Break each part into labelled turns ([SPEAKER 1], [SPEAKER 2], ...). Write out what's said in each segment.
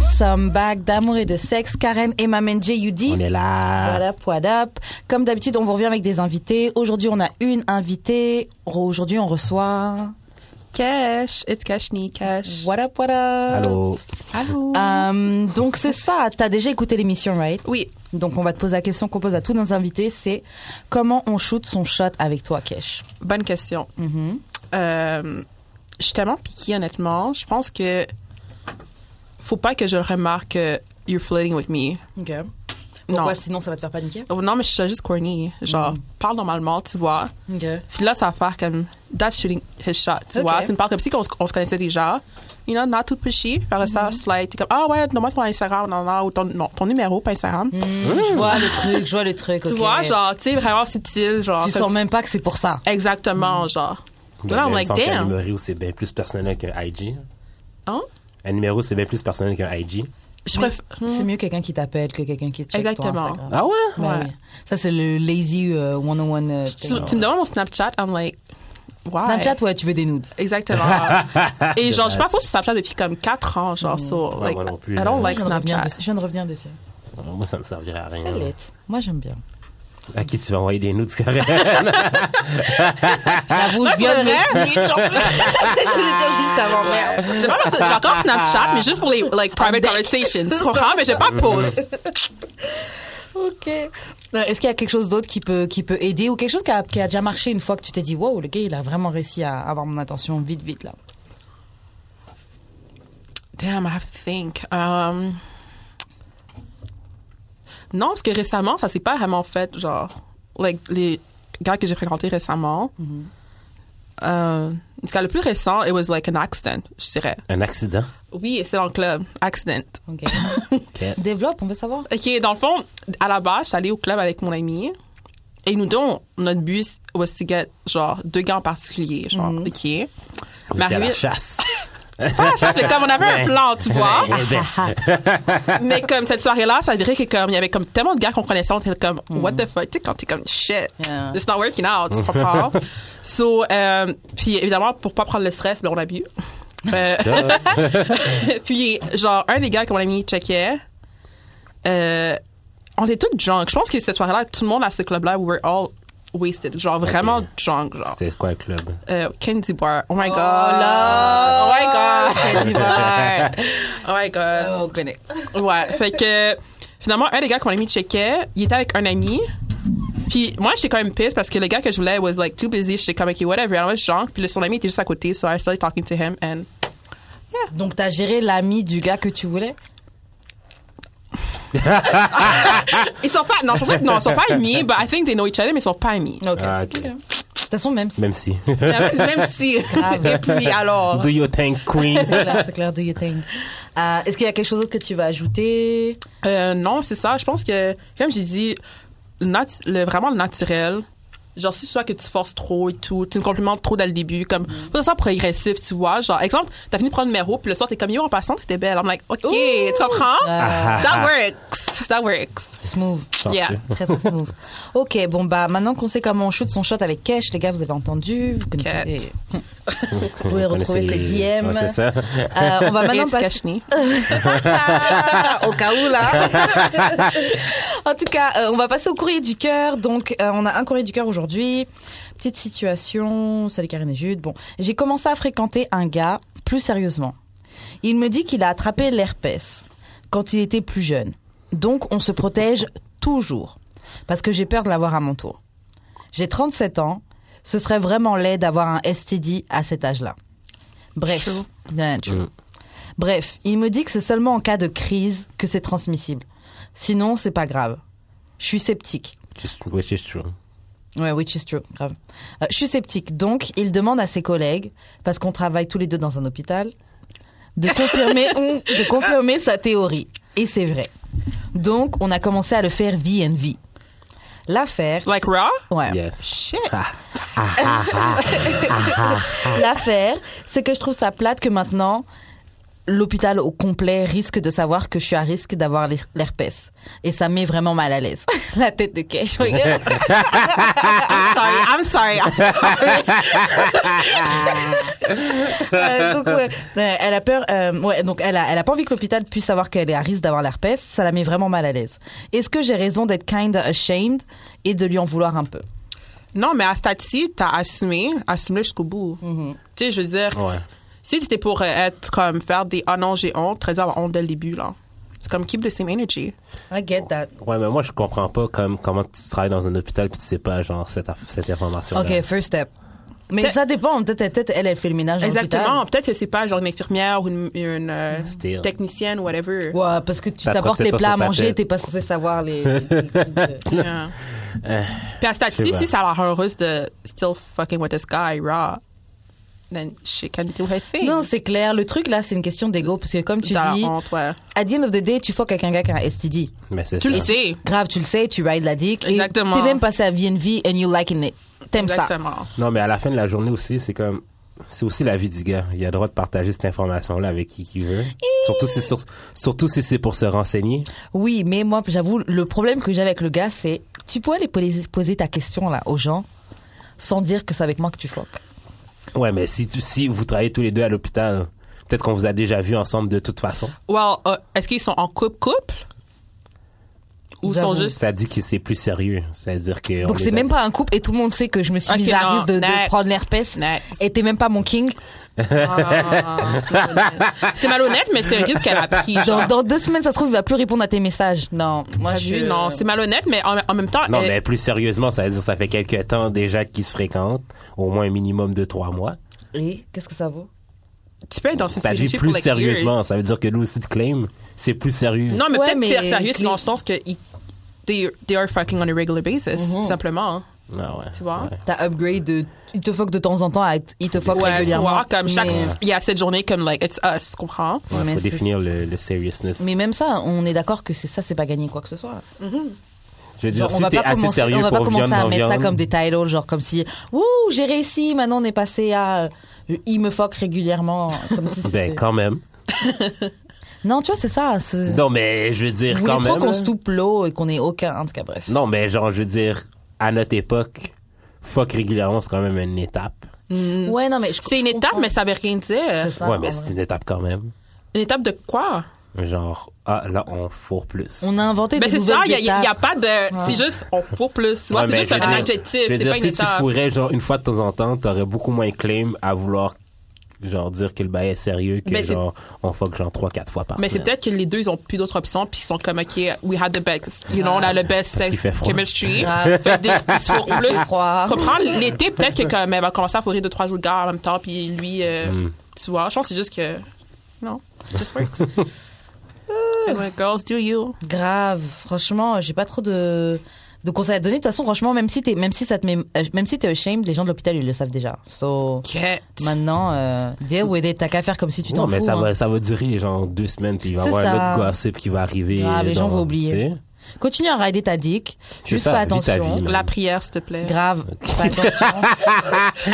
[SPEAKER 1] sommes back d'amour et de sexe. Karen et Mamen J. Yudi.
[SPEAKER 2] On est là.
[SPEAKER 1] What up, what up. Comme d'habitude, on vous revient avec des invités. Aujourd'hui, on a une invitée. Aujourd'hui, on reçoit...
[SPEAKER 3] Cash, it's Cashni, Cash.
[SPEAKER 1] What up, what up.
[SPEAKER 2] Allô.
[SPEAKER 3] Allô
[SPEAKER 1] Euh, donc, c'est ça. T'as déjà écouté l'émission, right?
[SPEAKER 3] Oui,
[SPEAKER 1] Donc, on va te poser la question qu'on pose à tous nos invités. C'est comment on shoot son shot avec toi, Kesh?
[SPEAKER 3] bonne question.
[SPEAKER 1] Mhm.
[SPEAKER 3] Euh, je suis tellement piquée, honnêtement. Je pense que faut pas que je remarque que you're flirting with me.
[SPEAKER 1] Ok. Ah.
[SPEAKER 3] Pourquoi?
[SPEAKER 1] Sinon, ça va te faire paniquer?
[SPEAKER 3] Oh, non, mais je suis juste corny.
[SPEAKER 1] Mm.
[SPEAKER 3] Genre, parle normalement, tu vois.
[SPEAKER 1] Ok.
[SPEAKER 3] Puis là, ça va faire comme, that's shooting his shot, tu
[SPEAKER 1] Ok.
[SPEAKER 3] vois. Tu me parles comme si on, se- on se connaissait déjà. You know, not too pushy. Puis après
[SPEAKER 1] Mm-hmm.
[SPEAKER 3] ça, slide. T'es comme, ah ouais, donne-moi ton Instagram, non, non, ou ton, non, ton numéro, pas Instagram.
[SPEAKER 2] Hmm.
[SPEAKER 1] Je vois le truc, je vois le truc.
[SPEAKER 3] Tu vois, genre, tu sais, vraiment subtil, genre.
[SPEAKER 1] Tu
[SPEAKER 3] comme
[SPEAKER 1] sens même pas que c'est pour ça.
[SPEAKER 2] Hmm.
[SPEAKER 3] Exactement, genre.
[SPEAKER 2] ben,
[SPEAKER 3] Là, I'm like,
[SPEAKER 2] Il me semble qu'un
[SPEAKER 1] hein.
[SPEAKER 3] damn.
[SPEAKER 2] numéro, c'est bien plus personnel qu'un IG.
[SPEAKER 3] Hein?
[SPEAKER 2] Un numéro, c'est bien plus personnel qu'un IG.
[SPEAKER 3] Je préfère. hmm.
[SPEAKER 1] C'est mieux quelqu'un qui t'appelle que quelqu'un qui te check ton
[SPEAKER 3] Exactement.
[SPEAKER 1] Instagram.
[SPEAKER 2] Ah ouais?
[SPEAKER 1] Ouais,
[SPEAKER 3] Ouais.
[SPEAKER 1] Ben oui. Ça, c'est le lazy euh, 101 euh,
[SPEAKER 3] Tu,
[SPEAKER 1] thing.
[SPEAKER 3] tu me demandes mon Snapchat, I'm like, why?
[SPEAKER 1] Snapchat, ouais, tu veux des nudes.
[SPEAKER 3] Exactement. Et genre, je suis pas sur Snapchat depuis comme 4 ans, genre, so,
[SPEAKER 2] Hmm. Ouais,
[SPEAKER 3] like,
[SPEAKER 2] moi non plus, hein.
[SPEAKER 3] I
[SPEAKER 2] là.
[SPEAKER 3] don't like
[SPEAKER 1] je, viens de revenir
[SPEAKER 3] Snapchat.
[SPEAKER 1] dessus. je viens de revenir dessus.
[SPEAKER 2] Moi, ça me servirait à rien.
[SPEAKER 1] C'est lit. Moi, j'aime bien.
[SPEAKER 2] À qui tu vas envoyer des nudes, c'est correct?
[SPEAKER 1] J'avoue, je viens de me snitch en plus. Je voulais dire juste avant, merde.
[SPEAKER 3] J'ai pas- j'ai encore Snapchat, mais juste pour les like, private conversations. Tu comprends? Mais j'ai pas pause.
[SPEAKER 1] Ok. Euh, Est-ce qu'il y a quelque chose d'autre qui peut, qui peut aider ou quelque chose qui a, qui a déjà marché une fois que tu t'es dit, wow, le gars, il a vraiment réussi à avoir mon attention vite, vite, là.
[SPEAKER 3] Damn, I have to think. Um, non, parce que récemment, ça s'est pas vraiment fait, genre, like, les gars que j'ai fréquentés récemment. Euh, en tout cas, le plus récent, it was like an accident, je dirais.
[SPEAKER 2] un accident.
[SPEAKER 3] Oui, c'est dans le club, accident.
[SPEAKER 1] Ok. Euh,
[SPEAKER 2] Ok.
[SPEAKER 1] Développe, on veut savoir.
[SPEAKER 3] OK, dans le fond, à la base, j'allais au club avec mon ami. Et nous deux, on- notre but was to get, genre, deux gars en particulier, genre, OK.
[SPEAKER 2] Vous étiez
[SPEAKER 3] Mais
[SPEAKER 2] à la
[SPEAKER 3] arrivé-
[SPEAKER 2] chasse.
[SPEAKER 3] Ah, je sais, comme on avait un plan, tu vois.
[SPEAKER 2] Eh ben,
[SPEAKER 3] Mais comme cette soirée-là, ça dirait que comme il y avait comme tellement de gars qu'on connaissait, on était comme what the fuck, tu sais quand t'es comme shit,
[SPEAKER 1] Yeah.
[SPEAKER 3] it's not working out, tu comprends? so, euh, puis évidemment pour pas prendre le stress, ben on a bu. Euh, puis genre un des gars que mon ami checkait, euh, on était tous drunk. Je pense que cette soirée-là, tout le monde à ce club-là, we were all wasted, genre vraiment drunk, genre.
[SPEAKER 2] C'était quoi le club?
[SPEAKER 3] Euh, Candy Bar. Oh my god.
[SPEAKER 1] là.
[SPEAKER 3] Oh my god.
[SPEAKER 1] Candy
[SPEAKER 3] Bar. oh my god.
[SPEAKER 1] On connaît.
[SPEAKER 3] Ouais, fait que finalement, un des gars qu'on a mis checkait, il était avec un ami. Puis moi, j'étais quand même pisse parce que le gars que je voulais was like too busy. J'étais comme, OK, whatever. Alors, moi, je drunk. Puis le- son ami était juste à côté. So I started talking to him. And
[SPEAKER 1] Donc, t'as géré l'ami du gars que tu voulais
[SPEAKER 3] Ah, ils sont pas, non, je pense que non, ils sont pas amis. But I think they know each other, mais ils sont pas amis.
[SPEAKER 1] Ok.
[SPEAKER 2] Ah,
[SPEAKER 1] De
[SPEAKER 2] ok.
[SPEAKER 1] toute façon, même si.
[SPEAKER 2] Même si.
[SPEAKER 3] Même même si. Et puis alors.
[SPEAKER 1] Oh.
[SPEAKER 2] Do your thing, queen.
[SPEAKER 1] C'est clair, c'est clair, do you think? Euh, Est-ce qu'il y a quelque chose d'autre que tu vas ajouter?
[SPEAKER 3] Euh, non, c'est ça. Je pense que, comme j'ai dit, le nat- le, vraiment le naturel. Genre, si tu vois que tu forces trop et tout, tu me complimentes trop dès le début, comme,
[SPEAKER 1] Mm.
[SPEAKER 3] ça, ça progressif, tu vois. Genre, exemple, t'as fini de prendre le numéro, puis le soir, t'es comme, yo, en passant, t'étais belle. I'm like, OK, tu comprends?
[SPEAKER 1] Ah,
[SPEAKER 3] That works. That works.
[SPEAKER 1] Smooth.
[SPEAKER 2] Chanceux.
[SPEAKER 3] Yeah.
[SPEAKER 1] Très, très smooth. ok, bon, bah, maintenant qu'on sait comment on shoot son shot avec Kesh, les gars, vous avez entendu. Vous connaissez.
[SPEAKER 3] Cat.
[SPEAKER 1] les-
[SPEAKER 2] Vous
[SPEAKER 1] pouvez
[SPEAKER 2] connaissez
[SPEAKER 1] retrouver
[SPEAKER 2] les-
[SPEAKER 1] ses DM.
[SPEAKER 2] Ouais, c'est ça.
[SPEAKER 1] Euh, on va maintenant
[SPEAKER 3] It's
[SPEAKER 1] passer.
[SPEAKER 3] Kashni.
[SPEAKER 1] Au cas où, là. en tout cas, euh, on va passer au courrier du cœur. Donc, euh, on a un courrier du cœur aujourd'hui. Petite situation, salut Karine et Jude. Bon, j'ai commencé à fréquenter un gars, plus sérieusement. Il me dit qu'il a attrapé l'herpès quand il était plus jeune. Donc, on se protège toujours. Parce que j'ai peur de l'avoir à mon tour. J'ai 37 ans. Ce serait vraiment laid d'avoir un STD à cet âge-là. Bref. Ouais, true.
[SPEAKER 2] Mm.
[SPEAKER 1] Bref, il me dit que c'est seulement en cas de crise que c'est transmissible. Sinon, c'est pas grave. Je suis sceptique.
[SPEAKER 2] Just- Which is true.
[SPEAKER 1] Ouais, which is true, grave. Euh, je suis sceptique, donc il demande à ses collègues, parce qu'on travaille tous les deux dans un hôpital, de confirmer, de confirmer sa théorie. Et c'est vrai. Donc, on a commencé à le faire V&V. L'affaire...
[SPEAKER 3] Like raw?
[SPEAKER 1] Ouais.
[SPEAKER 2] Yes. Ah.
[SPEAKER 3] Shit.
[SPEAKER 1] L'affaire, c'est que je trouve ça plate que maintenant, l'hôpital au complet risque de savoir que je suis à risque d'avoir l'her- l'herpès. Et ça met vraiment mal à l'aise. La tête de cash. regarde. Ah,
[SPEAKER 3] I'm sorry, I'm sorry.
[SPEAKER 1] Euh, donc, ouais. Euh, Elle a peur. euh, ouais, donc elle a, elle a pas envie que l'hôpital puisse savoir qu'elle est à risque d'avoir l'herpès. Ça la met vraiment mal à l'aise. Est-ce que j'ai raison d'être kind ashamed et de lui en vouloir un peu
[SPEAKER 3] Non, mais à ce stade-ci, t'as assumé, assume-le jusqu'au bout.
[SPEAKER 1] Mm-hmm.
[SPEAKER 3] Tu sais, je veux dire,
[SPEAKER 2] Ouais.
[SPEAKER 3] si t'étais pour euh, être comme faire des ah non, j'ai honte, t'aurais dû avoir honte dès le début, là. C'est comme keep the same energy.
[SPEAKER 1] I get that.
[SPEAKER 2] Ouais, mais moi, je comprends pas comme, comment tu travailles dans un hôpital puis tu sais pas, genre, cette, aff- cette information-là.
[SPEAKER 1] Ok, first step. Mais
[SPEAKER 3] Peut-être-
[SPEAKER 1] ça dépend. Peut-être peut-être elle, elle fait le ménage. dans
[SPEAKER 3] Exactement. Peut-être que c'est pas genre une infirmière ou une, une, euh,
[SPEAKER 2] Still.
[SPEAKER 3] technicienne ou whatever.
[SPEAKER 1] l'hôpital. Ouais, parce que tu
[SPEAKER 2] Ta
[SPEAKER 1] t'apportes
[SPEAKER 2] prostate
[SPEAKER 1] les plats à
[SPEAKER 2] sur ta
[SPEAKER 1] manger,
[SPEAKER 2] tête.
[SPEAKER 1] t'es pas censé savoir les. les-
[SPEAKER 3] Yeah.
[SPEAKER 2] Euh,
[SPEAKER 3] Puis à ce
[SPEAKER 2] Je sais
[SPEAKER 3] stade-ci,
[SPEAKER 2] pas.
[SPEAKER 3] si ça a l'air heureuse de still fucking with this guy raw, then she can do her thing.
[SPEAKER 1] non, c'est clair. Le truc là, c'est une question d'ego parce que comme tu
[SPEAKER 3] Dans la
[SPEAKER 1] dis,
[SPEAKER 3] honte, ouais.
[SPEAKER 1] à the end of the day, tu fuck avec un gars qui a un STD.
[SPEAKER 2] mais c'est
[SPEAKER 3] Tu le
[SPEAKER 2] ça.
[SPEAKER 3] sais.
[SPEAKER 1] Grave, tu le sais, tu rides la dick. et
[SPEAKER 3] Exactement.
[SPEAKER 1] T'es même passé à VNV and you liking it. T'aimes ça.
[SPEAKER 3] Exactement.
[SPEAKER 2] Non, mais à la fin de la journée aussi, c'est comme. C'est aussi la vie du gars. Il a le droit de partager cette information-là avec qui qu'il veut. Surtout si, sur- surtout si c'est pour se renseigner.
[SPEAKER 1] Oui, mais moi, j'avoue, le problème que j'ai avec le gars, c'est tu pourrais les poser, poser ta question là aux gens sans dire que c'est avec moi que tu foques.
[SPEAKER 2] Ouais, mais si, tu, si vous travaillez tous les deux à l'hôpital, peut-être qu'on vous a déjà vu ensemble de toute façon.
[SPEAKER 3] Well, euh, est-ce qu'ils sont en couple-couple? Ou
[SPEAKER 1] J'avoue.
[SPEAKER 3] sont juste
[SPEAKER 2] Ça dit que c'est plus sérieux. C'est-à-dire que. on
[SPEAKER 1] Donc
[SPEAKER 2] les
[SPEAKER 1] c'est
[SPEAKER 2] a-
[SPEAKER 1] même pas un couple et tout le monde sait que je me suis
[SPEAKER 3] Ok,
[SPEAKER 1] mise à
[SPEAKER 3] non,
[SPEAKER 1] risque de, de
[SPEAKER 3] next.
[SPEAKER 1] prendre l'herpès.
[SPEAKER 3] Next.
[SPEAKER 1] Et t'es même pas mon king.
[SPEAKER 3] Ah, c'est malhonnête. c'est malhonnête, mais c'est un risque qu'elle a pris.
[SPEAKER 1] Dans,
[SPEAKER 3] genre.
[SPEAKER 1] dans deux semaines, ça se trouve, il va plus répondre à tes messages. Non, moi
[SPEAKER 3] T'as
[SPEAKER 1] je.
[SPEAKER 3] vu? Non, c'est malhonnête, mais en, en même temps,
[SPEAKER 2] Non,
[SPEAKER 1] Euh,
[SPEAKER 3] elle-
[SPEAKER 2] mais plus sérieusement, ça veut dire que ça fait quelques temps déjà qu'ils se fréquentent. Au moins un minimum de trois mois.
[SPEAKER 1] Et qu'est-ce que ça vaut
[SPEAKER 3] tu peux être dans cette
[SPEAKER 2] Ça dit
[SPEAKER 3] situation
[SPEAKER 2] plus sérieusement. Ça veut dire que nous aussi, de claim, c'est plus sérieux.
[SPEAKER 3] Non, mais
[SPEAKER 1] Ouais,
[SPEAKER 3] peut-être
[SPEAKER 1] mais
[SPEAKER 3] que c'est sérieux, c'est
[SPEAKER 1] les-
[SPEAKER 3] dans le sens que ils- they, they are fucking on a regular basis,
[SPEAKER 1] Mhm.
[SPEAKER 3] simplement.
[SPEAKER 2] Ah ouais.
[SPEAKER 3] Tu vois?
[SPEAKER 2] Ouais.
[SPEAKER 1] T'as upgrade de. Il te fuck de temps en temps à être- Il te fuck
[SPEAKER 3] Ouais, tu
[SPEAKER 1] régulièrement.
[SPEAKER 3] vois, comme chaque.
[SPEAKER 1] Mais-
[SPEAKER 3] Il y a cette journée comme, like, it's us, tu comprends?
[SPEAKER 2] Ouais,
[SPEAKER 1] Mais
[SPEAKER 2] faut
[SPEAKER 1] c'est-
[SPEAKER 2] définir le, le seriousness.
[SPEAKER 1] Mais même ça, on est d'accord que c'est ça, c'est pas gagner quoi que ce soit.
[SPEAKER 2] Je veux dire,
[SPEAKER 1] Genre, on
[SPEAKER 2] si
[SPEAKER 1] va
[SPEAKER 2] t'es
[SPEAKER 1] pas
[SPEAKER 2] assez
[SPEAKER 1] commencer,
[SPEAKER 2] sérieux
[SPEAKER 1] on va pas
[SPEAKER 2] pour
[SPEAKER 1] commencer
[SPEAKER 2] viande
[SPEAKER 1] à
[SPEAKER 2] dans
[SPEAKER 1] mettre ça
[SPEAKER 2] viande,
[SPEAKER 1] comme des titles, genre comme si, wouh, j'ai réussi, maintenant on est passé à, euh, il me fuck régulièrement, comme si c'était-
[SPEAKER 2] ben quand même.
[SPEAKER 1] Non, tu vois, c'est ça. ce-
[SPEAKER 2] Non, mais je veux dire
[SPEAKER 1] Vous voulez
[SPEAKER 2] quand
[SPEAKER 1] trop
[SPEAKER 2] même.
[SPEAKER 1] qu'on
[SPEAKER 2] là.
[SPEAKER 1] se toupe l'eau et qu'on ait aucun, en tout cas, bref.
[SPEAKER 2] Non, mais genre, je veux dire, à notre époque, fuck régulièrement, c'est quand même une étape.
[SPEAKER 1] Ouais, non, mais je-
[SPEAKER 3] C'est une
[SPEAKER 1] je
[SPEAKER 3] étape,
[SPEAKER 1] comprends.
[SPEAKER 3] mais ça veut rien
[SPEAKER 1] C'est
[SPEAKER 3] dire.
[SPEAKER 1] ça,
[SPEAKER 2] Mm. ouais,
[SPEAKER 1] en
[SPEAKER 2] mais
[SPEAKER 1] vrai.
[SPEAKER 2] c'est une étape quand même.
[SPEAKER 3] Une étape de quoi?
[SPEAKER 2] Genre, ah, là, on fourre plus.
[SPEAKER 1] On a inventé
[SPEAKER 3] Ben,
[SPEAKER 1] des
[SPEAKER 3] c'est
[SPEAKER 1] nouvelles
[SPEAKER 3] ça, il n'y a,
[SPEAKER 1] étapes.
[SPEAKER 3] y a pas de. C'est juste, on faut plus. Tu
[SPEAKER 2] Ouais,
[SPEAKER 3] vois, c'est
[SPEAKER 2] mais
[SPEAKER 3] juste
[SPEAKER 2] je veux
[SPEAKER 3] un
[SPEAKER 2] dire-
[SPEAKER 3] adjectif,
[SPEAKER 2] Je veux
[SPEAKER 3] c'est
[SPEAKER 2] dire,
[SPEAKER 3] pas une
[SPEAKER 2] si tu
[SPEAKER 3] étape.
[SPEAKER 2] fourrais, genre, une fois de temps en temps, t'aurais beaucoup moins claim à vouloir, genre, dire que le bail est sérieux que,
[SPEAKER 3] Mais c'est-
[SPEAKER 2] genre, on fuck, genre, trois, quatre fois par
[SPEAKER 3] Mais c'est
[SPEAKER 2] semaine.
[SPEAKER 3] peut-être que les deux, ils ont plus d'autres options, puis ils sont comme, OK, we had the best, you know, on a le best
[SPEAKER 2] qu'il
[SPEAKER 3] sex
[SPEAKER 2] fait froid.
[SPEAKER 3] chemistry.
[SPEAKER 1] Ah.
[SPEAKER 3] Fait que des- ils se font plus.
[SPEAKER 1] fait froid.
[SPEAKER 3] Tu comprends? L'été, peut-être que comme, elle va commencer à fourrer deux, trois autres gars en même temps, puis lui, euh,
[SPEAKER 2] Hmm.
[SPEAKER 3] tu vois, je pense que c'est juste que, non, it just works. Ah. Anyway, girls, do you.
[SPEAKER 1] Grave, franchement, j'ai pas trop de, de conseils à donner. De toute façon, franchement, même si t'es, même si ça te met, euh, même si t'es ashamed, les gens de l'hôpital, ils le savent déjà. So, maintenant, euh, deal with it. T'as qu'à faire comme si tu t'en
[SPEAKER 2] Non, mais
[SPEAKER 1] fous.
[SPEAKER 2] ça,
[SPEAKER 1] hein.
[SPEAKER 2] va, ça va durer, genre, deux semaines, puis il va y
[SPEAKER 1] C'est
[SPEAKER 2] avoir
[SPEAKER 1] ça.
[SPEAKER 2] un autre gossip qui va arriver.
[SPEAKER 1] Ah, les gens
[SPEAKER 2] dans-
[SPEAKER 1] vont oublier.
[SPEAKER 2] tu sais.
[SPEAKER 1] Continue à rider ta dick.
[SPEAKER 2] C'est
[SPEAKER 1] Juste
[SPEAKER 2] ça,
[SPEAKER 1] fais
[SPEAKER 2] vis ta
[SPEAKER 1] attention.
[SPEAKER 2] vie, là.
[SPEAKER 3] La prière, s'il te plaît.
[SPEAKER 1] Grave. Fais attention.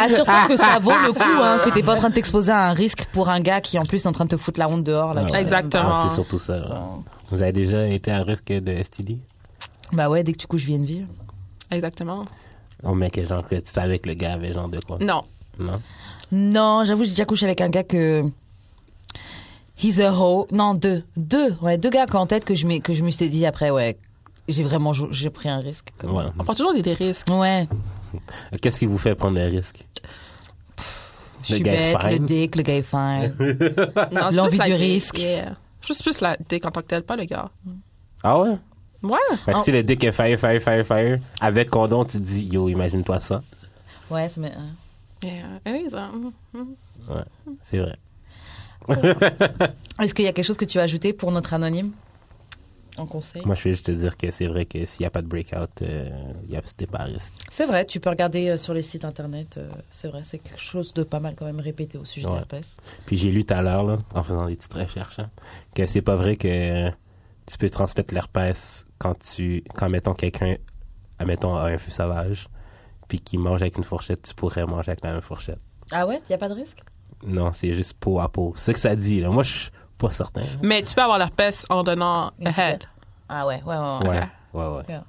[SPEAKER 1] Assure-toi que ça vaut le coup, hein, que t'es pas en train de t'exposer à un risque pour un gars qui en plus est en train de te foutre la honte dehors. Là,
[SPEAKER 2] Ah
[SPEAKER 1] tu
[SPEAKER 2] ouais.
[SPEAKER 1] sais.
[SPEAKER 3] Exactement.
[SPEAKER 2] Ah, c'est surtout ça. ouais. Vous avez déjà été à risque de STD?
[SPEAKER 1] Bah ouais, dès que tu couches viens de vivre.
[SPEAKER 3] Exactement.
[SPEAKER 2] Oh, mais que genre, que tu savais que le gars avait genre de quoi?
[SPEAKER 3] Non.
[SPEAKER 2] Non?
[SPEAKER 1] Non, j'avoue, j'ai déjà couché avec un gars que. He's a hoe. Non, deux. Deux. Ouais, deux gars en tête que je, m'ai- que je me suis dit après, ouais, j'ai vraiment jou- j'ai pris un risque.
[SPEAKER 2] Ouais.
[SPEAKER 3] On prend toujours des, des risques.
[SPEAKER 1] Ouais.
[SPEAKER 2] Qu'est-ce qui vous fait prendre le risque?
[SPEAKER 1] Je
[SPEAKER 2] Le
[SPEAKER 1] suis
[SPEAKER 2] gars est
[SPEAKER 1] bête, le
[SPEAKER 2] fine.
[SPEAKER 1] dick, le gars est fine.
[SPEAKER 3] Non, c'est
[SPEAKER 1] L'envie
[SPEAKER 3] juste la-
[SPEAKER 1] du risque.
[SPEAKER 3] Yeah. Juste plus la dick en tant que telle, pas le gars.
[SPEAKER 2] Ah ouais?
[SPEAKER 3] Ouais.
[SPEAKER 2] Fait que si le dick est fire, fire, fire, fire, avec condom, tu te dis, yo, imagine-toi ça.
[SPEAKER 1] Ouais, c'est. mais, hein.
[SPEAKER 3] Yeah. It is, um,
[SPEAKER 2] Ouais, c'est vrai.
[SPEAKER 1] Est-ce qu'il y a quelque chose que tu as ajouté pour notre anonyme En conseil
[SPEAKER 2] Moi, je vais juste te dire que c'est vrai que s'il n'y a pas de breakout, euh, y a- c'était pas à risque.
[SPEAKER 1] C'est vrai, tu peux regarder euh, sur les sites internet. euh, c'est vrai, c'est quelque chose de pas mal quand même répété au sujet
[SPEAKER 2] Ouais.
[SPEAKER 1] de l'herpès.
[SPEAKER 2] Puis j'ai lu tout à l'heure, là, en faisant des petites recherches, hein, que c'est pas vrai que tu peux transmettre l'herpès quand tu, quand mettons quelqu'un, admettons, a un feu sauvage, puis qu'il mange avec une fourchette, tu pourrais manger avec la même fourchette.
[SPEAKER 1] Ah ouais, il n'y a pas de risque
[SPEAKER 2] Non, c'est juste peau à peau. C'est ce que ça dit, là. Moi, je suis pas certain.
[SPEAKER 3] Mais tu peux avoir l'herpès en donnant
[SPEAKER 1] Une
[SPEAKER 3] a head.
[SPEAKER 1] Ah ouais, ouais, ouais. ouais.
[SPEAKER 2] Ouais, ouais, ouais.
[SPEAKER 1] D'accord.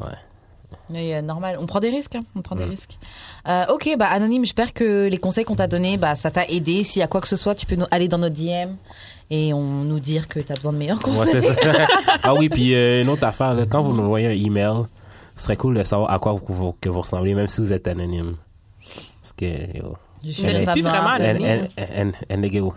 [SPEAKER 2] ouais.
[SPEAKER 1] Mais euh, normal, on prend des risques, hein. on prend des risques. Euh, ok, bah anonyme, j'espère que les conseils qu'on t'a donnés, bah ça t'a aidé. S'il y a quoi que ce soit, tu peux nous- aller dans notre DM et on nous dire que t'as besoin de meilleurs
[SPEAKER 2] Ouais,
[SPEAKER 1] conseils.
[SPEAKER 2] c'est ça. ah oui, puis euh, une autre affaire, là, quand vous nous envoyez un email, ce serait cool de savoir à quoi vous, vous- que vous ressemblez, même si vous êtes anonyme. Parce que, yo,
[SPEAKER 1] Je
[SPEAKER 2] Mais c'est
[SPEAKER 3] plus vraiment
[SPEAKER 2] en-
[SPEAKER 3] anonyme.
[SPEAKER 1] anonyme.
[SPEAKER 2] en- en- en- nigga, oh.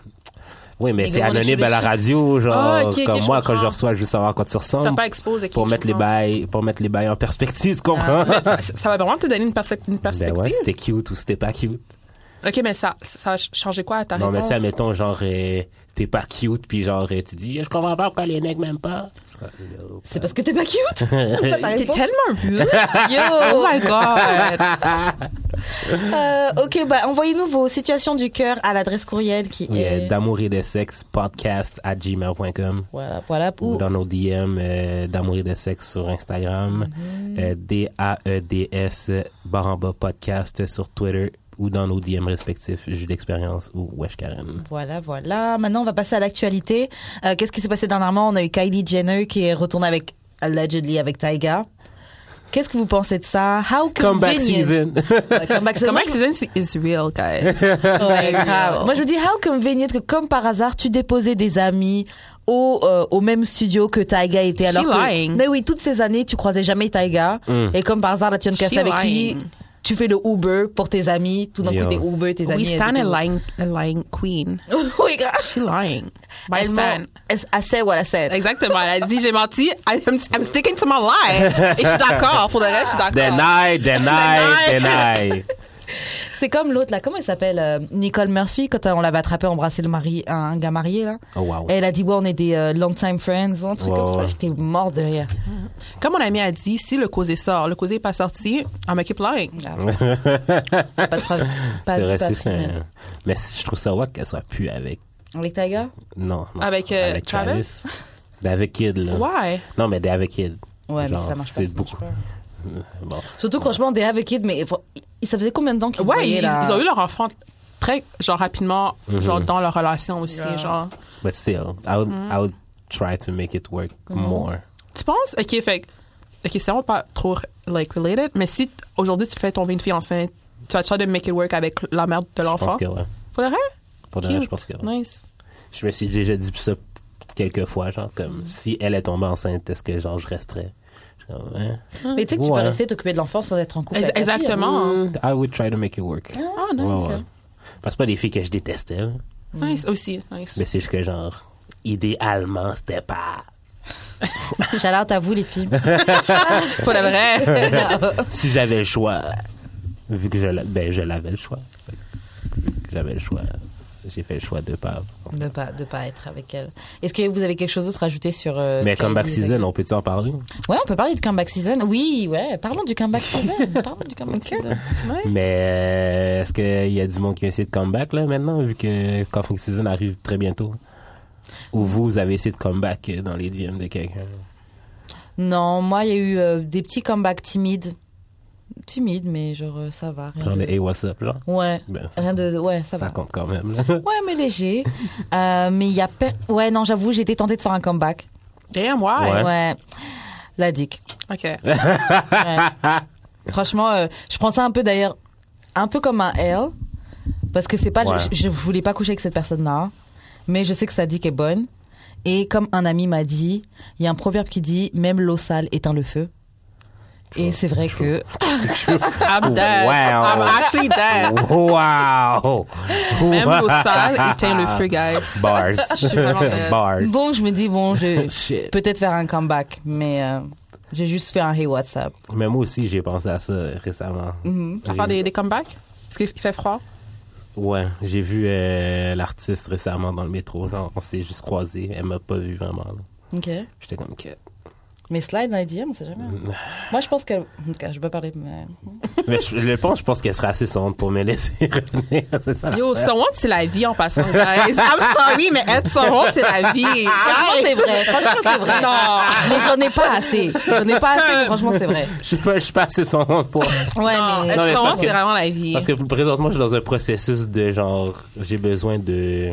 [SPEAKER 2] Oui, mais
[SPEAKER 1] Nigga,
[SPEAKER 2] c'est
[SPEAKER 1] on est chez
[SPEAKER 2] anonyme
[SPEAKER 1] les
[SPEAKER 2] à la
[SPEAKER 1] chiens.
[SPEAKER 2] radio, genre,
[SPEAKER 3] Ah, ok, ok,
[SPEAKER 2] comme
[SPEAKER 3] je
[SPEAKER 2] moi, quand je
[SPEAKER 3] comprends.
[SPEAKER 2] reçois, je veux savoir à quoi tu
[SPEAKER 3] T'as
[SPEAKER 2] ressembles.
[SPEAKER 3] pas exposé.
[SPEAKER 2] Oh. Pour mettre, les bails, pour mettre les bails en perspective, tu comprends?
[SPEAKER 3] Ça va vraiment te donner une, percep- une
[SPEAKER 2] ben
[SPEAKER 3] Ah, perspective.
[SPEAKER 2] ouais, c'était cute ou c'était pas cute.
[SPEAKER 3] ok, mais ça, ça a changé quoi à ta
[SPEAKER 2] Non, mais
[SPEAKER 3] réponse?
[SPEAKER 2] ça, mettons, genre, euh, t'es pas cute, puis genre, euh, tu dis, je comprends pas pourquoi les mecs m'aiment pas.
[SPEAKER 1] C'est parce que t'es pas cute. Ça, t'as
[SPEAKER 3] T'es
[SPEAKER 1] raison.
[SPEAKER 3] tellement vieux.
[SPEAKER 1] Yo.
[SPEAKER 3] Oh my god.
[SPEAKER 1] Euh, ok, bah envoyez-nous vos situations du cœur à l'adresse courriel qui
[SPEAKER 2] Oui, euh,
[SPEAKER 1] est.
[SPEAKER 2] d'amour et de sexe, podcast à gmail.com.
[SPEAKER 1] Voilà, voilà.
[SPEAKER 2] Ou
[SPEAKER 1] Ou
[SPEAKER 2] dans nos DM euh, d'amour et de sexe sur Instagram.
[SPEAKER 1] Mhm.
[SPEAKER 2] euh, D-A-E-D-S, barre en bas podcast sur Twitter ou dans nos DM respectifs, Jus d'expérience ou Wesh Karen.
[SPEAKER 1] Voilà, voilà. Maintenant, on va passer à l'actualité. Euh, Qu'est-ce qui s'est passé dernièrement On a eu Kylie Jenner qui est retournée avec, allegedly, avec Tyga. Qu'est-ce que vous pensez de ça How
[SPEAKER 2] Comeback
[SPEAKER 1] convenient.
[SPEAKER 2] season!
[SPEAKER 1] Ouais, comeback season.
[SPEAKER 3] Comment que season is real, guys?
[SPEAKER 1] Ouais, grave.
[SPEAKER 3] Wow.
[SPEAKER 1] Moi, je me dis, how convenient que, comme par hasard, tu déposais des amis au, euh, au même studio que Taiga était.
[SPEAKER 3] She
[SPEAKER 1] Alors que-
[SPEAKER 3] lying.
[SPEAKER 1] Mais oui, toutes ces années, tu croisais jamais Taiga.
[SPEAKER 2] Mm.
[SPEAKER 1] Et comme par hasard, là, tu viens de
[SPEAKER 3] She
[SPEAKER 1] casser avec
[SPEAKER 3] lying.
[SPEAKER 1] lui. Tu fais le Uber pour tes amis. Tout d'un coup,
[SPEAKER 2] Yo.
[SPEAKER 1] t'es Uber, tes amis.
[SPEAKER 3] We stand a
[SPEAKER 1] elles-
[SPEAKER 3] lying, a lying queen.
[SPEAKER 1] oui, grave.
[SPEAKER 3] She lying. I
[SPEAKER 1] Elle ment.
[SPEAKER 3] stand.
[SPEAKER 1] Elle- I said what I said.
[SPEAKER 3] Exactement. Elle a dit, j'ai menti. I'm, I'm sticking to my lie. Et je suis d'accord. Pour le reste, je suis d'accord.
[SPEAKER 2] Deny, deny, deny!
[SPEAKER 1] C'est comme l'autre là, comment elle s'appelle euh, Nicole Murphy quand euh, on l'avait attrapée embrasser le mari, un gars marié là.
[SPEAKER 2] Oh wow.
[SPEAKER 1] Et elle a dit ouais on est des euh, long time friends ou un truc
[SPEAKER 2] Ouais,
[SPEAKER 1] comme ça.
[SPEAKER 2] ouais.
[SPEAKER 1] J'étais mort de rire.
[SPEAKER 3] Comme mon ami a dit, si le causé sort, le causé n'est pas sorti, I'm gonna keep lying.
[SPEAKER 1] Pas de preuve. Pas
[SPEAKER 2] C'est
[SPEAKER 1] de pas
[SPEAKER 2] vrai, c'est hein.
[SPEAKER 1] de
[SPEAKER 2] ça.
[SPEAKER 1] criminel.
[SPEAKER 2] Mais si- je trouve ça wack qu'elle soit plus avec.
[SPEAKER 1] Avec ta gars
[SPEAKER 2] Non. non.
[SPEAKER 3] Avec, euh,
[SPEAKER 2] D'avec Kid, là.
[SPEAKER 3] Why?
[SPEAKER 2] Non, mais d'avec Kid.
[SPEAKER 1] Ouais, mais
[SPEAKER 2] Genre,
[SPEAKER 1] ça marche pas.
[SPEAKER 2] C'est
[SPEAKER 1] ça marche
[SPEAKER 2] beaucoup.
[SPEAKER 1] pas.
[SPEAKER 2] Bon.
[SPEAKER 1] Surtout franchement des avec Kid, mais faut- ça faisait combien de temps qu'ils se
[SPEAKER 3] Ouais,
[SPEAKER 1] voyaient,
[SPEAKER 3] ils,
[SPEAKER 1] là
[SPEAKER 3] ils ont eu leur enfant très, genre, rapidement, genre, dans leur relation aussi,
[SPEAKER 1] Mhm. Yeah.
[SPEAKER 3] genre.
[SPEAKER 2] But still, I would,
[SPEAKER 1] Mm.
[SPEAKER 2] I would try to make it work
[SPEAKER 1] Mm-hmm.
[SPEAKER 2] more.
[SPEAKER 3] Tu penses? OK, fait que- OK, c'est vraiment pas trop, like, related, mais si t- aujourd'hui tu fais tomber une fille enceinte, tu vas try de make it work avec la mère de
[SPEAKER 2] Je pense
[SPEAKER 3] l'enfant?
[SPEAKER 2] que ouais.
[SPEAKER 3] Pour le reste?
[SPEAKER 2] Pour de vrai, je pense que ouais.
[SPEAKER 3] Nice.
[SPEAKER 2] Je me suis déjà dit ça quelques fois, genre, comme
[SPEAKER 3] Mm.
[SPEAKER 2] si elle est tombée enceinte, est-ce que genre je resterais? Je suis comme, hein?
[SPEAKER 3] Ah,
[SPEAKER 1] Mais tu sais que tu
[SPEAKER 2] Ouais.
[SPEAKER 1] peux rester t'occuper de l'enfant sans être en couple.
[SPEAKER 3] Ex-
[SPEAKER 1] avec ta fille,
[SPEAKER 3] Exactement.
[SPEAKER 2] I would try to make it work.
[SPEAKER 3] Ah,
[SPEAKER 2] Ouais,
[SPEAKER 3] nice.
[SPEAKER 2] ouais. Parce que pas des filles que je détestais, là.
[SPEAKER 3] Nice aussi. Nice.
[SPEAKER 2] mais c'est juste que genre, idéalement, c'était pas.
[SPEAKER 1] hein. Shout out à vous les filles.
[SPEAKER 3] Pour le vrai.
[SPEAKER 2] Si j'avais le choix, vu que je, l'a- ben, je l'avais le choix, vu que j'avais le choix, j'ai fait le choix de pas.
[SPEAKER 1] de pas de pas être avec elle. Est-ce que vous avez quelque chose d'autre à ajouter sur euh,
[SPEAKER 2] Mais
[SPEAKER 1] Kylie
[SPEAKER 2] comeback
[SPEAKER 1] avec-
[SPEAKER 2] season, on peut-tu en parler?
[SPEAKER 1] Ouais, on peut parler de comeback season. Oui, ouais, parlons du comeback season. parlons du comeback season.
[SPEAKER 2] Mais euh, est-ce qu'il y a du monde qui a essayé de comeback là maintenant, vu que Coughing Season arrive très bientôt? Ou vous, vous avez essayé de comeback euh, dans les DM de quelqu'un?
[SPEAKER 1] Non, moi, il y a eu euh, des petits comebacks timides. Timides, mais genre, euh, ça va. Rien
[SPEAKER 2] Genre
[SPEAKER 1] de...
[SPEAKER 2] le Hey, what's up, genre?
[SPEAKER 1] Ouais,
[SPEAKER 2] Ben, ça,
[SPEAKER 1] rien de. Ouais, ça
[SPEAKER 2] ça
[SPEAKER 1] va.
[SPEAKER 2] compte quand même. là.
[SPEAKER 1] Ouais, mais léger. Euh, mais il y a. per- Ouais, non, j'avoue, j'ai été tentée de faire un comeback.
[SPEAKER 3] Damn, why?
[SPEAKER 2] Ouais.
[SPEAKER 1] La dick.
[SPEAKER 3] OK.
[SPEAKER 1] Franchement, euh, je prends ça un peu d'ailleurs, un peu comme un L, parce que c'est pas,
[SPEAKER 2] Ouais.
[SPEAKER 1] je, je voulais pas coucher avec cette personne-là, mais je sais que sa dick est bonne. Et comme un ami m'a dit, il y a un proverbe qui dit même l'eau sale éteint le feu. Et c'est vrai que
[SPEAKER 3] I'm dead.
[SPEAKER 2] Wow.
[SPEAKER 3] I'm actually dead.
[SPEAKER 2] wow!
[SPEAKER 3] Même au sale, éteint le feu, guys.
[SPEAKER 2] Bars.
[SPEAKER 3] Je suis vraiment euh, dead.
[SPEAKER 2] Bars.
[SPEAKER 1] donc je me dis bon, je
[SPEAKER 2] Shit.
[SPEAKER 1] peut-être faire un comeback, mais euh, j'ai juste fait un hey WhatsApp.
[SPEAKER 2] Mais moi aussi, j'ai pensé à ça récemment.
[SPEAKER 3] Mm-hmm. À faire des, des comebacks? Parce qu'il fait froid.
[SPEAKER 2] Ouais, j'ai vu euh, l'artiste récemment dans le métro. Genre, on s'est juste croisés. Elle m'a pas vu vraiment. là.
[SPEAKER 1] Ok.
[SPEAKER 2] J'étais comme, que
[SPEAKER 1] Mais slide dans les DM, on sait jamais. hein.
[SPEAKER 2] Mm.
[SPEAKER 1] Moi, je pense que. En tout cas, je vais pas parler, mais.
[SPEAKER 2] Mais je, je pense, je pense qu'elle sera assez sonde pour me laisser revenir. C'est ça.
[SPEAKER 3] Yo, Sorwant, c'est la vie en passant, guys. I'm sorry, mais être Sorwant, c'est la vie.
[SPEAKER 1] Franchement,
[SPEAKER 3] Guys.
[SPEAKER 1] c'est vrai. Franchement, c'est vrai.
[SPEAKER 3] Non.
[SPEAKER 1] Mais j'en ai pas assez. J'en ai pas assez, mais franchement, c'est vrai.
[SPEAKER 2] Je suis pas, je suis pas assez sonde pour.
[SPEAKER 1] Ouais,
[SPEAKER 3] Non,
[SPEAKER 1] mais.
[SPEAKER 2] Non, mais
[SPEAKER 3] être
[SPEAKER 2] c'est
[SPEAKER 3] Sorwant,
[SPEAKER 2] parce que-
[SPEAKER 3] c'est vraiment la vie.
[SPEAKER 2] Parce que présentement, je suis dans un processus de genre, j'ai besoin de.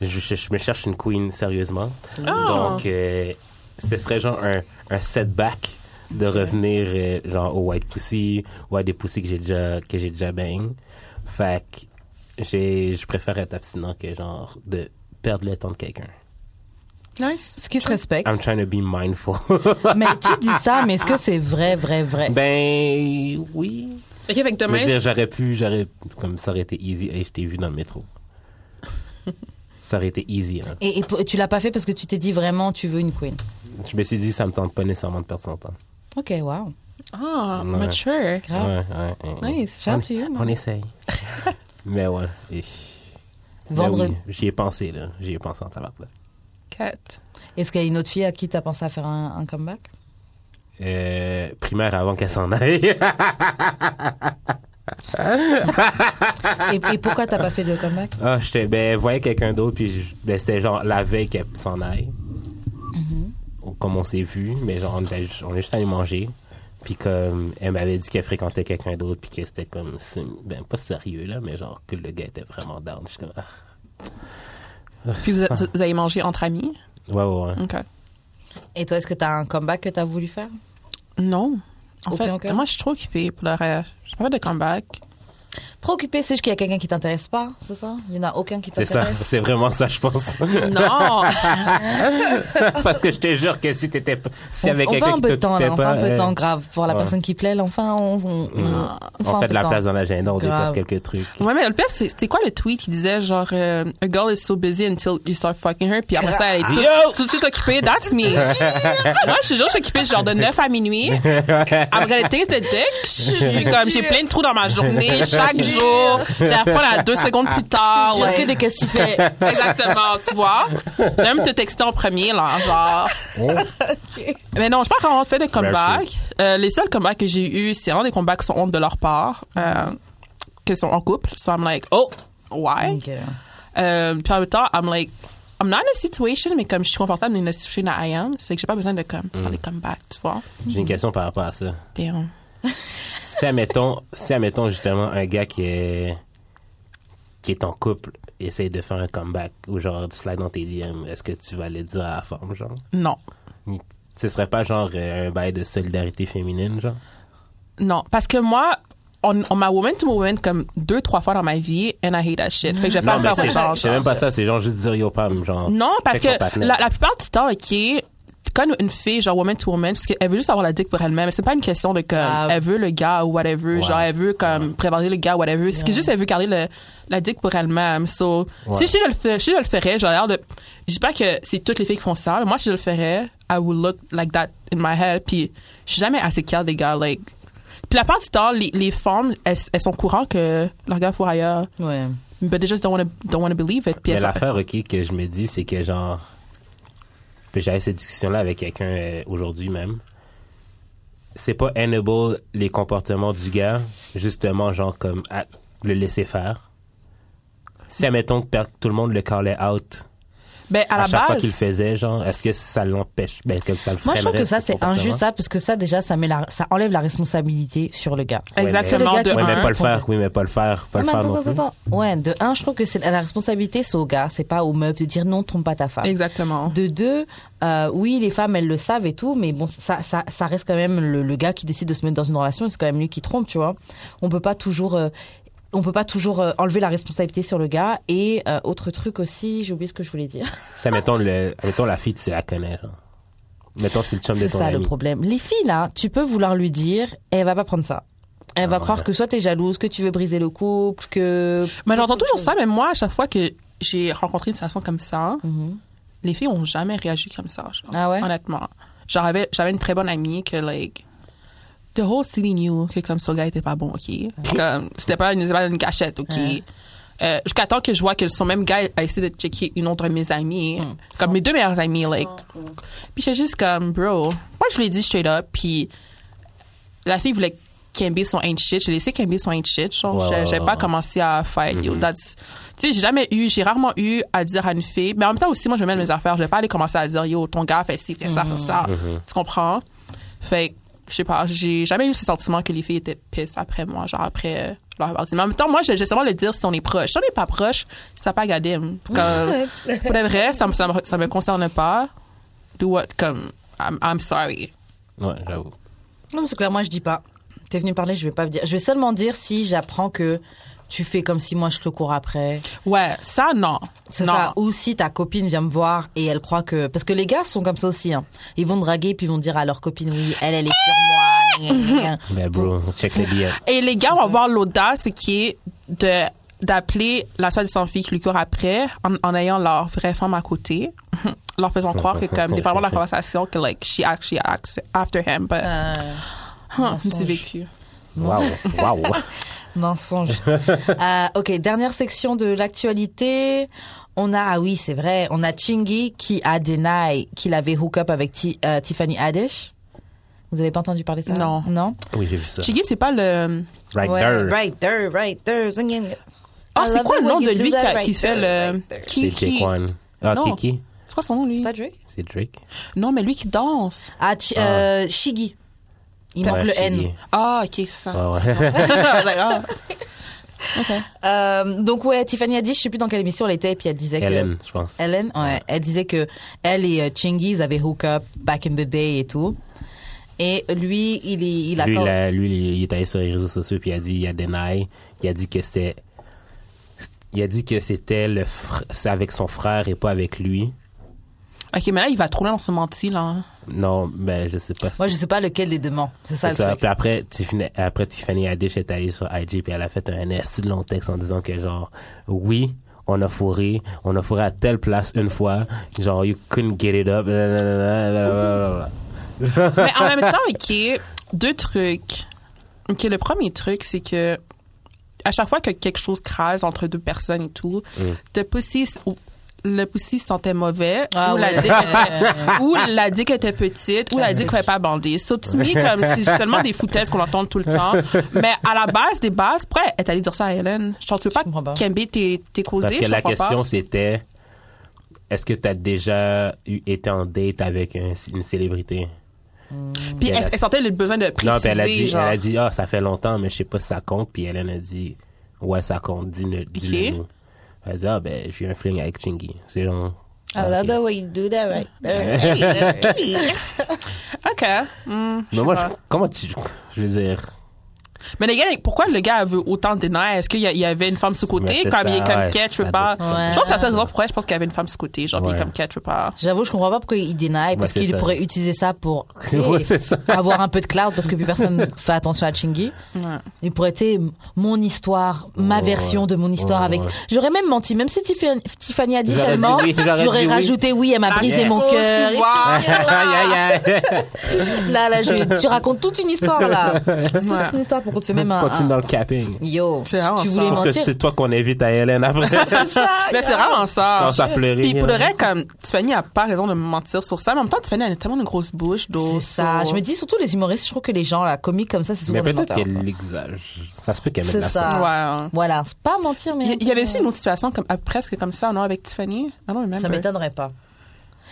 [SPEAKER 2] Je, je- je me cherche une queen sérieusement. Donc, euh, ce serait genre un, un setback de revenir euh, genre au white pussy ou à des pussy que j'ai déjà que j'ai déjà bang. Fait que j'ai je préfère être abstinent que genre de perdre le temps de quelqu'un.
[SPEAKER 3] Nice.
[SPEAKER 1] euh, Ce qui se respecte.
[SPEAKER 2] I'm trying to be mindful.
[SPEAKER 1] Mais tu dis ça, mais est-ce que c'est vrai, vrai, vrai?
[SPEAKER 2] ben oui.
[SPEAKER 3] Ok, avec
[SPEAKER 2] Je veux
[SPEAKER 3] demain.
[SPEAKER 2] dire, j'aurais pu, j'aurais, comme ça aurait été easy, hey, je t'ai vu dans le métro. ça aurait été easy. hein.
[SPEAKER 1] Et, et pour- tu l'as pas fait parce que tu t'es dit vraiment, tu veux une queen.
[SPEAKER 2] Je me suis dit, ça me tente pas nécessairement de perdre son temps.
[SPEAKER 1] Ok, wow.
[SPEAKER 3] Ah,
[SPEAKER 2] Ouais.
[SPEAKER 3] mature.
[SPEAKER 1] Grave.
[SPEAKER 2] Ouais, ouais, ouais.
[SPEAKER 3] Nice.
[SPEAKER 1] Shout out to you,
[SPEAKER 2] On,
[SPEAKER 1] man.
[SPEAKER 2] on essaye. Mais ouais. et- Mais
[SPEAKER 1] Vendre.
[SPEAKER 2] ben oui, J'y ai pensé, là. J'y ai pensé en tabarnak.
[SPEAKER 3] Cat.
[SPEAKER 1] Est-ce qu'il y a une autre fille à qui t'as pensé à faire un, un comeback?
[SPEAKER 2] Euh, primaire avant qu'elle s'en aille.
[SPEAKER 1] Et, et pourquoi t'as pas fait de comeback?
[SPEAKER 2] Ah, j'étais, ben, elle voyait quelqu'un d'autre, puis je- ben, c'était genre la veille qu'elle s'en aille.
[SPEAKER 1] Mm-hmm.
[SPEAKER 2] Comme on s'est vu, mais genre, on, était ju- on est juste allé manger. Puis comme, elle m'avait dit qu'elle fréquentait quelqu'un d'autre, puis que c'était comme, c'est- ben, pas sérieux, là, mais genre, que le gars était vraiment down. Je suis comme, ah.
[SPEAKER 3] Puis vous, êtes- vous avez mangé entre amis?
[SPEAKER 2] Ouais, ouais, ouais.
[SPEAKER 1] Mm-hmm.
[SPEAKER 3] OK.
[SPEAKER 1] Et toi, est-ce que t'as un comeback que t'as voulu faire?
[SPEAKER 3] Non. En
[SPEAKER 1] Aucun
[SPEAKER 3] fait,
[SPEAKER 1] aucun.
[SPEAKER 3] moi, je suis trop occupée pour le reste. Je pas fait de comeback.
[SPEAKER 1] Trop occupé, c'est juste qu'il y a quelqu'un qui t'intéresse pas, c'est ça? Il y en a aucun qui
[SPEAKER 2] C'est ça,
[SPEAKER 1] t'intéresse.
[SPEAKER 2] c'est vraiment ça, je pense.
[SPEAKER 3] Non!
[SPEAKER 2] Parce que je te jure que si t'étais pas, s'il y
[SPEAKER 1] On,
[SPEAKER 2] avait
[SPEAKER 1] on fait
[SPEAKER 2] quelqu'un
[SPEAKER 1] un
[SPEAKER 2] qui
[SPEAKER 1] peu de temps, là,
[SPEAKER 2] t'occupait
[SPEAKER 1] on fait un
[SPEAKER 2] pas,
[SPEAKER 1] peu de
[SPEAKER 2] euh,
[SPEAKER 1] temps grave pour la
[SPEAKER 2] ouais.
[SPEAKER 1] personne qui plaît. Là, enfin, on, on- on- on
[SPEAKER 2] on
[SPEAKER 1] un
[SPEAKER 2] fait
[SPEAKER 1] peu
[SPEAKER 2] de la
[SPEAKER 1] temps.
[SPEAKER 2] place dans l'agenda, on
[SPEAKER 1] Grave.
[SPEAKER 2] déplace quelques trucs.
[SPEAKER 3] ouais, mais le pire, c'est c'était quoi le tweet qui disait genre, euh, a girl is so busy until you start fucking her, puis après ça, elle est tout, tout de suite occupée. That's me. moi, je suis juste occupée genre de 9 à minuit. Après le taste de dick, je suis comme, j'ai plein de trous dans ma journée, chaque jour. J'arrive pas la deux secondes plus tard.
[SPEAKER 1] Il y a
[SPEAKER 3] ouais.
[SPEAKER 1] que des questions faites.
[SPEAKER 3] Exactement, tu vois. J'aime te texter en premier, là, genre. Mais non, je pense qu'on fait des comebacks. Euh, les seuls comebacks que j'ai eus, c'est vraiment des comebacks qui sont honte de leur part, euh, qui sont en couple. So I'm like, oh, why?
[SPEAKER 1] Donc, euh,
[SPEAKER 3] Euh, puis en même temps, I'm like, I'm not in a situation, mais comme je suis confortable dans la situation that I am, c'est que j'ai pas besoin de comme, faire
[SPEAKER 2] Mm.
[SPEAKER 3] des comebacks, tu vois.
[SPEAKER 2] J'ai
[SPEAKER 1] Mm-hmm.
[SPEAKER 2] une question par rapport à ça.
[SPEAKER 3] Damn.
[SPEAKER 2] si admettons, si admettons justement un gars qui est qui est en couple essaye de faire un comeback ou genre de slide dans tes DM, est-ce que tu vas le dire à la femme genre
[SPEAKER 3] Non.
[SPEAKER 2] Ce serait pas genre euh, un bail de solidarité féminine genre
[SPEAKER 3] Non, parce que moi, on, on m'a woman to woman comme deux, trois fois dans ma vie, and I hate that shit. Fait que je vais pas
[SPEAKER 2] Non mais
[SPEAKER 3] faire
[SPEAKER 2] c'est
[SPEAKER 3] ce genre.
[SPEAKER 2] c'est même pas ça, c'est genre juste dire yo pam genre.
[SPEAKER 3] Non, parce
[SPEAKER 2] check
[SPEAKER 3] que
[SPEAKER 2] ton partenaire.
[SPEAKER 3] la, la plupart du temps, OK, quand une fille, genre woman to woman, parce qu'elle veut juste avoir la dick pour elle-même, c'est pas une question de comme,
[SPEAKER 1] Ah.
[SPEAKER 3] elle veut le gars ou whatever,
[SPEAKER 2] Ouais.
[SPEAKER 3] genre elle veut comme préparer le gars ou whatever. C'est que
[SPEAKER 1] Ouais.
[SPEAKER 3] juste elle veut garder le, la dick pour elle-même. So,
[SPEAKER 2] Ouais.
[SPEAKER 3] si, si je le fais, si je le ferais, genre l'air de. Je dis pas que c'est toutes les filles qui font ça, mais moi, si je le ferais, I would look like that in my head. Puis, je suis jamais assez care des gars, like. Puis la part du temps, les, les femmes, elles, elles sont courantes que leur gars fout ailleurs.
[SPEAKER 1] ouais.
[SPEAKER 3] But they just don't want to don't wanna believe it. Puis
[SPEAKER 2] Mais
[SPEAKER 3] elles sont-
[SPEAKER 2] l'affaire, OK, que je me dis, c'est que genre. puis J'avais cette discussion-là avec quelqu'un euh, aujourd'hui même. C'est pas enable les comportements du gars, justement, genre comme à- le laisser faire. Si, admettons que per- tout le monde le callait out
[SPEAKER 3] ben, à,
[SPEAKER 2] à,
[SPEAKER 3] la
[SPEAKER 2] chaque fois
[SPEAKER 3] base.
[SPEAKER 2] qu'il le faisait, genre, est-ce que ça l'empêche? Ben, est-ce que ça le
[SPEAKER 1] Moi, je trouve
[SPEAKER 2] freinerait,
[SPEAKER 1] que ça,
[SPEAKER 2] ce
[SPEAKER 1] c'est
[SPEAKER 2] comportement?
[SPEAKER 1] injuste, ça, parce que ça, déjà, ça, met la, ça enlève la responsabilité sur le gars.
[SPEAKER 2] mais-
[SPEAKER 3] Exactement,
[SPEAKER 1] C'est le gars
[SPEAKER 3] de
[SPEAKER 1] qui
[SPEAKER 2] Ouais,
[SPEAKER 1] dit-
[SPEAKER 2] mais
[SPEAKER 3] un.
[SPEAKER 2] pas le faire, oui, mais pas le faire, pas
[SPEAKER 1] Non,
[SPEAKER 2] le
[SPEAKER 1] mais
[SPEAKER 2] faire
[SPEAKER 1] attends,
[SPEAKER 2] non
[SPEAKER 1] attends,
[SPEAKER 2] plus.
[SPEAKER 1] attends. Ouais, de un, je trouve que c'est la responsabilité, c'est au gars, c'est pas aux meufs de dire non, trompe pas ta femme.
[SPEAKER 3] Exactement.
[SPEAKER 1] De deux, euh, oui, les femmes, elles le savent et tout, mais bon, ça, ça, ça reste quand même le, le gars qui décide de se mettre dans une relation, c'est quand même lui qui trompe, tu vois. On peut pas toujours, euh, on peut pas toujours euh, enlever la responsabilité sur le gars. Et euh, autre truc aussi, j'ai oublié ce que je voulais dire.
[SPEAKER 2] Ça, mettons, le, mettons, la fille, tu la connais, genre. Mettons, c'est le chum de
[SPEAKER 1] C'est
[SPEAKER 2] ton
[SPEAKER 1] ça le
[SPEAKER 2] ami.
[SPEAKER 1] problème. Les filles, là, tu peux vouloir lui dire, elle va pas prendre ça. Elle va
[SPEAKER 2] Ah, ouais.
[SPEAKER 1] croire que soit t'es jalouse, que tu veux briser le couple, que.
[SPEAKER 3] Mais j'entends toujours ça, mais moi, à chaque fois que j'ai rencontré une situation comme ça, les filles ont jamais réagi comme ça, genre,
[SPEAKER 1] Mm-hmm. Ah ouais?
[SPEAKER 3] honnêtement. Genre, j'avais- j'avais une très bonne amie que, like, the
[SPEAKER 1] Ah
[SPEAKER 3] whole city knew que comme son gars était pas bon, OK? Comme, c'était pas, une- c'était pas une cachette, OK?
[SPEAKER 1] Ah.
[SPEAKER 3] euh, jusqu'à temps que je vois que son même gars a essayé de checker une autre de mes amies,
[SPEAKER 1] Hmm.
[SPEAKER 3] comme mes deux meilleures amies, like. Puis j'étais juste comme, bro. Moi, je lui ai dit straight up, puis la fille voulait Kembe son ain't shit. J'ai laissé Kembe son ain't shit. genre.
[SPEAKER 2] Ouais, ouais,
[SPEAKER 3] J'ai j'ai
[SPEAKER 2] ouais. Mm-hmm.
[SPEAKER 3] pas commencé à fight. yo, that's- Tu sais, j'ai jamais eu, j'ai rarement eu à dire à une fille. Mais en même temps aussi, moi, je mets mes affaires. Je vais pas aller commencer à dire, yo, ton gars fait ci, fait ça, fait
[SPEAKER 2] Mm-hmm.
[SPEAKER 3] ça. Tu comprends? Fait que, je sais pas, j'ai jamais eu ce sentiment que les filles étaient pisses après moi, genre après euh, leur avoir dit. Mais en même temps, moi, j'ai j'ai seulement le dire si on est proche. Si on n'est pas proche, ça pas gardé. Comme, pour de vrai, ça me, ça me, ça me concerne pas. Do what, comme, I'm, I'm sorry.
[SPEAKER 2] Ouais, j'avoue.
[SPEAKER 1] Non, parce que là, moi, je dis pas. T'es venu me parler, je vais pas me dire. Je vais seulement dire si j'apprends que tu fais comme si moi je te cours après.
[SPEAKER 3] Ouais, ça, non.
[SPEAKER 1] C'est
[SPEAKER 3] non.
[SPEAKER 1] ça. Ou si ta copine vient me voir et elle croit que. Parce que les gars sont comme ça aussi. Hein. Ils vont draguer puis ils vont dire à leur copine oui, elle, elle est sur moi. gna, gna, gna.
[SPEAKER 2] Mais Ben, bro, check les billets.
[SPEAKER 3] Et les gars vont avoir l'audace qui est de d'appeler la salle des 100 filles qui lui court après en, en ayant leur vraie femme à côté, leur faisant croire que comme dépendamment de la conversation que like she actually acts after him, but
[SPEAKER 1] Euh,
[SPEAKER 3] Hein,
[SPEAKER 1] mensonge.
[SPEAKER 3] du vécu.
[SPEAKER 2] Wow, wow.
[SPEAKER 1] Mensonge. Euh, ok, dernière section de l'actualité. On a, ah oui, c'est vrai, on a Chingy qui a deny qu'il avait hook up avec Ti- euh, Tiffany Haddish. Vous avez pas entendu parler de ça?
[SPEAKER 3] Non.
[SPEAKER 1] Non?
[SPEAKER 2] Oui, j'ai vu ça.
[SPEAKER 3] Chiggy, c'est pas le oh,
[SPEAKER 2] Right
[SPEAKER 1] Ouais,
[SPEAKER 2] there.
[SPEAKER 1] Right there, right there. Zing, zing.
[SPEAKER 3] ah
[SPEAKER 1] I
[SPEAKER 3] c'est
[SPEAKER 1] love
[SPEAKER 3] quoi
[SPEAKER 1] the
[SPEAKER 3] le
[SPEAKER 1] way
[SPEAKER 3] nom de
[SPEAKER 1] you do
[SPEAKER 3] lui qui,
[SPEAKER 1] that
[SPEAKER 3] a-
[SPEAKER 1] right
[SPEAKER 3] qui fait
[SPEAKER 1] there,
[SPEAKER 3] le
[SPEAKER 1] right there.
[SPEAKER 3] qui
[SPEAKER 2] C'est
[SPEAKER 3] qui
[SPEAKER 2] Jake One. Ah,
[SPEAKER 3] Non.
[SPEAKER 2] Kiki.
[SPEAKER 3] c'est quoi son nom lui
[SPEAKER 1] Pas Drake?
[SPEAKER 2] C'est Drake.
[SPEAKER 3] Non mais lui qui danse.
[SPEAKER 1] Ah, Chi- euh, Shiggy. Il
[SPEAKER 2] Ouais,
[SPEAKER 1] manque le N.
[SPEAKER 2] Shiggy.
[SPEAKER 3] Ah ok ça.
[SPEAKER 2] Ouais, ouais.
[SPEAKER 3] Like, ah. Ok.
[SPEAKER 1] Euh, donc ouais, Tiffany a dit, je sais plus dans quelle émission elle était, et puis elle disait
[SPEAKER 2] Helen, je pense.
[SPEAKER 1] que Ellen, ouais, elle disait que elle et euh, Chingy ils avaient hook up back in the day et tout. Et lui, il est, il a
[SPEAKER 2] Lui,
[SPEAKER 1] quand-
[SPEAKER 2] il a- lui, il- il est allé sur les réseaux sociaux puis il a dit, il a deny, il a dit que c'était, il a dit que c'était le, fr- c'est avec son frère et pas avec lui.
[SPEAKER 3] Ok mais là il va trop loin dans ce menti là. hein.
[SPEAKER 2] Non, ben je sais pas. si-
[SPEAKER 1] Moi, je sais pas lequel des deux ment. C'est ça.
[SPEAKER 2] C'est
[SPEAKER 1] le
[SPEAKER 2] ça.
[SPEAKER 1] truc.
[SPEAKER 2] Puis après, Tiffany, après Tiffany Haddish est allée sur IG puis elle a fait un assez long texte en disant que genre, oui, on a fourré, on a fourré à telle place une fois, genre you couldn't get it up. blablabla, blablabla.
[SPEAKER 3] Mais en même temps, OK, deux trucs. OK, le premier truc, c'est que à chaque fois que quelque chose crase entre deux personnes et tout,
[SPEAKER 2] Mm.
[SPEAKER 3] le pussy, le pussy se sentait mauvais,
[SPEAKER 1] Ah
[SPEAKER 3] ou,
[SPEAKER 1] ouais.
[SPEAKER 3] la dick était, ou la dick était petite, ou la dick n'avait pas bandé. So, to me, comme, c'est seulement des foutaises qu'on entend tout le temps. Mais à la base des bases, après, elle est allée dire ça à Hélène. Je ne veux pas
[SPEAKER 1] comprends pas.
[SPEAKER 3] Kembe t'es t'es causé,
[SPEAKER 2] Parce que
[SPEAKER 3] je
[SPEAKER 2] la
[SPEAKER 3] comprends pas.
[SPEAKER 2] question c'était, est-ce que t'as déjà eu, été en date avec un- une célébrité?
[SPEAKER 3] Puis elle, elle sentait le besoin de préciser.
[SPEAKER 2] non, puis elle a dit,
[SPEAKER 3] genre.
[SPEAKER 2] elle a dit, ah, ça fait longtemps, mais je sais pas si ça compte. Puis Hélène a dit, ouais, ça compte, dis-le, dis-le nous. Elle a dit, ah, ben, j'ai eu un fling avec Chingy. C'est genre.
[SPEAKER 1] I
[SPEAKER 2] Ah,
[SPEAKER 1] love
[SPEAKER 2] ok.
[SPEAKER 1] the way you do that right
[SPEAKER 3] Euh,
[SPEAKER 1] there.
[SPEAKER 2] Hein?
[SPEAKER 3] OK. Hmm, je
[SPEAKER 2] Mais
[SPEAKER 3] sais
[SPEAKER 2] Ben, moi,
[SPEAKER 3] pas.
[SPEAKER 2] je- comment tu. Je veux dire.
[SPEAKER 3] Mais les gars, pourquoi le gars veut autant de nerfs? Est-ce qu'il y, a- il y avait une femme sous
[SPEAKER 2] Mais
[SPEAKER 3] côté?
[SPEAKER 2] c'est
[SPEAKER 3] Comme
[SPEAKER 2] ça,
[SPEAKER 3] il est comme
[SPEAKER 2] ouais,
[SPEAKER 3] quête, je
[SPEAKER 2] ça
[SPEAKER 3] veux pas.
[SPEAKER 2] doit-
[SPEAKER 1] Ouais.
[SPEAKER 3] Je pense que c'est la seule raison pourquoi je pense qu'il y avait une femme sous côté. Genre, il
[SPEAKER 2] Ouais.
[SPEAKER 3] est comme quête, je veux pas.
[SPEAKER 1] J'avoue, je comprends pas pourquoi il deny parce
[SPEAKER 2] c'est
[SPEAKER 1] qu'il
[SPEAKER 2] ça.
[SPEAKER 1] pourrait utiliser ça pour tu sais,
[SPEAKER 2] Ouais, c'est ça.
[SPEAKER 1] avoir un peu de cloud parce que plus personne ne fait attention à Chingy.
[SPEAKER 3] Ouais.
[SPEAKER 1] Il pourrait être mon histoire, ma
[SPEAKER 2] Ouais,
[SPEAKER 1] version de mon histoire
[SPEAKER 2] ouais,
[SPEAKER 1] avec.
[SPEAKER 2] Oh, ouais.
[SPEAKER 1] J'aurais même menti, même si Tiffany, Tiffany a dit
[SPEAKER 2] J'aurais
[SPEAKER 1] qu'elle
[SPEAKER 2] dit
[SPEAKER 1] ment,
[SPEAKER 2] oui, j'aurais dit
[SPEAKER 1] j'aurais
[SPEAKER 2] oui.
[SPEAKER 1] rajouté oui, elle m'a brisé
[SPEAKER 2] yes.
[SPEAKER 1] mon
[SPEAKER 3] Oh,
[SPEAKER 1] cœur.
[SPEAKER 3] tu vois.
[SPEAKER 2] aïe, aïe, aïe.
[SPEAKER 1] Là, là, je- tu racontes toute une histoire là.
[SPEAKER 3] Ouais.
[SPEAKER 1] Toute une histoire pour qu'on te fait même un.
[SPEAKER 2] Continue
[SPEAKER 1] un-
[SPEAKER 2] dans le capping.
[SPEAKER 1] Yo,
[SPEAKER 3] C'est vraiment
[SPEAKER 1] tu voulais
[SPEAKER 3] ça.
[SPEAKER 2] Que
[SPEAKER 1] mentir.
[SPEAKER 2] C'est toi qu'on invite à Hélène après. Je
[SPEAKER 3] Mais c'est vraiment ça.
[SPEAKER 2] commence à pleurer.
[SPEAKER 3] Puis pour le
[SPEAKER 2] hein.
[SPEAKER 3] reste, comme, Tiffany a pas raison de me mentir sur ça. Mais en même temps, Tiffany elle a tellement une grosse bouche, d'eau.
[SPEAKER 1] C'est ça. Je me dis surtout les humoristes, je trouve que les gens là, comiques comme ça, c'est souvent
[SPEAKER 2] Mais
[SPEAKER 1] des
[SPEAKER 2] peut-être
[SPEAKER 1] menteurs.
[SPEAKER 2] qu'elle l'exagère. Ça se peut qu'elle mette
[SPEAKER 1] C'est
[SPEAKER 2] la
[SPEAKER 1] ça.
[SPEAKER 2] sauce.
[SPEAKER 3] Ouais.
[SPEAKER 1] Voilà, c'est pas mentir, mais.
[SPEAKER 3] Il y- il y
[SPEAKER 2] euh,
[SPEAKER 3] avait aussi une autre situation comme, ah, presque comme ça, non, avec Tiffany. Ah non, même.
[SPEAKER 1] Ça m'étonnerait pas.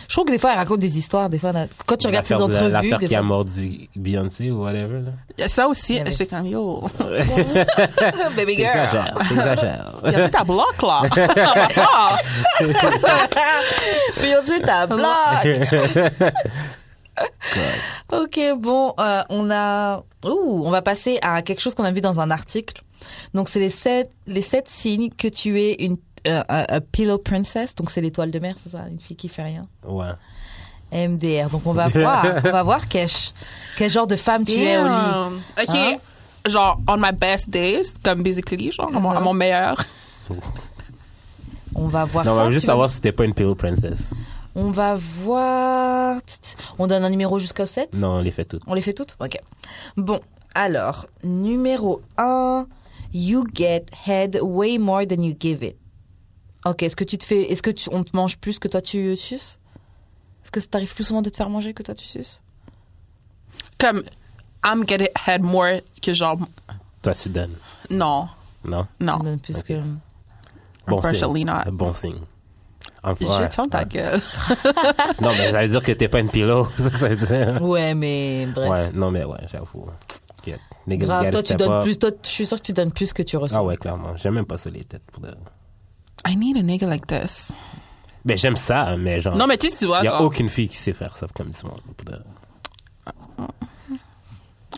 [SPEAKER 1] Je trouve que des fois, elle raconte des histoires. Des fois, on a- quand tu regardes ses
[SPEAKER 2] L'affaire-
[SPEAKER 1] entrevues,
[SPEAKER 2] L'affaire
[SPEAKER 1] des
[SPEAKER 2] qui a
[SPEAKER 1] fois-
[SPEAKER 2] mordu Beyoncé ou whatever. Là.
[SPEAKER 3] Ça aussi,
[SPEAKER 1] avait-
[SPEAKER 3] j'étais comme, yo. Baby girl.
[SPEAKER 2] T'exagères, t'exagères.
[SPEAKER 3] Il y a tout à bloc, là. Ça va pas.
[SPEAKER 1] Beyoncé, t'as blague. ok, bon, euh, on a. Ouh, on va passer à quelque chose qu'on a vu dans un article. Donc, c'est les sept, les sept signes que tu es une euh, a- a pillow princess. Donc, c'est l'étoile de mer, c'est ça, une fille qui fait rien.
[SPEAKER 2] Ouais.
[SPEAKER 1] MDR. Donc, on va voir, on va voir, Kesh, quel genre de femme tu es au lit.
[SPEAKER 3] Damn. OK.
[SPEAKER 1] Hein?
[SPEAKER 3] Genre, on my best days, comme basically, genre, à, mon,
[SPEAKER 1] Mm-hmm.
[SPEAKER 3] à mon meilleur.
[SPEAKER 1] On va voir
[SPEAKER 2] Non,
[SPEAKER 1] Ah, ça.
[SPEAKER 2] on veut juste
[SPEAKER 1] tu vas-
[SPEAKER 2] savoir si t'es pas une pillow princess.
[SPEAKER 1] On va voir. On donne un numéro jusqu'au 7
[SPEAKER 2] Non, on les fait toutes.
[SPEAKER 1] On les fait toutes Ok. Bon, alors, numéro 1, you get head way more than you give it. Ok, est-ce que tu te fais, est-ce que tu- on te mange plus que toi tu suces Est-ce que ça t'arrive plus souvent de te faire manger que toi tu suces
[SPEAKER 3] Comme, I'm getting head more que genre,
[SPEAKER 2] Toi, tu donnes.
[SPEAKER 3] non,
[SPEAKER 2] Non?
[SPEAKER 3] non.
[SPEAKER 1] Ça me donne plus
[SPEAKER 2] Ok.
[SPEAKER 1] que-
[SPEAKER 2] Bon
[SPEAKER 3] Unfortunately
[SPEAKER 2] signe.
[SPEAKER 3] not.
[SPEAKER 2] Bon signe. Enfin,
[SPEAKER 3] Je
[SPEAKER 2] ouais,
[SPEAKER 3] ferme ta
[SPEAKER 2] ouais.
[SPEAKER 3] gueule.
[SPEAKER 2] Non, mais ça veut dire que t'es pas une pilo. ça veut dire.
[SPEAKER 1] Ouais, mais bref.
[SPEAKER 2] Ouais, non, mais ouais, j'avoue. T'inquiète. Les gars,
[SPEAKER 1] Grave,
[SPEAKER 2] les gars,
[SPEAKER 1] toi tu
[SPEAKER 2] c'était
[SPEAKER 1] donnes
[SPEAKER 2] pas-
[SPEAKER 1] plus, toi je suis sûre que tu donnes plus que tu reçois.
[SPEAKER 2] Ah ouais, clairement. J'aime même pas ça, les têtes. Pour de...
[SPEAKER 3] I need a nigga like this.
[SPEAKER 2] Ben, j'aime ça, mais genre.
[SPEAKER 3] Non, mais tu sais, tu vois,
[SPEAKER 2] Il y a
[SPEAKER 3] genre,
[SPEAKER 2] aucune fille qui sait faire ça comme du monde. pour de-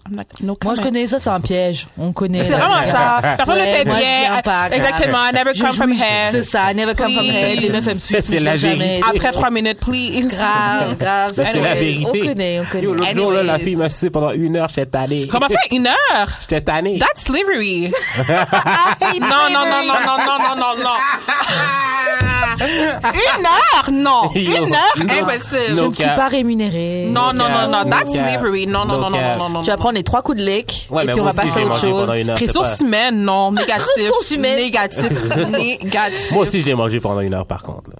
[SPEAKER 3] I'm like, no
[SPEAKER 1] Moi je
[SPEAKER 3] comment.
[SPEAKER 1] connais ça, c'est un piège. On connaît.
[SPEAKER 3] C'est vraiment ça. Personne ne
[SPEAKER 1] Ouais,
[SPEAKER 3] le fait
[SPEAKER 1] moi, je viens
[SPEAKER 3] bien.
[SPEAKER 1] pas, grave.
[SPEAKER 3] Exactement. Never
[SPEAKER 1] Je
[SPEAKER 3] come from
[SPEAKER 1] jouis- C'est
[SPEAKER 3] here.
[SPEAKER 1] ça, never come from hell. Les
[SPEAKER 3] Please.
[SPEAKER 1] meufs, elles me
[SPEAKER 2] Ça,
[SPEAKER 1] sucent,
[SPEAKER 2] c'est
[SPEAKER 1] moi,
[SPEAKER 2] la
[SPEAKER 1] je l'ai
[SPEAKER 2] vérité.
[SPEAKER 1] jamais été.
[SPEAKER 3] Après trois minutes, please.
[SPEAKER 1] Grave, grave.
[SPEAKER 2] Mais c'est la
[SPEAKER 1] Anyways,
[SPEAKER 2] vérité.
[SPEAKER 1] On connaît, on
[SPEAKER 2] Yo,
[SPEAKER 1] connaît.
[SPEAKER 2] l'autre jour, là, la
[SPEAKER 3] Anyways.
[SPEAKER 2] fille m'a sucé pendant une heure, j'étais tanné.
[SPEAKER 3] Comment ça, une heure?
[SPEAKER 2] J'étais tanné.
[SPEAKER 3] That's slavery. non, non, non, non, non, non, non, non, non. une heure? Non.
[SPEAKER 2] Yo,
[SPEAKER 3] une heure?
[SPEAKER 2] no-
[SPEAKER 3] impossible.
[SPEAKER 1] Je
[SPEAKER 2] no
[SPEAKER 1] ne suis
[SPEAKER 2] cap.
[SPEAKER 1] pas rémunérée.
[SPEAKER 3] Non, non, non, non.
[SPEAKER 2] No
[SPEAKER 3] That's
[SPEAKER 2] cap.
[SPEAKER 3] slavery. Non, non,
[SPEAKER 2] No
[SPEAKER 3] non, non,
[SPEAKER 2] cap.
[SPEAKER 3] non, non.
[SPEAKER 1] Tu vas prendre les trois coups de lec
[SPEAKER 2] Ouais,
[SPEAKER 1] et
[SPEAKER 2] mais
[SPEAKER 1] puis on
[SPEAKER 2] moi
[SPEAKER 1] va
[SPEAKER 2] aussi,
[SPEAKER 1] passer à
[SPEAKER 2] j'ai
[SPEAKER 1] autre
[SPEAKER 2] mangé
[SPEAKER 1] chose.
[SPEAKER 2] pendant une heure. c'est
[SPEAKER 3] Ressources
[SPEAKER 2] pas-
[SPEAKER 3] humaines, non. Négatif.
[SPEAKER 1] Ressources humaines.
[SPEAKER 3] Négatif. Négatif.
[SPEAKER 2] Moi aussi, je l'ai mangé pendant une heure, par contre. là.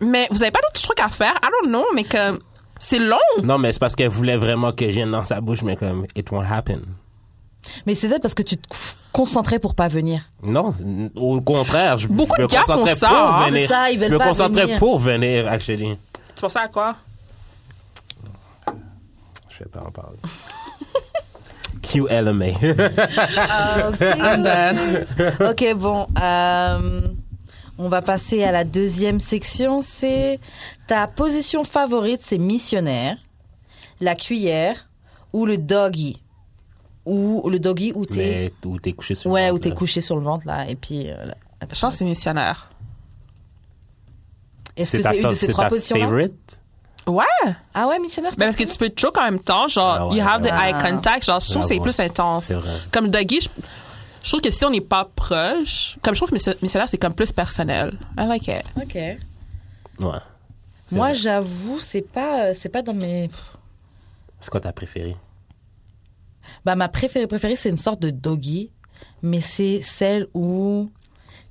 [SPEAKER 3] Mais vous avez pas d'autres trucs à faire? I don't know, mais comme, c'est long.
[SPEAKER 2] Non, mais c'est parce qu'elle voulait vraiment que je vienne dans sa bouche, mais comme, it won't happen.
[SPEAKER 1] Mais c'est peut-être parce que tu te concentrais pour pas venir.
[SPEAKER 2] Non, n- au contraire, je,
[SPEAKER 3] Beaucoup
[SPEAKER 2] je me
[SPEAKER 3] de gars font
[SPEAKER 2] concentrais
[SPEAKER 3] ça,
[SPEAKER 2] pour
[SPEAKER 3] hein.
[SPEAKER 2] venir.
[SPEAKER 1] C'est ça, ils veulent
[SPEAKER 2] je me
[SPEAKER 1] pas
[SPEAKER 2] concentrais
[SPEAKER 1] venir.
[SPEAKER 2] pour venir, actually.
[SPEAKER 3] Tu pensais à quoi?
[SPEAKER 2] Je vais pas en parler. QLMA.
[SPEAKER 1] I'm
[SPEAKER 3] Euh,
[SPEAKER 1] ok, bon. euh, on va passer à la deuxième section. C'est ta position favorite, c'est missionnaire, la cuillère ou le doggy. Ou le doggy où t'es...
[SPEAKER 2] mais où t'es couché sur le
[SPEAKER 1] Ouais,
[SPEAKER 2] ventre,
[SPEAKER 1] où t'es
[SPEAKER 2] là.
[SPEAKER 1] couché sur le ventre, là. Et puis... euh, là.
[SPEAKER 3] Je pense que c'est missionnaire.
[SPEAKER 1] Est-ce
[SPEAKER 2] C'est
[SPEAKER 1] que
[SPEAKER 2] ta,
[SPEAKER 1] c'est une
[SPEAKER 2] fa-
[SPEAKER 1] de ces
[SPEAKER 2] c'est
[SPEAKER 1] trois
[SPEAKER 2] ta
[SPEAKER 1] positions
[SPEAKER 2] favorite?
[SPEAKER 3] Ouais.
[SPEAKER 1] Ah ouais, missionnaire,
[SPEAKER 3] Ben, parce que tu peux te choke en même temps, genre,
[SPEAKER 2] Ah ouais,
[SPEAKER 3] you have the
[SPEAKER 2] ouais.
[SPEAKER 3] eye contact, genre, je trouve que c'est
[SPEAKER 2] J'avoue.
[SPEAKER 3] plus intense.
[SPEAKER 2] C'est vrai.
[SPEAKER 3] Comme le doggy, je, je trouve que si on n'est pas proche, comme je trouve que missi- missionnaire, c'est comme plus personnel. I like it.
[SPEAKER 1] Ok.
[SPEAKER 2] Ouais. C'est
[SPEAKER 1] Moi,
[SPEAKER 2] vrai.
[SPEAKER 1] j'avoue, c'est pas, euh, c'est pas dans mes.
[SPEAKER 2] C'est quoi ta préférée?
[SPEAKER 1] Bah, ma préférée, préférée, c'est une sorte de doggy, mais c'est celle où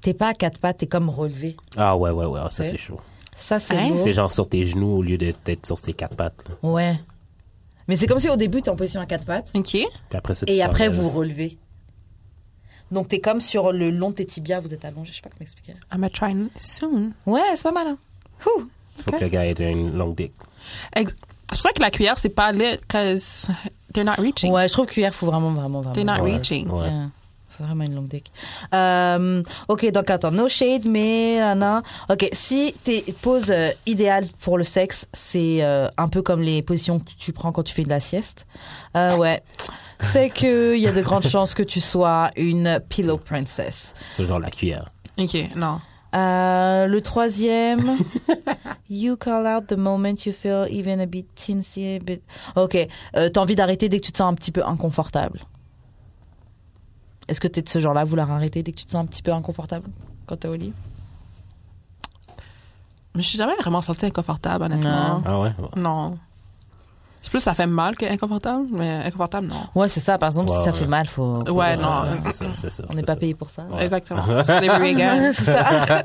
[SPEAKER 1] t'es pas à quatre pattes, t'es comme relevé.
[SPEAKER 2] Ah ouais, ouais, ouais, ah, ça
[SPEAKER 1] Ouais.
[SPEAKER 2] c'est chaud.
[SPEAKER 1] Ça, c'est
[SPEAKER 3] Hein?
[SPEAKER 1] lourd.
[SPEAKER 2] Ah T'es genre sur tes genoux au lieu de t'être sur tes quatre pattes. là.
[SPEAKER 1] Ouais. Mais c'est comme si au début, t'es en position à quatre pattes,
[SPEAKER 3] OK.
[SPEAKER 2] Puis après ça, tu
[SPEAKER 1] et après,
[SPEAKER 2] t'enlèves.
[SPEAKER 1] vous relevez. Donc, t'es comme sur le long de tes tibias, vous êtes allongé, je sais pas comment expliquer.
[SPEAKER 3] I'm gonna try soon.
[SPEAKER 1] Ouais, c'est pas mal, hein. Ouh.
[SPEAKER 2] Faut que le gars ait une longue dick.
[SPEAKER 3] Ex- C'est pour ça que la cuillère, c'est pas lit, cause they're not reaching.
[SPEAKER 1] Ouais, je trouve que cuillère, faut vraiment, vraiment, vraiment.
[SPEAKER 3] They're not
[SPEAKER 2] Ouais,
[SPEAKER 3] reaching.
[SPEAKER 2] ouais.
[SPEAKER 1] Ouais. Faut vraiment une longue deck. Euh, ok, donc attends, no shade, mais euh, non. Ok, si tes poses euh, idéales pour le sexe, c'est euh, un peu comme les positions que tu prends quand tu fais de la sieste. Euh, ouais, c'est que il y a de grandes chances que tu sois une pillow princess.
[SPEAKER 2] C'est genre la cuillère.
[SPEAKER 3] OK, non.
[SPEAKER 1] Euh, le troisième, you call out the moment you feel even a bit teensy. a bit- Ok, euh, t'as envie d'arrêter dès que tu te sens un petit peu inconfortable. Est-ce que t'es de ce genre-là, vouloir arrêter dès que tu te sens un petit peu inconfortable quand t'es au lit
[SPEAKER 3] Mais je suis jamais vraiment sentie inconfortable, honnêtement.
[SPEAKER 2] Ah ouais? ouais.
[SPEAKER 3] Non. C'est plus ça fait mal que inconfortable, mais inconfortable, non.
[SPEAKER 1] Ouais, c'est ça. Par exemple,
[SPEAKER 2] Ouais,
[SPEAKER 1] si ça
[SPEAKER 2] ouais.
[SPEAKER 1] fait mal, faut. faut
[SPEAKER 3] Ouais,
[SPEAKER 1] dire
[SPEAKER 3] non.
[SPEAKER 1] ça.
[SPEAKER 2] Ouais, c'est ça, c'est ça.
[SPEAKER 1] On
[SPEAKER 2] c'est
[SPEAKER 1] n'est pas
[SPEAKER 2] ça.
[SPEAKER 1] payé pour ça.
[SPEAKER 2] Ouais.
[SPEAKER 3] Exactement. Slavery again.
[SPEAKER 1] c'est ça.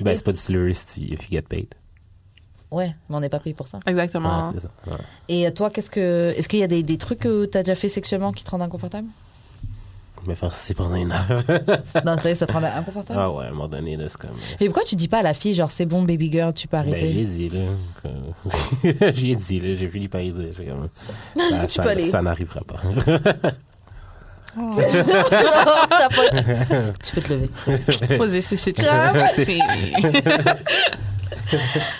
[SPEAKER 2] Ben, c'est pas du slurry si tu- if you get paid.
[SPEAKER 1] Ouais, mais on n'est pas payé pour ça.
[SPEAKER 3] Exactement.
[SPEAKER 2] Ouais, c'est ça. Ouais.
[SPEAKER 1] Et toi, qu'est-ce que, est-ce qu'il y a des, des trucs que t'as déjà fait sexuellement qui te rendent inconfortable
[SPEAKER 2] Mais faire c'est pendant une heure.
[SPEAKER 1] Non, ça y est, ça te rendait inconfortable.
[SPEAKER 2] Ah ouais, à un moment donné, là, c'est comme. euh,
[SPEAKER 1] Et pourquoi tu dis pas à la fille genre c'est bon baby girl, tu peux
[SPEAKER 2] Ben,
[SPEAKER 1] arrêter
[SPEAKER 2] j'ai dit, là. que- j'ai dit, là. J'ai fini par y dire. j'ai comme- Ça,
[SPEAKER 1] Tu
[SPEAKER 2] Bah, ça-
[SPEAKER 1] peux aller.
[SPEAKER 2] ça n'arrivera pas.
[SPEAKER 1] T'as pas- tu peux te lever.
[SPEAKER 3] Poser ces situations.
[SPEAKER 1] Grave.
[SPEAKER 3] C'est-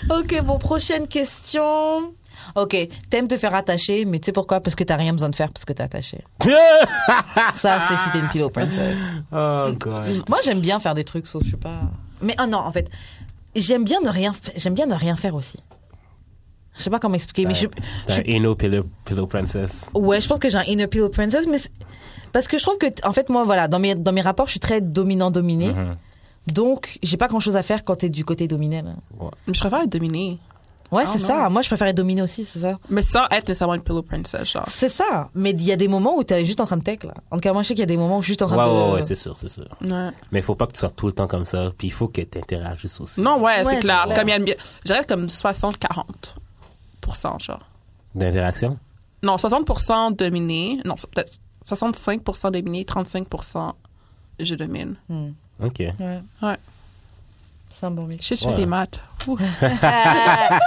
[SPEAKER 1] Ok, bon, prochaine question. Ok, t'aimes te faire attacher, mais tu sais pourquoi Parce que t'as rien besoin de faire parce que t'es attaché. Ça, c'est si t'es une pillow princess.
[SPEAKER 2] oh, God.
[SPEAKER 1] Moi, j'aime bien faire des trucs, sauf je suis pas. Mais ah non, en fait, j'aime bien ne rien, fa- j'aime bien ne rien faire aussi. Je sais pas comment expliquer, mais je,
[SPEAKER 2] T'as
[SPEAKER 1] je-
[SPEAKER 2] un Eno Pillow, Pillow Princess.
[SPEAKER 1] ouais, je pense que j'ai un inner pillow princess, mais c'est- parce que je trouve que, t- en fait, moi, voilà, dans mes dans mes rapports, je suis très dominant dominé. Donc, j'ai pas grand chose à faire quand t'es du côté dominé. là.
[SPEAKER 3] Mais je préfère être dominée.
[SPEAKER 1] Ouais,
[SPEAKER 3] Ah,
[SPEAKER 1] c'est
[SPEAKER 3] non.
[SPEAKER 1] ça. Moi, je préférais dominer aussi, c'est ça.
[SPEAKER 3] Mais sans être nécessairement une pillow princess, genre.
[SPEAKER 1] C'est ça. Mais il y a des moments où t'es juste en train de tech, là. En tout cas, moi, je sais qu'il y a des moments où je suis juste en
[SPEAKER 2] Ouais,
[SPEAKER 1] train de.
[SPEAKER 2] ouais, ouais, c'est sûr, c'est sûr.
[SPEAKER 3] Ouais.
[SPEAKER 2] Mais il faut pas que tu sois tout le temps comme ça. Puis il faut que tu interagisses aussi.
[SPEAKER 3] Non, ouais,
[SPEAKER 1] Ouais,
[SPEAKER 3] c'est clair.
[SPEAKER 1] c'est
[SPEAKER 3] Comme il y a de- je dirais comme 60-40 genre.
[SPEAKER 2] D'interaction.
[SPEAKER 3] Non, 60 dominé. Non, c'est peut-être 65 dominé, 35 je domine.
[SPEAKER 2] OK.
[SPEAKER 1] Ouais.
[SPEAKER 3] Ouais.
[SPEAKER 1] Hmm. C'est un bon mix.
[SPEAKER 3] Shit, je
[SPEAKER 2] Ouais.
[SPEAKER 3] fais des maths. Ouh. Là,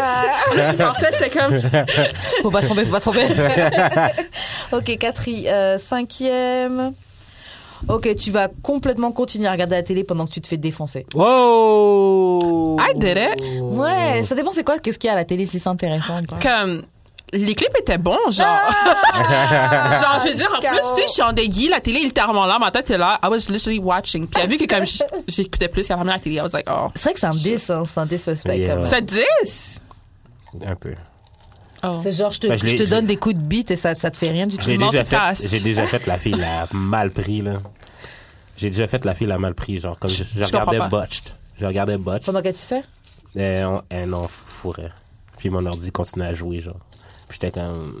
[SPEAKER 3] Ah, je pensais, j'étais comme.
[SPEAKER 1] faut pas se tromper, faut pas se tromper. ok, Catherine, euh, cinquième. Ok, tu vas complètement continuer à regarder la télé pendant que tu te fais défoncer.
[SPEAKER 2] Wow!
[SPEAKER 3] I did it.
[SPEAKER 1] Ouais, ça dépend c'est quoi, qu'est-ce qu'il y a à la télé si c'est intéressant ou pas.
[SPEAKER 3] Comme. Les clips étaient bons, genre. genre, je veux dire, en plus,
[SPEAKER 1] Caro.
[SPEAKER 3] tu sais, je suis en déguis, la télé est littéralement là, ma tête est là. I was literally watching. Puis, elle a vu que comme j- j'écoutais plus qu'à la première télé, I was like, oh.
[SPEAKER 1] C'est vrai que c'est un 10, hein, c'est un 10 suspect.
[SPEAKER 2] Yeah.
[SPEAKER 1] quand même.
[SPEAKER 3] C'est 10?
[SPEAKER 2] Un peu.
[SPEAKER 3] Oh.
[SPEAKER 1] C'est genre, je te,
[SPEAKER 2] Ben, je
[SPEAKER 1] je
[SPEAKER 2] l'ai-
[SPEAKER 1] te
[SPEAKER 2] je-
[SPEAKER 1] donne des coups de bite et ça, ça te fait rien du tout.
[SPEAKER 2] J'ai
[SPEAKER 3] Mort
[SPEAKER 2] déjà
[SPEAKER 3] de casse.
[SPEAKER 2] fait, j'ai déjà fait la fille la mal pris, là. J'ai déjà fait la fille la mal pris, genre, comme je, je
[SPEAKER 3] Je comprends
[SPEAKER 2] regardais
[SPEAKER 3] pas.
[SPEAKER 2] Botched. Je regardais Botched.
[SPEAKER 1] Pendant que tu sais
[SPEAKER 2] Et on, et on fourrait. Puis mon ordi continuait à jouer, genre. Puis j'étais comme,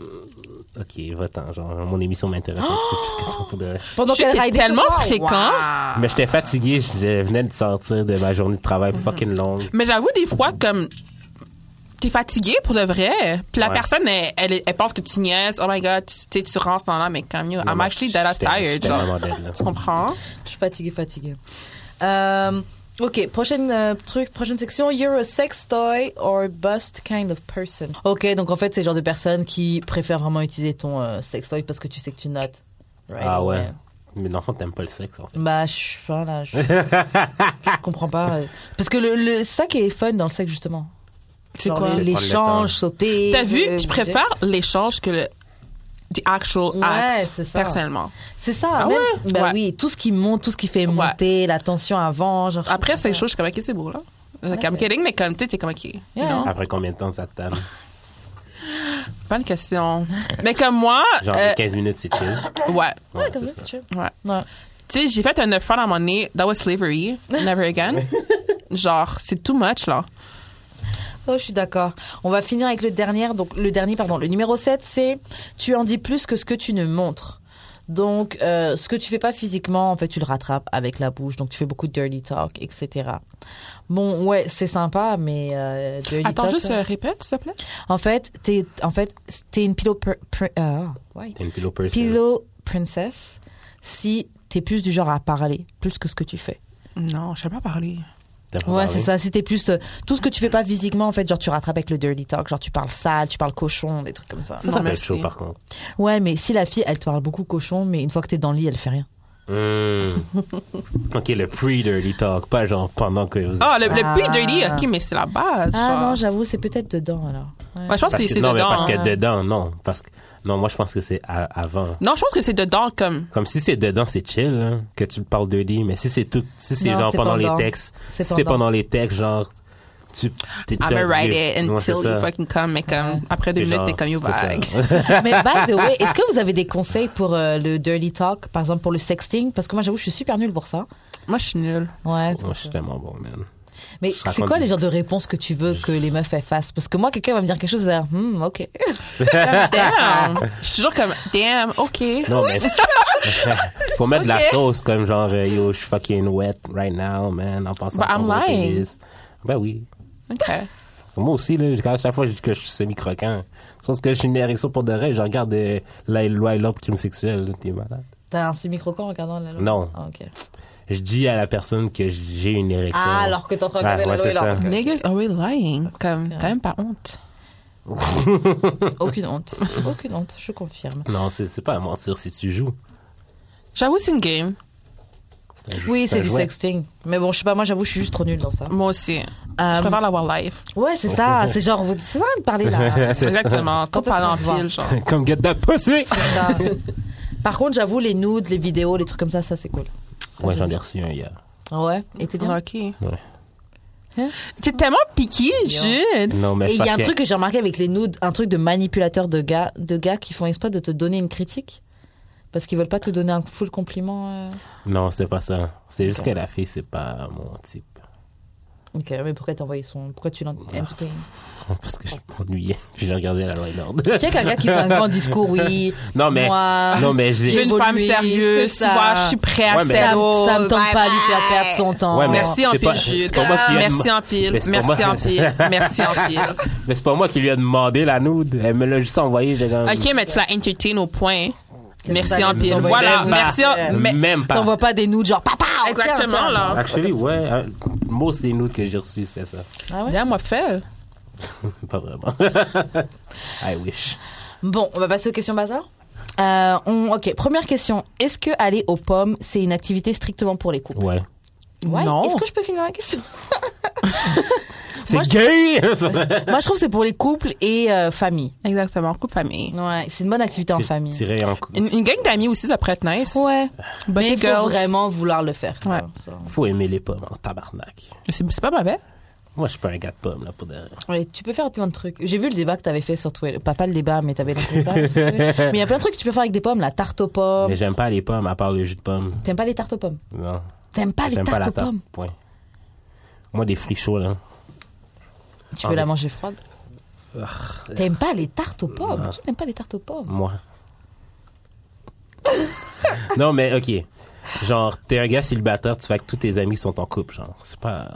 [SPEAKER 2] OK, va-t'en, genre, mon émission m'intéresse un petit peu plus que toi pour de vrai.
[SPEAKER 1] Pendant
[SPEAKER 3] Shit,
[SPEAKER 1] qu'elle
[SPEAKER 3] t'es
[SPEAKER 1] ride
[SPEAKER 3] tellement
[SPEAKER 1] sur-
[SPEAKER 3] fréquent.
[SPEAKER 2] Mais j'étais fatigué, je venais de sortir de ma journée de travail
[SPEAKER 3] Mhm.
[SPEAKER 2] fucking longue.
[SPEAKER 3] Mais j'avoue, des fois, comme. T'es fatigué pour de vrai. Puis la
[SPEAKER 2] Ouais.
[SPEAKER 3] personne, elle, elle, elle pense que tu niaises. Oh my god, tu tu sais, tu rentres dans là, mais comme yo, I'm
[SPEAKER 2] Non,
[SPEAKER 3] actually dead ass
[SPEAKER 2] j'étais-
[SPEAKER 3] tired.
[SPEAKER 2] j'étais
[SPEAKER 3] genre.
[SPEAKER 2] vraiment dead, là.
[SPEAKER 3] Tu comprends?
[SPEAKER 1] Je suis fatiguée, fatiguée. Euh, ok, prochaine euh, truc, prochaine section. You're a sex toy or bust kind of person. Ok, donc en fait, c'est le genre de personne qui préfère vraiment utiliser ton euh, sex toy parce que tu sais que tu notes. Right?
[SPEAKER 3] Ben,
[SPEAKER 2] Ah ouais. Mais dans le fond, t'aimes pas le sexe, hein. en fait.
[SPEAKER 1] Bah, je suis pas là, je, je comprends pas. Parce que le, le ça qui est fun dans le sexe justement.
[SPEAKER 3] C'est
[SPEAKER 1] Genre
[SPEAKER 3] quoi?
[SPEAKER 1] les-
[SPEAKER 2] C'est prendre le temps.
[SPEAKER 1] L'échange, sauter.
[SPEAKER 3] T'as vu?
[SPEAKER 1] euh, bouger.
[SPEAKER 3] Je préfère l'échange que le. The actual
[SPEAKER 1] Ouais,
[SPEAKER 3] act.
[SPEAKER 1] c'est ça.
[SPEAKER 3] Personnellement.
[SPEAKER 1] C'est ça.
[SPEAKER 3] Ah
[SPEAKER 1] même,
[SPEAKER 3] ouais?
[SPEAKER 1] Bah
[SPEAKER 3] Ouais.
[SPEAKER 1] oui, tout ce qui monte, tout ce qui fait monter, la tension avant, genre.
[SPEAKER 3] Après, c'est chaud, je suis comme, ok, c'est beau, là. Like, I'm kidding, mais comme, tu sais, t'es comme, ok.
[SPEAKER 1] Yeah.
[SPEAKER 3] Non.
[SPEAKER 2] Après combien de temps ça te tanne?
[SPEAKER 3] Bonne question. mais comme moi.
[SPEAKER 2] Genre,
[SPEAKER 3] euh,
[SPEAKER 2] 15 minutes, c'est chill.
[SPEAKER 3] ouais.
[SPEAKER 2] Ouais,
[SPEAKER 1] Comme
[SPEAKER 2] c'est
[SPEAKER 1] ça,
[SPEAKER 2] ça.
[SPEAKER 1] c'est chill.
[SPEAKER 3] Ouais.
[SPEAKER 1] Ouais.
[SPEAKER 3] Tu sais, j'ai fait un effort à un moment donné. That was slavery. Never again. Genre, c'est too much, là.
[SPEAKER 1] Oh, je suis d'accord. On va finir avec le dernier. Donc, le dernier, pardon. Le numéro 7, c'est tu en dis plus que ce que tu ne montres. Donc, euh, ce que tu fais pas physiquement, en fait, tu le rattrapes avec la bouche. Donc, tu fais beaucoup de dirty talk, etc. Bon, ouais, c'est sympa, mais euh, dirty
[SPEAKER 3] Attends,
[SPEAKER 1] talk,
[SPEAKER 3] juste
[SPEAKER 1] euh,
[SPEAKER 3] euh, répète, s'il te plaît.
[SPEAKER 1] En fait, t'es, en fait, t'es une pillow, pr- pr- euh, ouais.
[SPEAKER 2] T'es une pillow person.
[SPEAKER 1] pillow princess si t'es plus du genre à parler plus que ce que tu fais.
[SPEAKER 3] Non, je sais pas parler.
[SPEAKER 2] T'as pas
[SPEAKER 1] Ouais,
[SPEAKER 2] parlé.
[SPEAKER 1] c'est ça. Si t'es plus euh, tout ce que tu fais pas physiquement, en fait, genre tu rattrapes avec le dirty talk, genre tu parles sale, tu parles cochon, des trucs comme ça.
[SPEAKER 2] Ça,
[SPEAKER 3] Non,
[SPEAKER 2] ça peut être
[SPEAKER 3] merci.
[SPEAKER 2] chaud, par contre.
[SPEAKER 1] Ouais, mais si la fille, elle te parle beaucoup cochon, mais une fois que t'es dans le lit, elle fait rien.
[SPEAKER 2] Hmm. OK, le pre-dirty talk, pas genre pendant que vous...
[SPEAKER 3] Ah, le, le
[SPEAKER 1] Ah.
[SPEAKER 3] plus dirty, ok, mais c'est la base.
[SPEAKER 1] Ah
[SPEAKER 3] genre.
[SPEAKER 1] non, j'avoue, c'est peut-être dedans alors. Ouais.
[SPEAKER 3] Ouais, je pense
[SPEAKER 2] Parce
[SPEAKER 3] que
[SPEAKER 2] que-
[SPEAKER 3] c'est c'est
[SPEAKER 2] non, mais
[SPEAKER 3] dedans.
[SPEAKER 2] parce
[SPEAKER 3] hein.
[SPEAKER 2] que dedans, non. Parce que, non, moi, je pense que c'est à- avant.
[SPEAKER 3] Non, je pense que c'est dedans comme.
[SPEAKER 2] Comme si c'est dedans, c'est chill, hein, que tu parles de lit, mais si c'est tout, si c'est
[SPEAKER 1] Non,
[SPEAKER 2] genre
[SPEAKER 1] c'est
[SPEAKER 2] pendant,
[SPEAKER 1] pendant.
[SPEAKER 2] les textes,
[SPEAKER 1] C'est
[SPEAKER 2] si c'est
[SPEAKER 1] pendant.
[SPEAKER 2] pendant les textes, genre, tu, t'es
[SPEAKER 3] I'm
[SPEAKER 2] déjà
[SPEAKER 3] gonna write
[SPEAKER 2] vieux.
[SPEAKER 3] it
[SPEAKER 2] Ouais, c'est
[SPEAKER 3] until you
[SPEAKER 2] ça.
[SPEAKER 3] fucking come, mais comme après deux
[SPEAKER 2] Et
[SPEAKER 3] minutes,
[SPEAKER 2] genre,
[SPEAKER 3] t'es comme you
[SPEAKER 2] c'est ça.
[SPEAKER 3] vague.
[SPEAKER 1] Mais by the way, est-ce que vous avez des conseils pour euh, le dirty talk, par exemple pour le sexting Parce que moi, j'avoue, je suis super nulle pour ça.
[SPEAKER 3] Moi, je suis nulle.
[SPEAKER 1] Ouais.
[SPEAKER 2] Moi, je suis tellement bon, man.
[SPEAKER 1] Mais
[SPEAKER 2] je
[SPEAKER 1] c'est
[SPEAKER 2] raconte
[SPEAKER 1] quoi
[SPEAKER 2] des-
[SPEAKER 1] les genres de réponses que tu veux que les meufs elles fassent Parce que moi, quelqu'un va me dire quelque chose, je vais dire, Hmm, ok.
[SPEAKER 3] Damn! Je suis toujours comme, damn, ok.
[SPEAKER 2] Non, mais. Faut mettre de la sauce, comme genre, euh, yo, je suis fucking wet right now, man, en pensant
[SPEAKER 3] But
[SPEAKER 2] à
[SPEAKER 3] I'm
[SPEAKER 2] ton gros
[SPEAKER 3] lying.
[SPEAKER 2] pénis. Ben oui.
[SPEAKER 3] Ok.
[SPEAKER 2] Moi aussi, là, quand à chaque fois je dis que je suis semi-croquant, sauf que j'ai une érection pour de vrai, je regarde euh, la loi et l'ordre crime sexuel, là, t'es malade.
[SPEAKER 1] T'as un semi-croquant en regardant la loi
[SPEAKER 2] Non.
[SPEAKER 1] Ah, ok.
[SPEAKER 2] Je dis à la personne que j'ai une érection.
[SPEAKER 1] Ah, alors que t'es en train de regarder
[SPEAKER 2] Ah,
[SPEAKER 1] la
[SPEAKER 2] ouais,
[SPEAKER 1] loi et
[SPEAKER 2] c'est
[SPEAKER 1] l'ordre.
[SPEAKER 2] ça.
[SPEAKER 3] Niggas always lying. Comme, t'as même pas honte.
[SPEAKER 1] Aucune honte. Aucune honte, je confirme.
[SPEAKER 2] Non, c'est c'est pas à mentir si tu joues.
[SPEAKER 3] J'avoue, c'est une game.
[SPEAKER 2] C'est un jeu-
[SPEAKER 1] Oui, c'est
[SPEAKER 2] un
[SPEAKER 1] du
[SPEAKER 2] jouet.
[SPEAKER 1] sexting. Mais bon, je sais pas, moi, j'avoue, je suis juste trop nulle dans ça.
[SPEAKER 3] Moi aussi.
[SPEAKER 1] Euh,
[SPEAKER 3] Je préfère l'avoir live.
[SPEAKER 1] Ouais, c'est ça. C'est genre, vous- c'est ça de parler là.
[SPEAKER 2] C'est ça.
[SPEAKER 3] Exactement.
[SPEAKER 1] Quand
[SPEAKER 3] Trop
[SPEAKER 1] est-ce
[SPEAKER 3] parler en
[SPEAKER 1] qu'on se voit?
[SPEAKER 3] fil, genre.
[SPEAKER 2] Comme get that pussy!
[SPEAKER 1] Ça. Par contre, j'avoue, les nudes, les vidéos, les trucs comme ça, ça c'est cool. Ça,
[SPEAKER 2] Moi,
[SPEAKER 1] j'aime
[SPEAKER 2] j'en ai reçu un hier.
[SPEAKER 1] bien. Ouais, et t'es bien.
[SPEAKER 3] Ok.
[SPEAKER 2] Ouais.
[SPEAKER 1] Hein?
[SPEAKER 3] T'es tellement piqué, Jude.
[SPEAKER 2] Non, mais
[SPEAKER 1] Et
[SPEAKER 2] c'est
[SPEAKER 1] il y
[SPEAKER 2] parce
[SPEAKER 1] a un
[SPEAKER 2] que-
[SPEAKER 1] truc que j'ai remarqué avec les nudes, un truc de manipulateur de gars, de gars qui font exprès de te donner une critique parce qu'ils veulent pas te donner un full compliment. euh.
[SPEAKER 2] Non, c'est pas ça. C'est juste que la fille, c'est pas mon type.
[SPEAKER 4] Ok, mais pourquoi t'as envoyé son. Pourquoi tu l'as
[SPEAKER 2] Ah.
[SPEAKER 4] entertain
[SPEAKER 2] Parce que je m'ennuyais. Puis j'ai regardé la loi et l'ordre.
[SPEAKER 4] Check un gars qui fait un grand discours, oui.
[SPEAKER 2] Non, mais.
[SPEAKER 4] Moi,
[SPEAKER 2] Non, mais
[SPEAKER 3] Je suis
[SPEAKER 2] j'ai.
[SPEAKER 3] une femme
[SPEAKER 4] évolué,
[SPEAKER 3] sérieuse,
[SPEAKER 4] c'est
[SPEAKER 3] tu vois,
[SPEAKER 4] ça.
[SPEAKER 3] je suis prêt à
[SPEAKER 2] Ouais, mais-
[SPEAKER 4] ça,
[SPEAKER 3] faire
[SPEAKER 4] me- ça me tente pas à lui faire perdre son temps.
[SPEAKER 2] Ouais, mais-
[SPEAKER 3] Merci en
[SPEAKER 2] C'est
[SPEAKER 3] pile,
[SPEAKER 2] pas-
[SPEAKER 3] Jude.
[SPEAKER 2] c'est pas moi qui-
[SPEAKER 3] Merci en pile.
[SPEAKER 2] Mais c'est pas
[SPEAKER 3] Merci
[SPEAKER 2] moi.
[SPEAKER 3] en pile. Merci en pile.
[SPEAKER 2] Mais c'est pas moi qui lui a demandé la nude. Elle me l'a juste envoyé. J'ai comme.
[SPEAKER 3] OK, mais tu l'as entertain au point.
[SPEAKER 4] que
[SPEAKER 3] Merci
[SPEAKER 4] t'as
[SPEAKER 3] en
[SPEAKER 4] dit?
[SPEAKER 3] pile.
[SPEAKER 4] Même
[SPEAKER 3] Voilà,
[SPEAKER 2] pas.
[SPEAKER 3] merci en... mais-
[SPEAKER 2] Même pas.
[SPEAKER 4] T'envoies pas des nudes genre papa tiens,
[SPEAKER 3] Exactement,
[SPEAKER 4] tiens.
[SPEAKER 3] là.
[SPEAKER 2] Actually, ouais. un- Moi, c'est une nude que j'ai reçue, c'était ça.
[SPEAKER 4] Ah ouais?
[SPEAKER 3] Damn, what fell?
[SPEAKER 2] Pas vraiment. I wish.
[SPEAKER 4] Bon, on va passer aux questions bazar.
[SPEAKER 1] Euh, on- ok, première question. Est-ce que aller aux pommes, c'est une activité strictement pour les couples
[SPEAKER 2] Ouais.
[SPEAKER 1] Ouais.
[SPEAKER 4] Non.
[SPEAKER 1] Est-ce que je peux finir la question
[SPEAKER 2] C'est gay!
[SPEAKER 1] Moi, je trouve que c'est pour les couples et euh, famille.
[SPEAKER 3] Exactement, coupe famille.
[SPEAKER 1] Ouais, c'est une bonne activité en famille.
[SPEAKER 2] Tirer en cou.
[SPEAKER 3] Une, une gang d'amis aussi, ça pourrait être nice.
[SPEAKER 1] Ouais. Bah,
[SPEAKER 3] Buddy
[SPEAKER 1] Mais il faut
[SPEAKER 3] girls.
[SPEAKER 1] vraiment vouloir le faire.
[SPEAKER 3] Ouais.
[SPEAKER 2] Faut aimer les pommes en tabarnak.
[SPEAKER 3] C'est c'est pas mauvais.
[SPEAKER 2] Moi, je suis pas un gars de pommes, là, pour derrière.
[SPEAKER 1] Ouais, tu peux faire plein de trucs. J'ai vu le débat que t'avais fait sur Twitter. Pas, pas le débat, mais t'avais lancé ça. sur Twitter. mais il y a plein de trucs que tu peux faire avec des pommes. La tarte aux pommes.
[SPEAKER 2] Mais j'aime pas les pommes, à part le jus de pomme.
[SPEAKER 1] T'aimes pas les tartes aux pommes
[SPEAKER 2] Non.
[SPEAKER 1] T'aimes pas Ah, les
[SPEAKER 2] J'aime
[SPEAKER 1] tartes
[SPEAKER 2] pas
[SPEAKER 1] aux
[SPEAKER 2] la tarte.
[SPEAKER 1] pommes
[SPEAKER 2] Point. Moi, des fruits chauds, là.
[SPEAKER 1] Tu
[SPEAKER 2] Ah,
[SPEAKER 1] peux la
[SPEAKER 2] mais-
[SPEAKER 1] manger froide T'aimes pas les tartes aux pommes Qui n'aime pas les tartes aux pommes
[SPEAKER 2] Moi. non, mais OK. Genre, t'es un gars célibataire, tu fais que tous tes amis sont en couple, genre. C'est pas,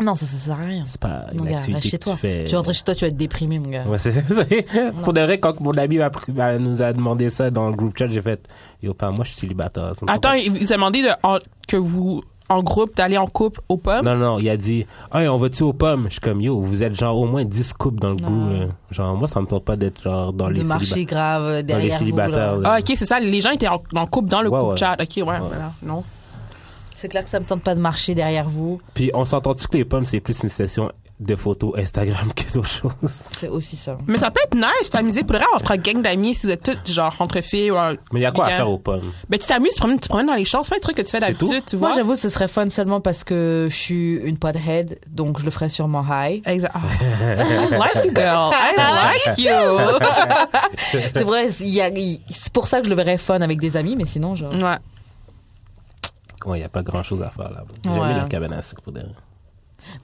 [SPEAKER 1] Non, ça, ça sert à rien.
[SPEAKER 2] c'est pas une
[SPEAKER 1] Mon gars,
[SPEAKER 2] activité
[SPEAKER 1] reste
[SPEAKER 2] que
[SPEAKER 1] chez toi.
[SPEAKER 2] tu fais.
[SPEAKER 1] Tu rentres chez toi, tu vas être déprimé, mon gars.
[SPEAKER 2] Ouais, c'est c'est- Pour de vrai, quand mon ami m'a pr- m'a- nous a demandé ça dans le groupe chat, j'ai fait Yo, pas moi, je suis célibataire. ça me
[SPEAKER 3] Attends,
[SPEAKER 2] fait
[SPEAKER 3] il vous a demandé de- en- que vous, en groupe, d'aller en couple aux
[SPEAKER 2] pas-
[SPEAKER 3] pommes.
[SPEAKER 2] Non, non, il a dit Hey, on va-tu aux pommes Je suis comme Yo, vous êtes genre au moins 10 couples dans le
[SPEAKER 3] Ah.
[SPEAKER 2] goût. là. Genre, moi, ça me tente pas d'être genre dans les
[SPEAKER 1] de marcher
[SPEAKER 2] célibataires.
[SPEAKER 1] grave euh,
[SPEAKER 2] Dans les
[SPEAKER 1] derrière vous,
[SPEAKER 2] célibataires.
[SPEAKER 1] là.
[SPEAKER 2] là.
[SPEAKER 3] Ah, ok, c'est ça. Les gens étaient en, en couple dans le
[SPEAKER 2] Ouais,
[SPEAKER 3] groupe
[SPEAKER 2] ouais.
[SPEAKER 3] chat. Ok, ouais, voilà. Non.
[SPEAKER 1] C'est clair que ça me tente pas de marcher derrière vous.
[SPEAKER 2] Puis on s'entend-tu que les pommes, c'est plus une session de photos Instagram que d'autres choses
[SPEAKER 1] C'est aussi ça.
[SPEAKER 3] Mais ça peut être nice, t'amuser. Pour vrai, on fera gang d'amis si vous êtes toutes, genre, entre filles ou en-
[SPEAKER 2] Mais il y a quoi à
[SPEAKER 3] Nickel.
[SPEAKER 2] faire aux pommes
[SPEAKER 3] Ben, tu t'amuses, tu te promènes, tu te promènes dans les champs. C'est pas un truc que tu fais d'habitude, tu vois.
[SPEAKER 1] Moi, j'avoue, ce serait fun seulement parce que je suis une podhead, donc je le ferais sûrement high.
[SPEAKER 3] Exact. Ah. I like you, girl. I like you.
[SPEAKER 1] C'est vrai, Oh. il y a- il- c'est pour ça que je le verrais fun avec des amis, mais sinon, genre.
[SPEAKER 3] ouais.
[SPEAKER 2] Ouais, il n'y a pas grand-chose à faire là-bas. J'ai
[SPEAKER 1] Ouais.
[SPEAKER 2] mis leur cabane à sucre pour derrière.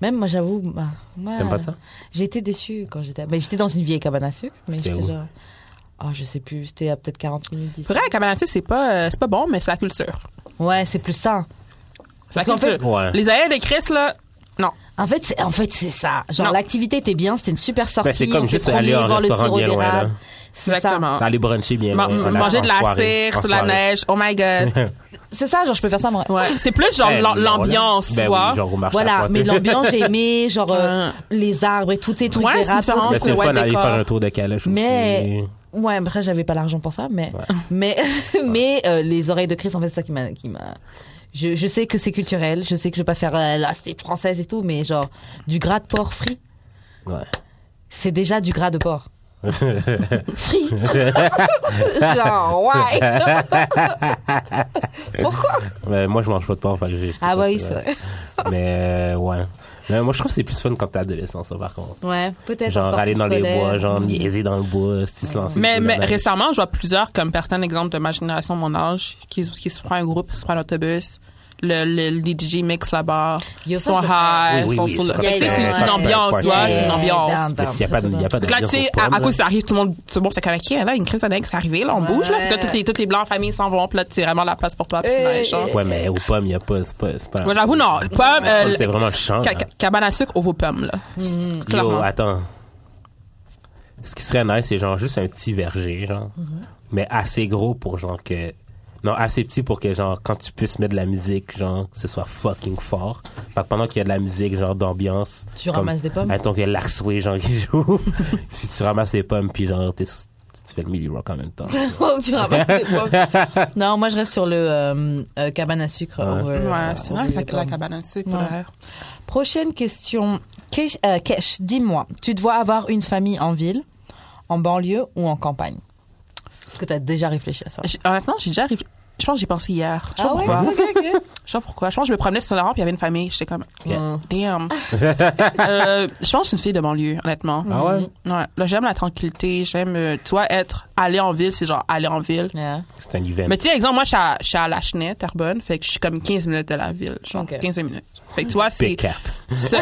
[SPEAKER 1] Même moi, j'avoue, bah, ouais.
[SPEAKER 2] T'aimes pas ça
[SPEAKER 1] J'ai été déçue quand j'étais. Mais j'étais dans une vieille cabane à sucre, mais
[SPEAKER 2] C'était
[SPEAKER 1] j'étais
[SPEAKER 2] où
[SPEAKER 1] genre. Ah, je sais plus, c'était à peut-être 40 minutes d'ici.
[SPEAKER 3] Pour vrai, la cabane à sucre, c'est pas, euh, c'est pas bon, mais c'est la culture.
[SPEAKER 1] Ouais, c'est plus ça.
[SPEAKER 3] C'est la
[SPEAKER 1] Parce qu'en
[SPEAKER 3] culture.
[SPEAKER 2] Ouais.
[SPEAKER 3] Les aïeux de Chris, là, non.
[SPEAKER 1] En fait, c'est en fait, c'est ça. Genre,
[SPEAKER 3] Non.
[SPEAKER 1] l'activité était bien, c'était une super sortie.
[SPEAKER 2] Ben, c'est comme
[SPEAKER 1] on s'est
[SPEAKER 2] juste
[SPEAKER 1] promené
[SPEAKER 2] aller en
[SPEAKER 1] voir le
[SPEAKER 2] restaurant
[SPEAKER 1] sirop
[SPEAKER 2] bien loin,
[SPEAKER 1] d'érable.
[SPEAKER 2] là.
[SPEAKER 1] C'est ça.
[SPEAKER 3] Exactement.
[SPEAKER 2] Aller bruncher bien.
[SPEAKER 3] Ah. Ma-
[SPEAKER 2] loin, voilà,
[SPEAKER 3] manger de
[SPEAKER 2] en
[SPEAKER 3] la
[SPEAKER 2] soirée,
[SPEAKER 3] cire
[SPEAKER 2] en
[SPEAKER 3] sur la
[SPEAKER 2] soirée.
[SPEAKER 3] neige. Oh my God.
[SPEAKER 1] C'est ça, genre, je peux faire ça, moi.
[SPEAKER 3] ouais. C'est plus genre
[SPEAKER 2] Ben,
[SPEAKER 3] l'am-
[SPEAKER 2] non, là.
[SPEAKER 3] l'ambiance,
[SPEAKER 2] Ben
[SPEAKER 3] tu vois.
[SPEAKER 2] oui, genre on marche à
[SPEAKER 1] Voilà,
[SPEAKER 2] la
[SPEAKER 1] mais
[SPEAKER 2] pointe.
[SPEAKER 1] l'ambiance, j'ai aimé, genre, euh,
[SPEAKER 3] Ouais.
[SPEAKER 1] les arbres et tout, tu sais, trucs
[SPEAKER 3] Ouais, c'est
[SPEAKER 1] d'érable,
[SPEAKER 3] différent.
[SPEAKER 2] Ben, c'est le
[SPEAKER 3] Ouais,
[SPEAKER 2] fun d'aller
[SPEAKER 3] d'accord.
[SPEAKER 2] faire un tour de calèche
[SPEAKER 1] Mais-
[SPEAKER 2] aussi.
[SPEAKER 1] Ouais, après j'avais pas l'argent pour ça, mais mais mais euh, les oreilles de Chris en fait c'est ça qui m'a qui m'a. Je, je sais que c'est culturel, je sais que je vais pas faire euh, la c'est française et tout, mais genre du gras de porc frit,
[SPEAKER 2] Ouais.
[SPEAKER 1] c'est déjà du gras de porc. frit. genre ouais. Pourquoi
[SPEAKER 2] Ben, moi, je mange pas de porc, fait que j'ai- c'est
[SPEAKER 1] Ah
[SPEAKER 2] pas
[SPEAKER 1] oui,
[SPEAKER 2] ça.
[SPEAKER 1] ça.
[SPEAKER 2] Mais, euh, ouais. Mais moi, je trouve que c'est plus fun quand t'es adolescent, ça, par contre.
[SPEAKER 1] Ouais, peut-être. en
[SPEAKER 2] Genre,
[SPEAKER 1] sortie
[SPEAKER 2] aller dans les
[SPEAKER 1] scolaire.
[SPEAKER 2] bois, genre, niaiser dans le bois, si tu te lances.
[SPEAKER 3] Mais,
[SPEAKER 2] dans
[SPEAKER 3] mais
[SPEAKER 2] la neige.
[SPEAKER 3] récemment, je vois plusieurs comme personnes, exemple de ma génération, mon âge, qui, qui se prend un groupe, qui se prend un autobus. Le, le, les DJ mix là-bas.
[SPEAKER 1] Yo,
[SPEAKER 3] Ils
[SPEAKER 1] ça,
[SPEAKER 3] sont
[SPEAKER 1] je le fais.
[SPEAKER 2] Oui,
[SPEAKER 3] high,
[SPEAKER 2] oui,
[SPEAKER 3] ils sont
[SPEAKER 2] oui,
[SPEAKER 3] sur le.
[SPEAKER 2] ça,
[SPEAKER 3] Fait que, tu sais,
[SPEAKER 1] ça,
[SPEAKER 3] c'est
[SPEAKER 1] ça,
[SPEAKER 3] une
[SPEAKER 1] ça,
[SPEAKER 3] ambiance, tu vois, c'est une ambiance.
[SPEAKER 1] down, down,
[SPEAKER 2] Il y a pas de, il y a pas de.
[SPEAKER 3] Fait que là, tu sais, à, à cause ça arrive, tout le monde, tout le monde, c'est comme, OK, là, une crise d'annexe, c'est arrivé, là, on bouge, là. Fait que là, toutes les, toutes les blancs en famille s'en vont, puis là, c'est vraiment la place pour toi, puis c'est
[SPEAKER 1] Euh,
[SPEAKER 3] nice, genre.
[SPEAKER 2] Ouais, mais aux pommes, il y a pas, c'est pas, c'est pas.
[SPEAKER 3] Moi, j'avoue, non. le Pomme,
[SPEAKER 2] Aux
[SPEAKER 3] euh,
[SPEAKER 2] pommes,
[SPEAKER 3] le-
[SPEAKER 2] c'est vraiment le champ.
[SPEAKER 3] ca-
[SPEAKER 2] là.
[SPEAKER 3] ca- cabane à sucre, aux pommes, là.
[SPEAKER 1] Mm.
[SPEAKER 2] Yo,
[SPEAKER 3] Clairement.
[SPEAKER 2] attends. Ce qui serait nice, c'est genre juste un petit verger, genre.
[SPEAKER 1] Mm-hmm.
[SPEAKER 2] Mais assez gros pour genre que. Non, assez petit pour que genre quand tu puisses mettre de la musique, genre que ce soit fucking fort. Fait que pendant qu'il y a de la musique, genre d'ambiance.
[SPEAKER 1] Tu ramasses des pommes?
[SPEAKER 2] Attends qu'il y a l'arsoué, genre qui joue. puis tu ramasses les pommes, puis genre t'es- tu fais le milli rock en même temps.
[SPEAKER 1] Oh, tu ramasses des pommes. Non, moi je reste sur le euh, euh, cabane à sucre. euh,
[SPEAKER 2] Ouais.
[SPEAKER 1] over-
[SPEAKER 3] Ouais,
[SPEAKER 1] over
[SPEAKER 3] c'est vrai,
[SPEAKER 1] les
[SPEAKER 3] la, la
[SPEAKER 1] pommes.
[SPEAKER 3] cabane à sucre,
[SPEAKER 1] Ouais.
[SPEAKER 3] pour le rire.
[SPEAKER 1] Prochaine question. Kesh, euh, Kesh, dis-moi, tu dois avoir une famille en ville, en banlieue ou en campagne Est-ce que tu as déjà réfléchi à ça
[SPEAKER 3] J'ai- Honnêtement, j'ai déjà réfléchi. Je pense que j'ai pensé hier. Je sais
[SPEAKER 1] Ah
[SPEAKER 3] pas
[SPEAKER 1] ouais,
[SPEAKER 3] pourquoi.
[SPEAKER 1] ok, ok.
[SPEAKER 3] Je sais pas pourquoi. Je pense que je me promenais sur la rampe, il y avait une famille. J'étais comme,
[SPEAKER 1] Mm.
[SPEAKER 3] damn. Euh, je pense que je suis une fille de banlieue, honnêtement.
[SPEAKER 2] Ah ouais?
[SPEAKER 3] Ouais. Là, j'aime la tranquillité. J'aime, euh, tu vois, être aller en ville, c'est genre aller en ville.
[SPEAKER 1] Yeah.
[SPEAKER 2] C'est un event.
[SPEAKER 3] Mais tu sais, exemple, moi, je suis à, je suis à La Chenet, Terrebonne, fait que je suis comme 15 minutes de la ville. Genre
[SPEAKER 1] Ok.
[SPEAKER 3] 15 minutes. Fait que tu vois, c'est.
[SPEAKER 2] Big cap.
[SPEAKER 3] ce-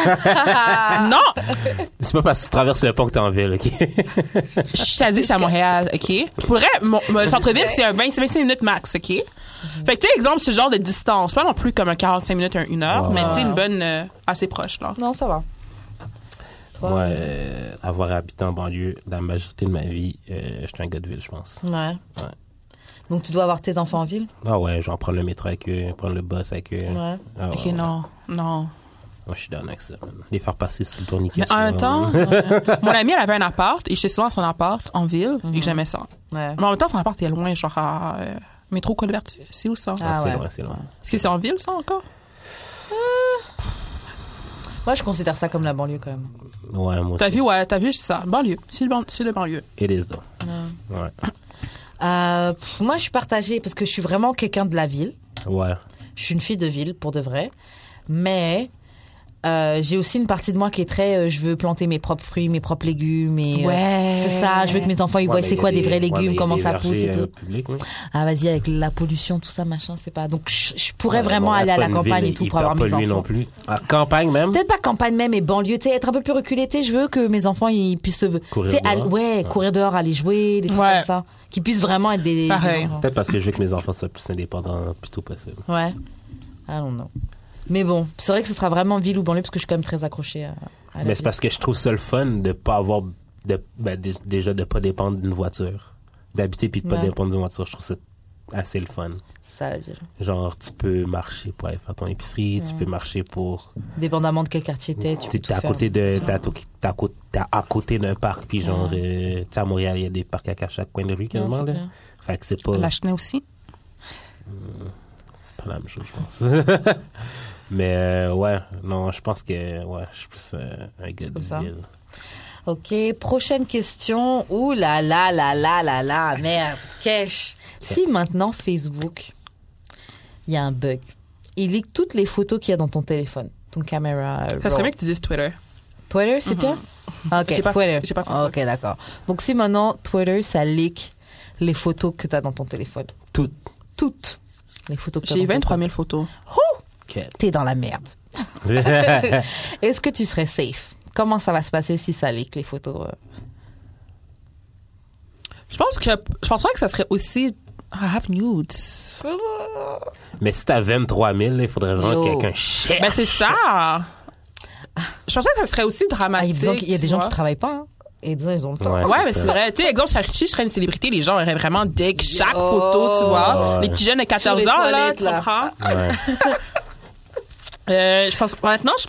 [SPEAKER 3] non!
[SPEAKER 2] C'est pas parce que tu traverses le pont que t'es en ville, OK?
[SPEAKER 3] Je t'ai dit que c'est à Montréal, OK? Pour vrai, mon, mon centre-ville, c'est un 20, 25 minutes max, OK? Fait que, tu sais, exemple, ce genre de distance, pas non plus comme un 45 minutes, un 1 heure,
[SPEAKER 2] Wow.
[SPEAKER 3] mais tu sais, une bonne, euh, assez proche, là.
[SPEAKER 1] Non, ça va.
[SPEAKER 2] Moi, euh, avoir habité en banlieue la majorité de ma vie, euh, j'étais un gars de ville, je pense.
[SPEAKER 1] Ouais.
[SPEAKER 2] Ouais.
[SPEAKER 1] Donc, tu dois avoir tes enfants en ville.
[SPEAKER 2] Ah ouais, genre prendre le métro avec eux, prendre le bus avec eux.
[SPEAKER 1] Ouais.
[SPEAKER 2] Ah ouais,
[SPEAKER 3] OK,
[SPEAKER 2] ouais.
[SPEAKER 3] non, non.
[SPEAKER 2] Moi, je suis dans l'axe. Les faire passer sous le tourniquet.
[SPEAKER 3] Mais en même temps, euh,
[SPEAKER 2] souvent.
[SPEAKER 3] mon amie, elle avait un appart, et j'étais souvent à son appart, en ville, et
[SPEAKER 2] Mhm.
[SPEAKER 3] que j'aimais ça.
[SPEAKER 1] Ouais.
[SPEAKER 3] Mais en même temps, son appart est loin, genre à euh, métro Colvertu. C'est où ça?
[SPEAKER 1] Ah
[SPEAKER 2] c'est
[SPEAKER 1] ouais.
[SPEAKER 2] loin, c'est loin.
[SPEAKER 3] Est-ce que c'est en ville, ça, encore?
[SPEAKER 1] Moi, je considère ça comme la banlieue quand même.
[SPEAKER 2] Ouais, moi
[SPEAKER 3] T'as
[SPEAKER 2] aussi.
[SPEAKER 3] vu, ouais, t'as vu, c'est ça. Banlieue. C'est le, ban- c'est le banlieue.
[SPEAKER 2] It is, though. Ouais.
[SPEAKER 1] Euh, pff, moi, je suis partagée parce que je suis vraiment quelqu'un de la ville.
[SPEAKER 2] Ouais.
[SPEAKER 1] Je suis une fille de ville, pour de vrai. Mais euh, j'ai aussi une partie de moi qui est très. euh, je veux planter mes propres fruits, mes propres légumes. Et, euh,
[SPEAKER 3] Ouais.
[SPEAKER 1] c'est ça, je veux que mes enfants ils voient
[SPEAKER 2] Ouais,
[SPEAKER 1] c'est
[SPEAKER 2] mais
[SPEAKER 1] quoi
[SPEAKER 2] il y
[SPEAKER 1] des,
[SPEAKER 2] a
[SPEAKER 1] vrais
[SPEAKER 2] ouais, mais il y
[SPEAKER 1] légumes,
[SPEAKER 2] a
[SPEAKER 1] comment
[SPEAKER 2] des
[SPEAKER 1] ça pousse et
[SPEAKER 2] vergers, euh,
[SPEAKER 1] tout.
[SPEAKER 2] publics, oui.
[SPEAKER 1] Ah, vas-y, avec la pollution, tout ça, machin, c'est pas. Donc, je, je pourrais
[SPEAKER 2] Ouais,
[SPEAKER 1] vraiment aller
[SPEAKER 2] Montréal,
[SPEAKER 1] à
[SPEAKER 2] c'est
[SPEAKER 1] la
[SPEAKER 2] pas une
[SPEAKER 1] campagne
[SPEAKER 2] ville
[SPEAKER 1] et tout pour avoir mes
[SPEAKER 2] hyper polluée
[SPEAKER 1] enfants.
[SPEAKER 2] non plus. À campagne même.
[SPEAKER 1] Peut-être pas campagne même et banlieue, tu sais, être un peu plus reculé, tu sais, je veux que mes enfants ils puissent se- tu sais,
[SPEAKER 2] dehors.
[SPEAKER 1] aller- ouais, courir dehors, aller jouer, des trucs
[SPEAKER 3] Ouais.
[SPEAKER 1] comme ça, qui puissent vraiment être des, des
[SPEAKER 3] Pareil.
[SPEAKER 1] enfants.
[SPEAKER 2] Peut-être parce que je veux que mes enfants soient plus indépendants le plus tôt possible.
[SPEAKER 1] Ouais. I don't know. Mais bon, c'est vrai que ce sera vraiment ville ou banlieue parce que je suis quand même très accrochée à, à la
[SPEAKER 2] Mais
[SPEAKER 1] ville.
[SPEAKER 2] c'est parce que je trouve ça le fun de pas avoir. De, ben, dé- déjà, de pas dépendre d'une voiture. D'habiter puis de pas
[SPEAKER 1] Ouais.
[SPEAKER 2] dépendre d'une voiture, je trouve ça assez le fun.
[SPEAKER 1] C'est ça la ville.
[SPEAKER 2] Genre, tu peux marcher pour aller faire ton épicerie, tu peux marcher pour.
[SPEAKER 1] Dépendamment de quel quartier t'es, tu peux
[SPEAKER 2] Tu
[SPEAKER 1] tout
[SPEAKER 2] t'es à
[SPEAKER 1] faire.
[SPEAKER 2] côté de. T'es à, to- t'es à côté- t'es à côté d'un parc, puis genre, euh, tu sais, à Montréal, il y a des parcs à chaque coin de rue quasiment,
[SPEAKER 1] c'est
[SPEAKER 2] là.
[SPEAKER 1] clair.
[SPEAKER 2] Fait que c'est pas.
[SPEAKER 3] La Chenet aussi.
[SPEAKER 2] C'est pas la même chose, je pense. Mais euh, ouais, non, je pense que ouais, je suis plus euh, un gars
[SPEAKER 1] comme
[SPEAKER 2] de
[SPEAKER 1] ça.
[SPEAKER 2] ville.
[SPEAKER 1] Ok, prochaine question. Ouh là là là là là là, merde, cash. Si maintenant Facebook, il y a un bug, il lit toutes les photos qu'il y a dans ton téléphone, ton caméra. euh,
[SPEAKER 3] Ça
[SPEAKER 1] raw.
[SPEAKER 3] serait mieux que tu dises Twitter.
[SPEAKER 1] Twitter, c'est bien Ok,
[SPEAKER 3] J'ai pas-
[SPEAKER 1] Twitter.
[SPEAKER 3] j'ai pas Facebook.
[SPEAKER 1] Ok, d'accord. Donc si maintenant Twitter, ça leak les photos que tu as dans ton téléphone,
[SPEAKER 2] Tout.
[SPEAKER 1] toutes les photos que tu as
[SPEAKER 3] J'ai 23 000 photos.
[SPEAKER 1] T'es dans la merde.
[SPEAKER 2] ouais,
[SPEAKER 1] Est-ce que tu serais safe Comment ça va se passer si ça leak les photos euh?
[SPEAKER 3] Je pense que je pense pas que ça serait aussi I have nudes.
[SPEAKER 2] Mais si t'as 23 000, là, il faudrait vraiment
[SPEAKER 1] Yo.
[SPEAKER 2] que quelqu'un
[SPEAKER 1] Eh,
[SPEAKER 2] cherche.
[SPEAKER 3] Ben c'est ça. Je pensais que ça serait aussi
[SPEAKER 1] Ah,
[SPEAKER 3] dramatique.
[SPEAKER 1] disons qu'il y a des
[SPEAKER 3] tu
[SPEAKER 1] gens
[SPEAKER 3] vois.
[SPEAKER 1] qui travaillent pas. hein. Et disons, ils ont le temps.
[SPEAKER 2] Ouais,
[SPEAKER 3] Ouais,
[SPEAKER 2] Ah, c'est
[SPEAKER 3] mais
[SPEAKER 2] ça.
[SPEAKER 3] c'est vrai. Tu sais, exemple, si je serais une célébrité, les gens auraient vraiment dick chaque photo, tu vois.
[SPEAKER 2] Ouais.
[SPEAKER 3] Les petits jeunes de 14 ans,
[SPEAKER 5] les
[SPEAKER 3] là,
[SPEAKER 5] toilettes,
[SPEAKER 3] tu
[SPEAKER 5] là.
[SPEAKER 3] comprends?
[SPEAKER 2] Ouais.
[SPEAKER 3] Euh, je pense, honnêtement, je,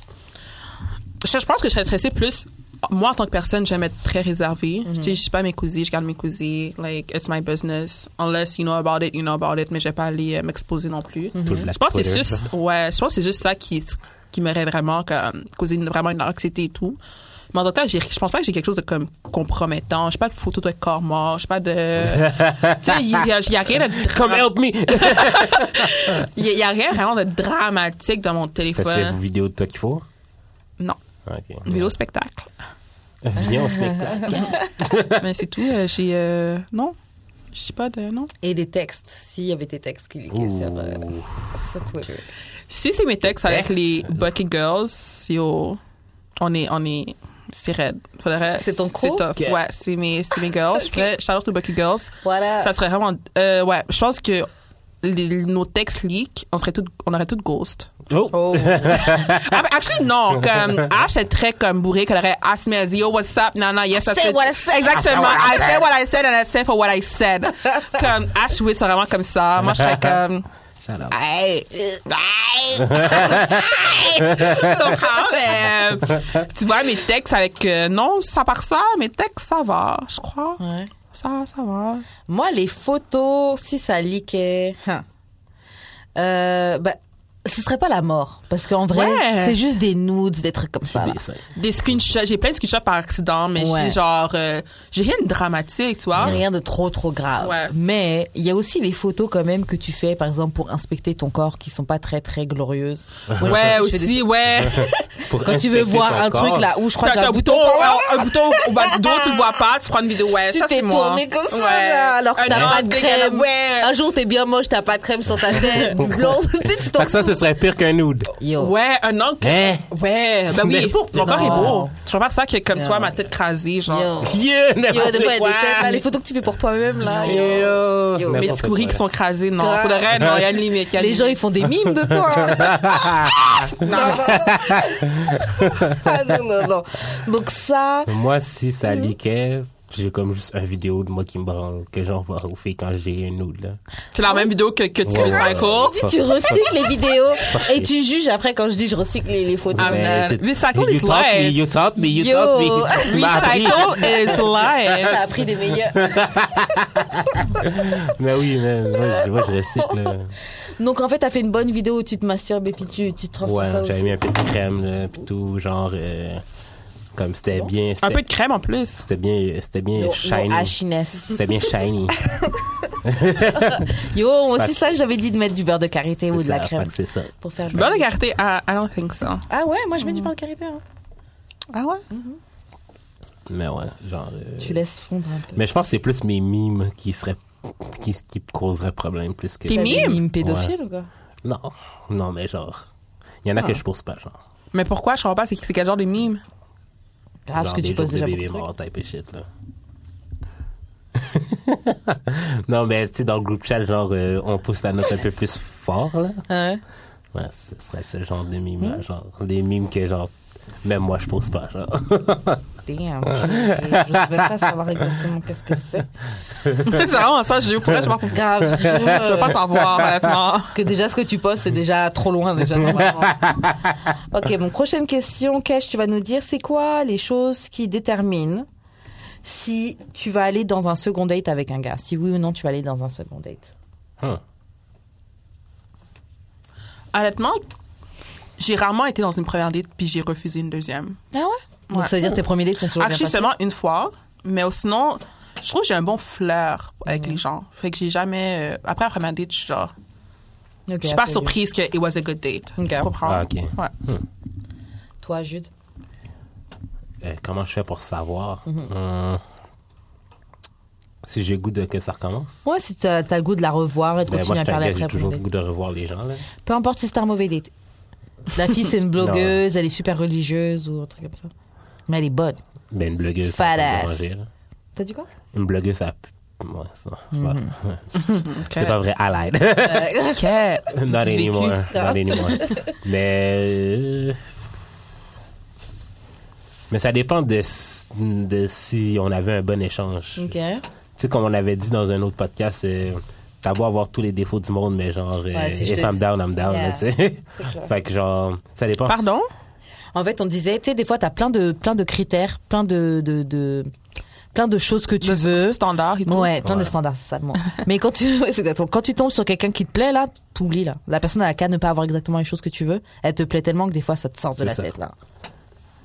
[SPEAKER 3] je, je pense que je serais stressée plus. Moi, en tant que personne, j'aime être très réservée.
[SPEAKER 5] Mhm.
[SPEAKER 3] Tu sais, je suis pas mes cousines, je garde mes cousines. Like, it's my business. Unless you know about it, you know about it. Mais je vais pas aller euh, m'exposer non plus.
[SPEAKER 5] Mhm.
[SPEAKER 2] Tout le black
[SPEAKER 3] Je pense que c'est
[SPEAKER 2] Twitter,
[SPEAKER 3] juste,
[SPEAKER 2] ça.
[SPEAKER 3] ouais, je pense que c'est juste ça qui, qui m'aurait vraiment comme, causé une- vraiment une anxiété et tout. Mais en tant que tel, j'ai- je pense pas que j'ai quelque chose de comme compromettant. J'ai pas de photo de corps mort. J'ai pas de, tu sais, il y, a- il y a rien de
[SPEAKER 2] Come
[SPEAKER 3] dra-
[SPEAKER 2] help me!
[SPEAKER 3] il y a- il y a rien vraiment de dramatique dans mon
[SPEAKER 2] T'as suivi
[SPEAKER 3] téléphone.
[SPEAKER 2] vos vidéos de toi qu'il faut?
[SPEAKER 3] Non.
[SPEAKER 2] Ok.
[SPEAKER 3] Une vidéo spectacle.
[SPEAKER 2] Viens au spectacle.
[SPEAKER 3] Mais c'est tout. euh, j'ai. euh, non. Je sais pas de. Non.
[SPEAKER 1] Et des textes, s'il y avait des textes qui leakaient
[SPEAKER 2] Ouh.
[SPEAKER 1] sur, euh, sur Twitter.
[SPEAKER 3] Si c'est mes textes avec
[SPEAKER 2] Texte.
[SPEAKER 3] les Bucky Girls, yo, on est. On est c'est raide. Faudrait-
[SPEAKER 1] C'est ton crew?
[SPEAKER 3] C'est
[SPEAKER 2] Ok.
[SPEAKER 3] tough. Ouais, c'est mes, c'est mes girls. Je ferais shout out to Bucky Girls.
[SPEAKER 1] Voilà.
[SPEAKER 3] Ça serait vraiment. euh, ouais, je pense que les- nos textes leak, on, serait toutes, on aurait toutes ghost.
[SPEAKER 2] Oh!
[SPEAKER 1] Oh.
[SPEAKER 3] Ah, ben, actually, non. Comme Ash est très comme bourrée, qu'elle aurait Ash me dit, yo, what's up? Non, non, yes,
[SPEAKER 1] I said what I said.
[SPEAKER 3] Exactement. I said what I said and I said for what I said. comme Ash, oui, c'est vraiment comme ça. Moi, je serais comme.
[SPEAKER 2] Shout out.
[SPEAKER 3] Hey! Hey! Tu comprends? Mais, euh, tu vois, mes textes avec. euh, non, ça part ça, mes textes, ça va, je crois.
[SPEAKER 1] Ouais.
[SPEAKER 3] Ça, ça va.
[SPEAKER 1] Moi, les photos, si ça leakait, hein. euh, bah, ce serait pas la mort. Parce qu'en vrai,
[SPEAKER 3] Ouais.
[SPEAKER 1] c'est juste des nudes, des trucs comme ça. là.
[SPEAKER 2] Dessin.
[SPEAKER 3] Des screenshots, j'ai plein de screenshots par accident, mais
[SPEAKER 1] Ouais.
[SPEAKER 3] j'ai genre. euh, j'ai rien de dramatique, tu vois.
[SPEAKER 1] C'est Rien de trop, trop grave.
[SPEAKER 3] Ouais.
[SPEAKER 1] Mais il y a aussi les photos quand même que tu fais, par exemple, pour inspecter ton corps qui sont pas très, très glorieuses. Moi, je
[SPEAKER 3] Ouais,
[SPEAKER 1] fais- je fais des-
[SPEAKER 3] aussi, ouais.
[SPEAKER 2] Pour
[SPEAKER 1] Quand tu veux
[SPEAKER 2] inspecter
[SPEAKER 1] voir
[SPEAKER 2] son
[SPEAKER 1] un
[SPEAKER 2] corps.
[SPEAKER 1] truc là où je crois
[SPEAKER 3] Fait
[SPEAKER 1] que j'ai
[SPEAKER 3] qu'un
[SPEAKER 1] un
[SPEAKER 3] bouton,
[SPEAKER 1] bouton par là.
[SPEAKER 3] un, un bouton au bas du dos, tu le vois pas, tu prends une vidéo, ouais,
[SPEAKER 1] Tu
[SPEAKER 3] ça
[SPEAKER 1] t'es
[SPEAKER 3] c'est moi.
[SPEAKER 1] tourné comme ça,
[SPEAKER 3] Ouais.
[SPEAKER 1] là, alors que
[SPEAKER 3] Un
[SPEAKER 1] t'as
[SPEAKER 3] homme
[SPEAKER 1] pas de
[SPEAKER 3] dégueulasse,
[SPEAKER 1] crème. Ah,
[SPEAKER 3] Ouais.
[SPEAKER 1] Un jour, t'es bien moche, t'as pas de crème sur ta tête. Blonde, tu sais, tu t'en
[SPEAKER 2] Fait que ça,
[SPEAKER 1] fous.
[SPEAKER 2] ce serait pire qu'un nude.
[SPEAKER 1] Yo.
[SPEAKER 3] Ouais, un oncle.
[SPEAKER 2] Hein?
[SPEAKER 3] Ouais, ben oui,
[SPEAKER 2] N'importe
[SPEAKER 3] mon corps
[SPEAKER 1] quoi.
[SPEAKER 3] est beau. Je préfère ça que comme
[SPEAKER 1] Yeah.
[SPEAKER 3] toi, ma tête crasée, genre.
[SPEAKER 1] Yo.
[SPEAKER 2] Yeah,
[SPEAKER 1] Yo, des
[SPEAKER 2] n'importe
[SPEAKER 1] fois, il y a des
[SPEAKER 2] quoi.
[SPEAKER 1] têtes, là, les photos que tu fais pour toi-même, là. yo.
[SPEAKER 3] Yo.
[SPEAKER 1] Yo.
[SPEAKER 3] Mes
[SPEAKER 2] N'importe
[SPEAKER 3] petits couris
[SPEAKER 2] quoi.
[SPEAKER 3] qui sont crasés, non. Pour le reste, non, il y a une limite. il y a une
[SPEAKER 1] Les gens, ils
[SPEAKER 3] limite.
[SPEAKER 1] font des mimes de toi. hein.
[SPEAKER 3] Non, non.
[SPEAKER 1] Ah, non, non, non. Donc ça,
[SPEAKER 2] Moi, si
[SPEAKER 1] Mhm.
[SPEAKER 2] ça leakait, j'ai comme juste une vidéo de moi qui me branle, que j'envoie aux filles quand j'ai un nude, là.
[SPEAKER 3] C'est la même vidéo que, que tu
[SPEAKER 2] Ouais, ouais,
[SPEAKER 3] recycles.
[SPEAKER 1] tu recycles les vidéos et tu juges après quand je dis je recycle les, les photos.
[SPEAKER 3] Ah,
[SPEAKER 2] Ben,
[SPEAKER 3] man.
[SPEAKER 2] c'est-
[SPEAKER 3] Recycle
[SPEAKER 2] You
[SPEAKER 3] is
[SPEAKER 2] taught me,
[SPEAKER 3] life.
[SPEAKER 2] you taught me, you
[SPEAKER 1] Yo.
[SPEAKER 2] taught me. Tu m'as appris.
[SPEAKER 3] Recycle is
[SPEAKER 1] T'as
[SPEAKER 3] life.
[SPEAKER 1] appris des meilleurs.
[SPEAKER 2] Mais oui, mais moi, je, moi, je recycle. là.
[SPEAKER 1] Donc en fait, t'as fait une bonne vidéo où tu te masturbes et puis tu, tu te transformes ça
[SPEAKER 2] Ouais, j'avais
[SPEAKER 1] aussi.
[SPEAKER 2] mis un peu de crème, là, pis tout, genre, euh, comme c'était bien,
[SPEAKER 3] Un
[SPEAKER 2] c'était
[SPEAKER 3] peu de crème en plus.
[SPEAKER 2] c'était bien, c'était bien
[SPEAKER 1] Yo, yo,
[SPEAKER 2] shiny.
[SPEAKER 1] Ashiness.
[SPEAKER 2] C'était bien shiny.
[SPEAKER 1] Yo,
[SPEAKER 2] Pas
[SPEAKER 1] aussi
[SPEAKER 2] de-
[SPEAKER 1] ça que j'avais dit de mettre du beurre de karité ou
[SPEAKER 2] Bah, C'est
[SPEAKER 1] de la
[SPEAKER 2] ça, fait
[SPEAKER 1] crème
[SPEAKER 2] que C'est Bah, ça.
[SPEAKER 1] pour faire.
[SPEAKER 3] Bonne regardée. I, I don't think so.
[SPEAKER 1] Ah ouais, moi je mets du beurre de karité. hein.
[SPEAKER 3] Ah ouais?
[SPEAKER 2] Mais ouais, genre. euh,
[SPEAKER 1] Tu laisses fondre un peu.
[SPEAKER 2] Mais je pense que c'est plus mes mimes qui seraient. qui, qui causeraient problème plus que.
[SPEAKER 3] Tes mimes?
[SPEAKER 1] Des
[SPEAKER 3] mime.
[SPEAKER 1] mimes pédophiles ou quoi
[SPEAKER 2] Non, non, mais genre. Il y en a que je pose pas, genre.
[SPEAKER 3] Mais pourquoi? Je comprends pas, c'est c'est quel genre de mime?
[SPEAKER 1] Ah, parce
[SPEAKER 2] Genre
[SPEAKER 1] que tu
[SPEAKER 2] des
[SPEAKER 1] poses
[SPEAKER 2] jokes de
[SPEAKER 1] déjà
[SPEAKER 2] bébé
[SPEAKER 1] beaucoup de
[SPEAKER 2] mort type et shit, là. non, mais tu sais, dans le groupe chat, genre, euh, on pousse la note un peu plus fort, là.
[SPEAKER 1] trucs. Hein
[SPEAKER 2] Ouais, ce serait ce genre de mime,
[SPEAKER 1] Hmm?
[SPEAKER 2] là. Genre, des mimes que, genre, même moi, je pose pas, genre.
[SPEAKER 1] Damn, je ne vais pas savoir exactement qu'est-ce que c'est.
[SPEAKER 3] c'est vraiment ça, je pourrais, je m'en fous.
[SPEAKER 1] Grave. je-
[SPEAKER 3] Je veux pas savoir, honnêtement.
[SPEAKER 1] que déjà ce que tu poses c'est déjà trop loin déjà normalement. ok, bon prochaine question, Kesh, tu vas nous dire c'est quoi les choses qui déterminent si tu vas aller dans un second date avec un gars, si oui ou non tu vas aller dans un second date.
[SPEAKER 2] Hum.
[SPEAKER 3] Honnêtement, j'ai rarement été dans une première date puis j'ai refusé une deuxième.
[SPEAKER 1] Ah ouais. Donc
[SPEAKER 3] Ouais.
[SPEAKER 1] ça veut dire que tes premiers dates sont toujours bien
[SPEAKER 3] Actually,
[SPEAKER 1] passés.
[SPEAKER 3] seulement une fois, mais sinon, je trouve que j'ai un bon flair avec les gens. Fait que j'ai jamais. euh, après la première date, je suis genre.
[SPEAKER 1] Ok,
[SPEAKER 3] Je suis pas
[SPEAKER 1] après,
[SPEAKER 3] surprise que it was a good date.
[SPEAKER 1] Ok.
[SPEAKER 3] Tu comprends?
[SPEAKER 2] Ah, ok.
[SPEAKER 3] Ouais.
[SPEAKER 1] Toi Jude.
[SPEAKER 2] Euh, comment je fais pour savoir? Hum. Si j'ai le goût de que ça recommence?
[SPEAKER 1] Ouais, si t'as t'as le goût de la revoir et de
[SPEAKER 2] Ben,
[SPEAKER 1] continuer
[SPEAKER 2] moi, je
[SPEAKER 1] à
[SPEAKER 2] suis un
[SPEAKER 1] parler
[SPEAKER 2] gars,
[SPEAKER 1] après
[SPEAKER 2] j'ai
[SPEAKER 1] la
[SPEAKER 2] toujours le
[SPEAKER 1] prochaine
[SPEAKER 2] goût de revoir les gens, là.
[SPEAKER 1] date. Peu importe si c'est un mauvais date. La fille c'est une blogueuse, elle est super religieuse ou un truc comme ça. Mais elle est bonne.
[SPEAKER 2] Ben, une blogueuse. ça peut
[SPEAKER 1] Fadasse.
[SPEAKER 2] déranger, là.
[SPEAKER 1] T'as dit quoi
[SPEAKER 2] Une blogueuse, ça. Ouais, ça. je sais pas.
[SPEAKER 3] Ok.
[SPEAKER 2] C'est pas vrai, à l'aide.
[SPEAKER 1] Euh,
[SPEAKER 3] Ok.
[SPEAKER 2] Not
[SPEAKER 3] Du vécu.
[SPEAKER 2] anymore. Not anymore. Mais. euh, Mais ça dépend de, s- de si on avait un bon échange.
[SPEAKER 1] OK.
[SPEAKER 2] Tu sais, comme on avait dit dans un autre podcast, euh, t'as beau avoir tous les défauts du monde, mais genre, euh,
[SPEAKER 1] Ouais, si je
[SPEAKER 2] if
[SPEAKER 1] te
[SPEAKER 2] I'm
[SPEAKER 1] dis-
[SPEAKER 2] down, I'm down,
[SPEAKER 1] Yeah.
[SPEAKER 2] là, tu sais.
[SPEAKER 1] C'est clair.
[SPEAKER 2] fait que genre, ça dépend.
[SPEAKER 3] Pardon?
[SPEAKER 1] En fait, on disait, tu sais, des fois, t'as plein de, plein de critères, plein de, de, de- plein de choses que tu
[SPEAKER 3] De
[SPEAKER 1] veux.
[SPEAKER 3] standard et tout.
[SPEAKER 1] Ouais, plein de
[SPEAKER 2] Ouais.
[SPEAKER 1] standards, c'est ça le mot. Mais quand tu, ouais, c'est exactement. quand tu tombes sur quelqu'un qui te plaît, là, t'oublies, là. La personne, elle a qu'à ne pas avoir exactement les choses que tu veux. Elle te plaît tellement que des fois, ça te sort de
[SPEAKER 2] C'est
[SPEAKER 1] la
[SPEAKER 2] ça.
[SPEAKER 1] tête, là.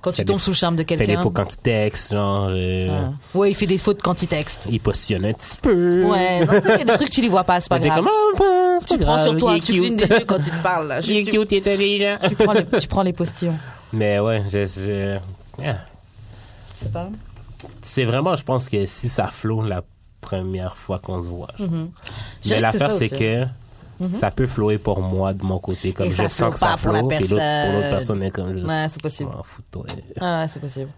[SPEAKER 1] Quand
[SPEAKER 2] Fait
[SPEAKER 1] tu tombes
[SPEAKER 2] des-
[SPEAKER 1] sous le charme de
[SPEAKER 2] Fait des
[SPEAKER 1] quelqu'un. Ah.
[SPEAKER 2] faux quand il texte, genre, euh,
[SPEAKER 1] Ouais. Ouais, il fait des fautes quand il texte.
[SPEAKER 2] il positionne un petit peu.
[SPEAKER 1] Ouais, non, tu sais, il y a des trucs, tu les vois pas, c'est pas
[SPEAKER 2] Mais t'es
[SPEAKER 1] grave.
[SPEAKER 2] comme, Ah, bah, c'est
[SPEAKER 1] Tu
[SPEAKER 2] pas
[SPEAKER 1] prends sur
[SPEAKER 2] grave,
[SPEAKER 1] toi,
[SPEAKER 2] il est
[SPEAKER 1] tu
[SPEAKER 2] cute.
[SPEAKER 1] clignes des yeux quand il te parle, là.
[SPEAKER 2] Il est
[SPEAKER 1] Juste, tu,
[SPEAKER 2] cute, il est intelligent.
[SPEAKER 1] tu prends les, tu prends les postillons.
[SPEAKER 2] Mais ouais, je, je- yeah.
[SPEAKER 1] C'est pas
[SPEAKER 2] c'est vraiment, je pense que si ça flotte la première fois qu'on se voit. genre.
[SPEAKER 1] Je
[SPEAKER 2] Mais
[SPEAKER 1] dirais que c'est
[SPEAKER 2] l'affaire,
[SPEAKER 1] Hmm. ça
[SPEAKER 2] c'est
[SPEAKER 1] aussi. Mhm.
[SPEAKER 2] que ça peut flotter pour moi de mon côté, comme
[SPEAKER 1] Et ça
[SPEAKER 2] je
[SPEAKER 1] flotte
[SPEAKER 2] sens que ça
[SPEAKER 1] pas pour la
[SPEAKER 2] flotte, puis l'autre- pour l'autre
[SPEAKER 1] personne.
[SPEAKER 2] personne est comme juste,
[SPEAKER 1] Ouais, c'est possible.
[SPEAKER 2] Je m'en fous de toi.
[SPEAKER 1] Ah, ouais, c'est possible.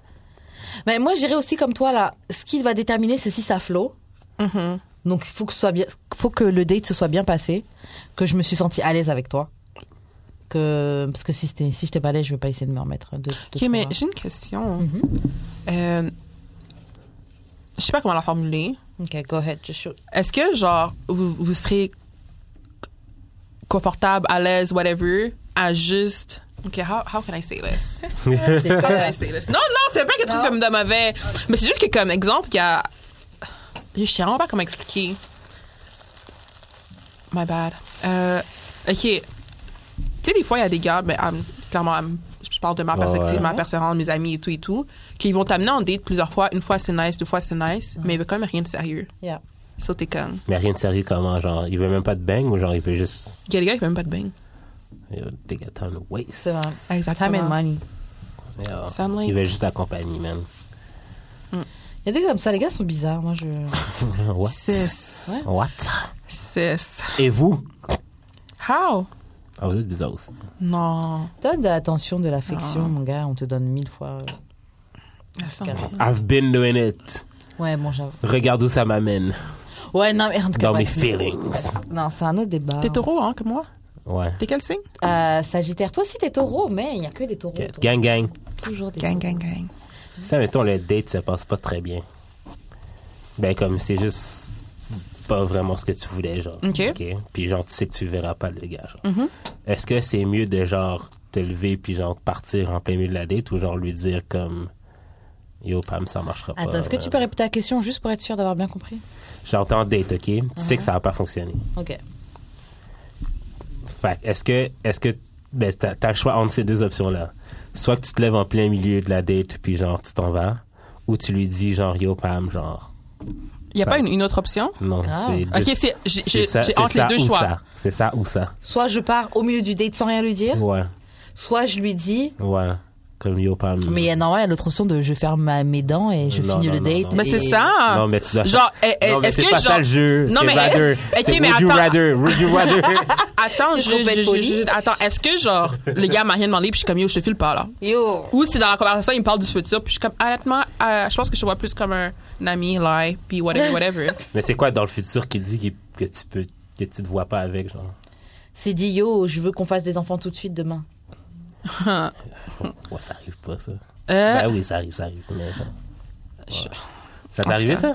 [SPEAKER 1] Mais moi, j'irais aussi comme toi, là. Ce qui va déterminer, c'est si ça flot.
[SPEAKER 3] Mhm.
[SPEAKER 1] Donc, il faut que, ce soit bien, faut que le date se soit bien passé, que je me suis sentie à l'aise avec toi. Que, parce que si, c'était- si je t'ai pas à l'aise, je vais pas essayer de me remettre. De, de
[SPEAKER 3] Ok,
[SPEAKER 1] trouver
[SPEAKER 3] mais
[SPEAKER 1] un-
[SPEAKER 3] j'ai une question.
[SPEAKER 1] Mhm.
[SPEAKER 3] Euh, je sais pas comment la formuler.
[SPEAKER 1] Ok, go ahead, just shoot.
[SPEAKER 3] Est-ce que, genre, vous, vous serez confortable, à l'aise, whatever, à juste. OK, how, how can I say this? How can I say this? Non, non, c'est pas que truc comme de mauvais. Mais c'est juste que, comme exemple, il y a. Je sais vraiment pas comment expliquer. My bad. Euh, OK. Tu sais, des fois, il y a des gars, mais um, clairement, um, je parle de ma
[SPEAKER 2] Ouais,
[SPEAKER 3] perspective,
[SPEAKER 2] ouais.
[SPEAKER 3] ma personne, mes amis et tout et tout, qui vont t'amener en date plusieurs fois. Une fois, c'est nice, deux fois, c'est nice, mais il veut quand même rien de sérieux.
[SPEAKER 1] Yeah.
[SPEAKER 3] Ça, t'es comme.
[SPEAKER 2] Mais rien de sérieux comment, genre, il veut même pas de bang ou genre, il veut juste,
[SPEAKER 3] Il y a des gars qui veulent même pas de bain.
[SPEAKER 2] euh, t'es gâté en waste.
[SPEAKER 1] C'est vrai.
[SPEAKER 3] Exactement.
[SPEAKER 1] Time and money.
[SPEAKER 2] Yeah.
[SPEAKER 3] Ça me
[SPEAKER 2] Il veut juste la compagnie, man.
[SPEAKER 1] Il y a des comme ça, les gars sont bizarres. Moi, je.
[SPEAKER 2] What?
[SPEAKER 3] Sis.
[SPEAKER 2] What?
[SPEAKER 3] Sis.
[SPEAKER 2] Et vous?
[SPEAKER 3] How?
[SPEAKER 2] Ah, vous êtes bizarre aussi.
[SPEAKER 3] Non.
[SPEAKER 1] Donne de l'attention, de
[SPEAKER 3] Ah.
[SPEAKER 1] l'affection, mon gars. On te donne mille fois. euh,
[SPEAKER 2] I've been doing it.
[SPEAKER 1] Ouais, bon, j'avoue.
[SPEAKER 2] Regarde où ça m'amène.
[SPEAKER 1] Ouais, non, mais en tout cas.
[SPEAKER 2] Dans mes
[SPEAKER 1] bref.
[SPEAKER 2] feelings.
[SPEAKER 1] Non, c'est un autre débat.
[SPEAKER 3] T'es taureau, hein, comme moi?
[SPEAKER 2] Ouais.
[SPEAKER 3] T'es quel signe?
[SPEAKER 1] Euh, Sagittaire, toi aussi, t'es taureau, mais il n'y a que des taureaux.
[SPEAKER 2] Ok.
[SPEAKER 1] toi.
[SPEAKER 2] Gang, gang.
[SPEAKER 1] Toujours des
[SPEAKER 3] gang, gang.
[SPEAKER 2] Ça, mettons, le date se passe pas très bien. Ben, comme c'est juste pas vraiment ce que tu voulais, genre.
[SPEAKER 3] Ok.
[SPEAKER 2] Puis, genre, tu sais que tu verras pas le gars, genre.
[SPEAKER 1] Mm-hmm.
[SPEAKER 2] Est-ce que c'est mieux de, genre, te lever puis, genre, partir en plein milieu de la date ou, genre, lui dire comme. Yo, Pam, ça marchera pas. euh,
[SPEAKER 1] Attends, est-ce que tu peux répéter la question juste pour être sûr d'avoir bien compris
[SPEAKER 2] J'entends date, OK?
[SPEAKER 1] Uh-huh.
[SPEAKER 2] Tu sais que ça va pas fonctionner.
[SPEAKER 1] Ok.
[SPEAKER 2] Fait que est-ce que est-ce que ben t'as, t'as le choix entre ces deux options là. Soit que tu te lèves en plein milieu de la date puis genre tu t'en vas, ou tu lui dis genre yo Pam genre
[SPEAKER 3] Y a
[SPEAKER 2] Ça-
[SPEAKER 3] pas une, une autre option?
[SPEAKER 2] non
[SPEAKER 1] Ah.
[SPEAKER 2] c'est
[SPEAKER 3] Ok,
[SPEAKER 2] juste-
[SPEAKER 3] c'est, j'ai, j'ai-
[SPEAKER 2] ça-
[SPEAKER 3] j'ai
[SPEAKER 2] c'est
[SPEAKER 3] entre
[SPEAKER 2] ça
[SPEAKER 3] les deux
[SPEAKER 2] ou
[SPEAKER 3] choix.
[SPEAKER 2] ça. C'est ça ou ça.
[SPEAKER 1] Soit je pars au milieu du date sans rien lui
[SPEAKER 3] Eh?
[SPEAKER 1] dire,
[SPEAKER 2] Ouais
[SPEAKER 1] soit je lui dis.
[SPEAKER 2] ouais comme yo Pam.
[SPEAKER 1] Mais non, ouais, l'autre option de je ferme ma- mes dents et je
[SPEAKER 2] Mm. Non,
[SPEAKER 1] finis
[SPEAKER 2] non,
[SPEAKER 1] le
[SPEAKER 2] non,
[SPEAKER 1] date.
[SPEAKER 2] non.
[SPEAKER 1] et-
[SPEAKER 3] Mais Bah, Ben, c'est ça.
[SPEAKER 2] Non, mais tu dois-
[SPEAKER 3] ah! Genre, eh, eh,
[SPEAKER 2] non mais
[SPEAKER 3] est-ce
[SPEAKER 2] c'est
[SPEAKER 3] que
[SPEAKER 2] pas
[SPEAKER 3] genre...
[SPEAKER 2] ça le jeu.
[SPEAKER 3] Non,
[SPEAKER 2] c'est
[SPEAKER 3] mais-
[SPEAKER 2] rather.
[SPEAKER 3] Ok,
[SPEAKER 2] c'est
[SPEAKER 3] mais
[SPEAKER 2] would you
[SPEAKER 3] attends.
[SPEAKER 2] rather? Would you rather?
[SPEAKER 3] Attends, je,
[SPEAKER 1] Est-ce qu'on peut
[SPEAKER 3] je-
[SPEAKER 1] être poli?
[SPEAKER 3] je- je- attends, est-ce que genre le gars m'a rien demandé puis je suis comme yo, je te file pas là.
[SPEAKER 1] Yo
[SPEAKER 3] Ou c'est dans la conversation, il me parle du futur puis je suis comme honnêtement, euh, je pense que je te vois plus comme un, un ami, lie, puis whatever, whatever. Euh,
[SPEAKER 2] mais c'est quoi dans le futur qui dit qu'il- que tu peux que tu te vois pas avec genre?
[SPEAKER 1] C'est dit, yo, je veux qu'on fasse des enfants tout de suite demain.
[SPEAKER 2] Ouais, ça arrive pas ça.
[SPEAKER 3] Euh,
[SPEAKER 2] Ben oui ça arrive ça arrive mais genre.
[SPEAKER 3] Je-
[SPEAKER 2] ouais. Ça t'est arrivé
[SPEAKER 3] tout cas.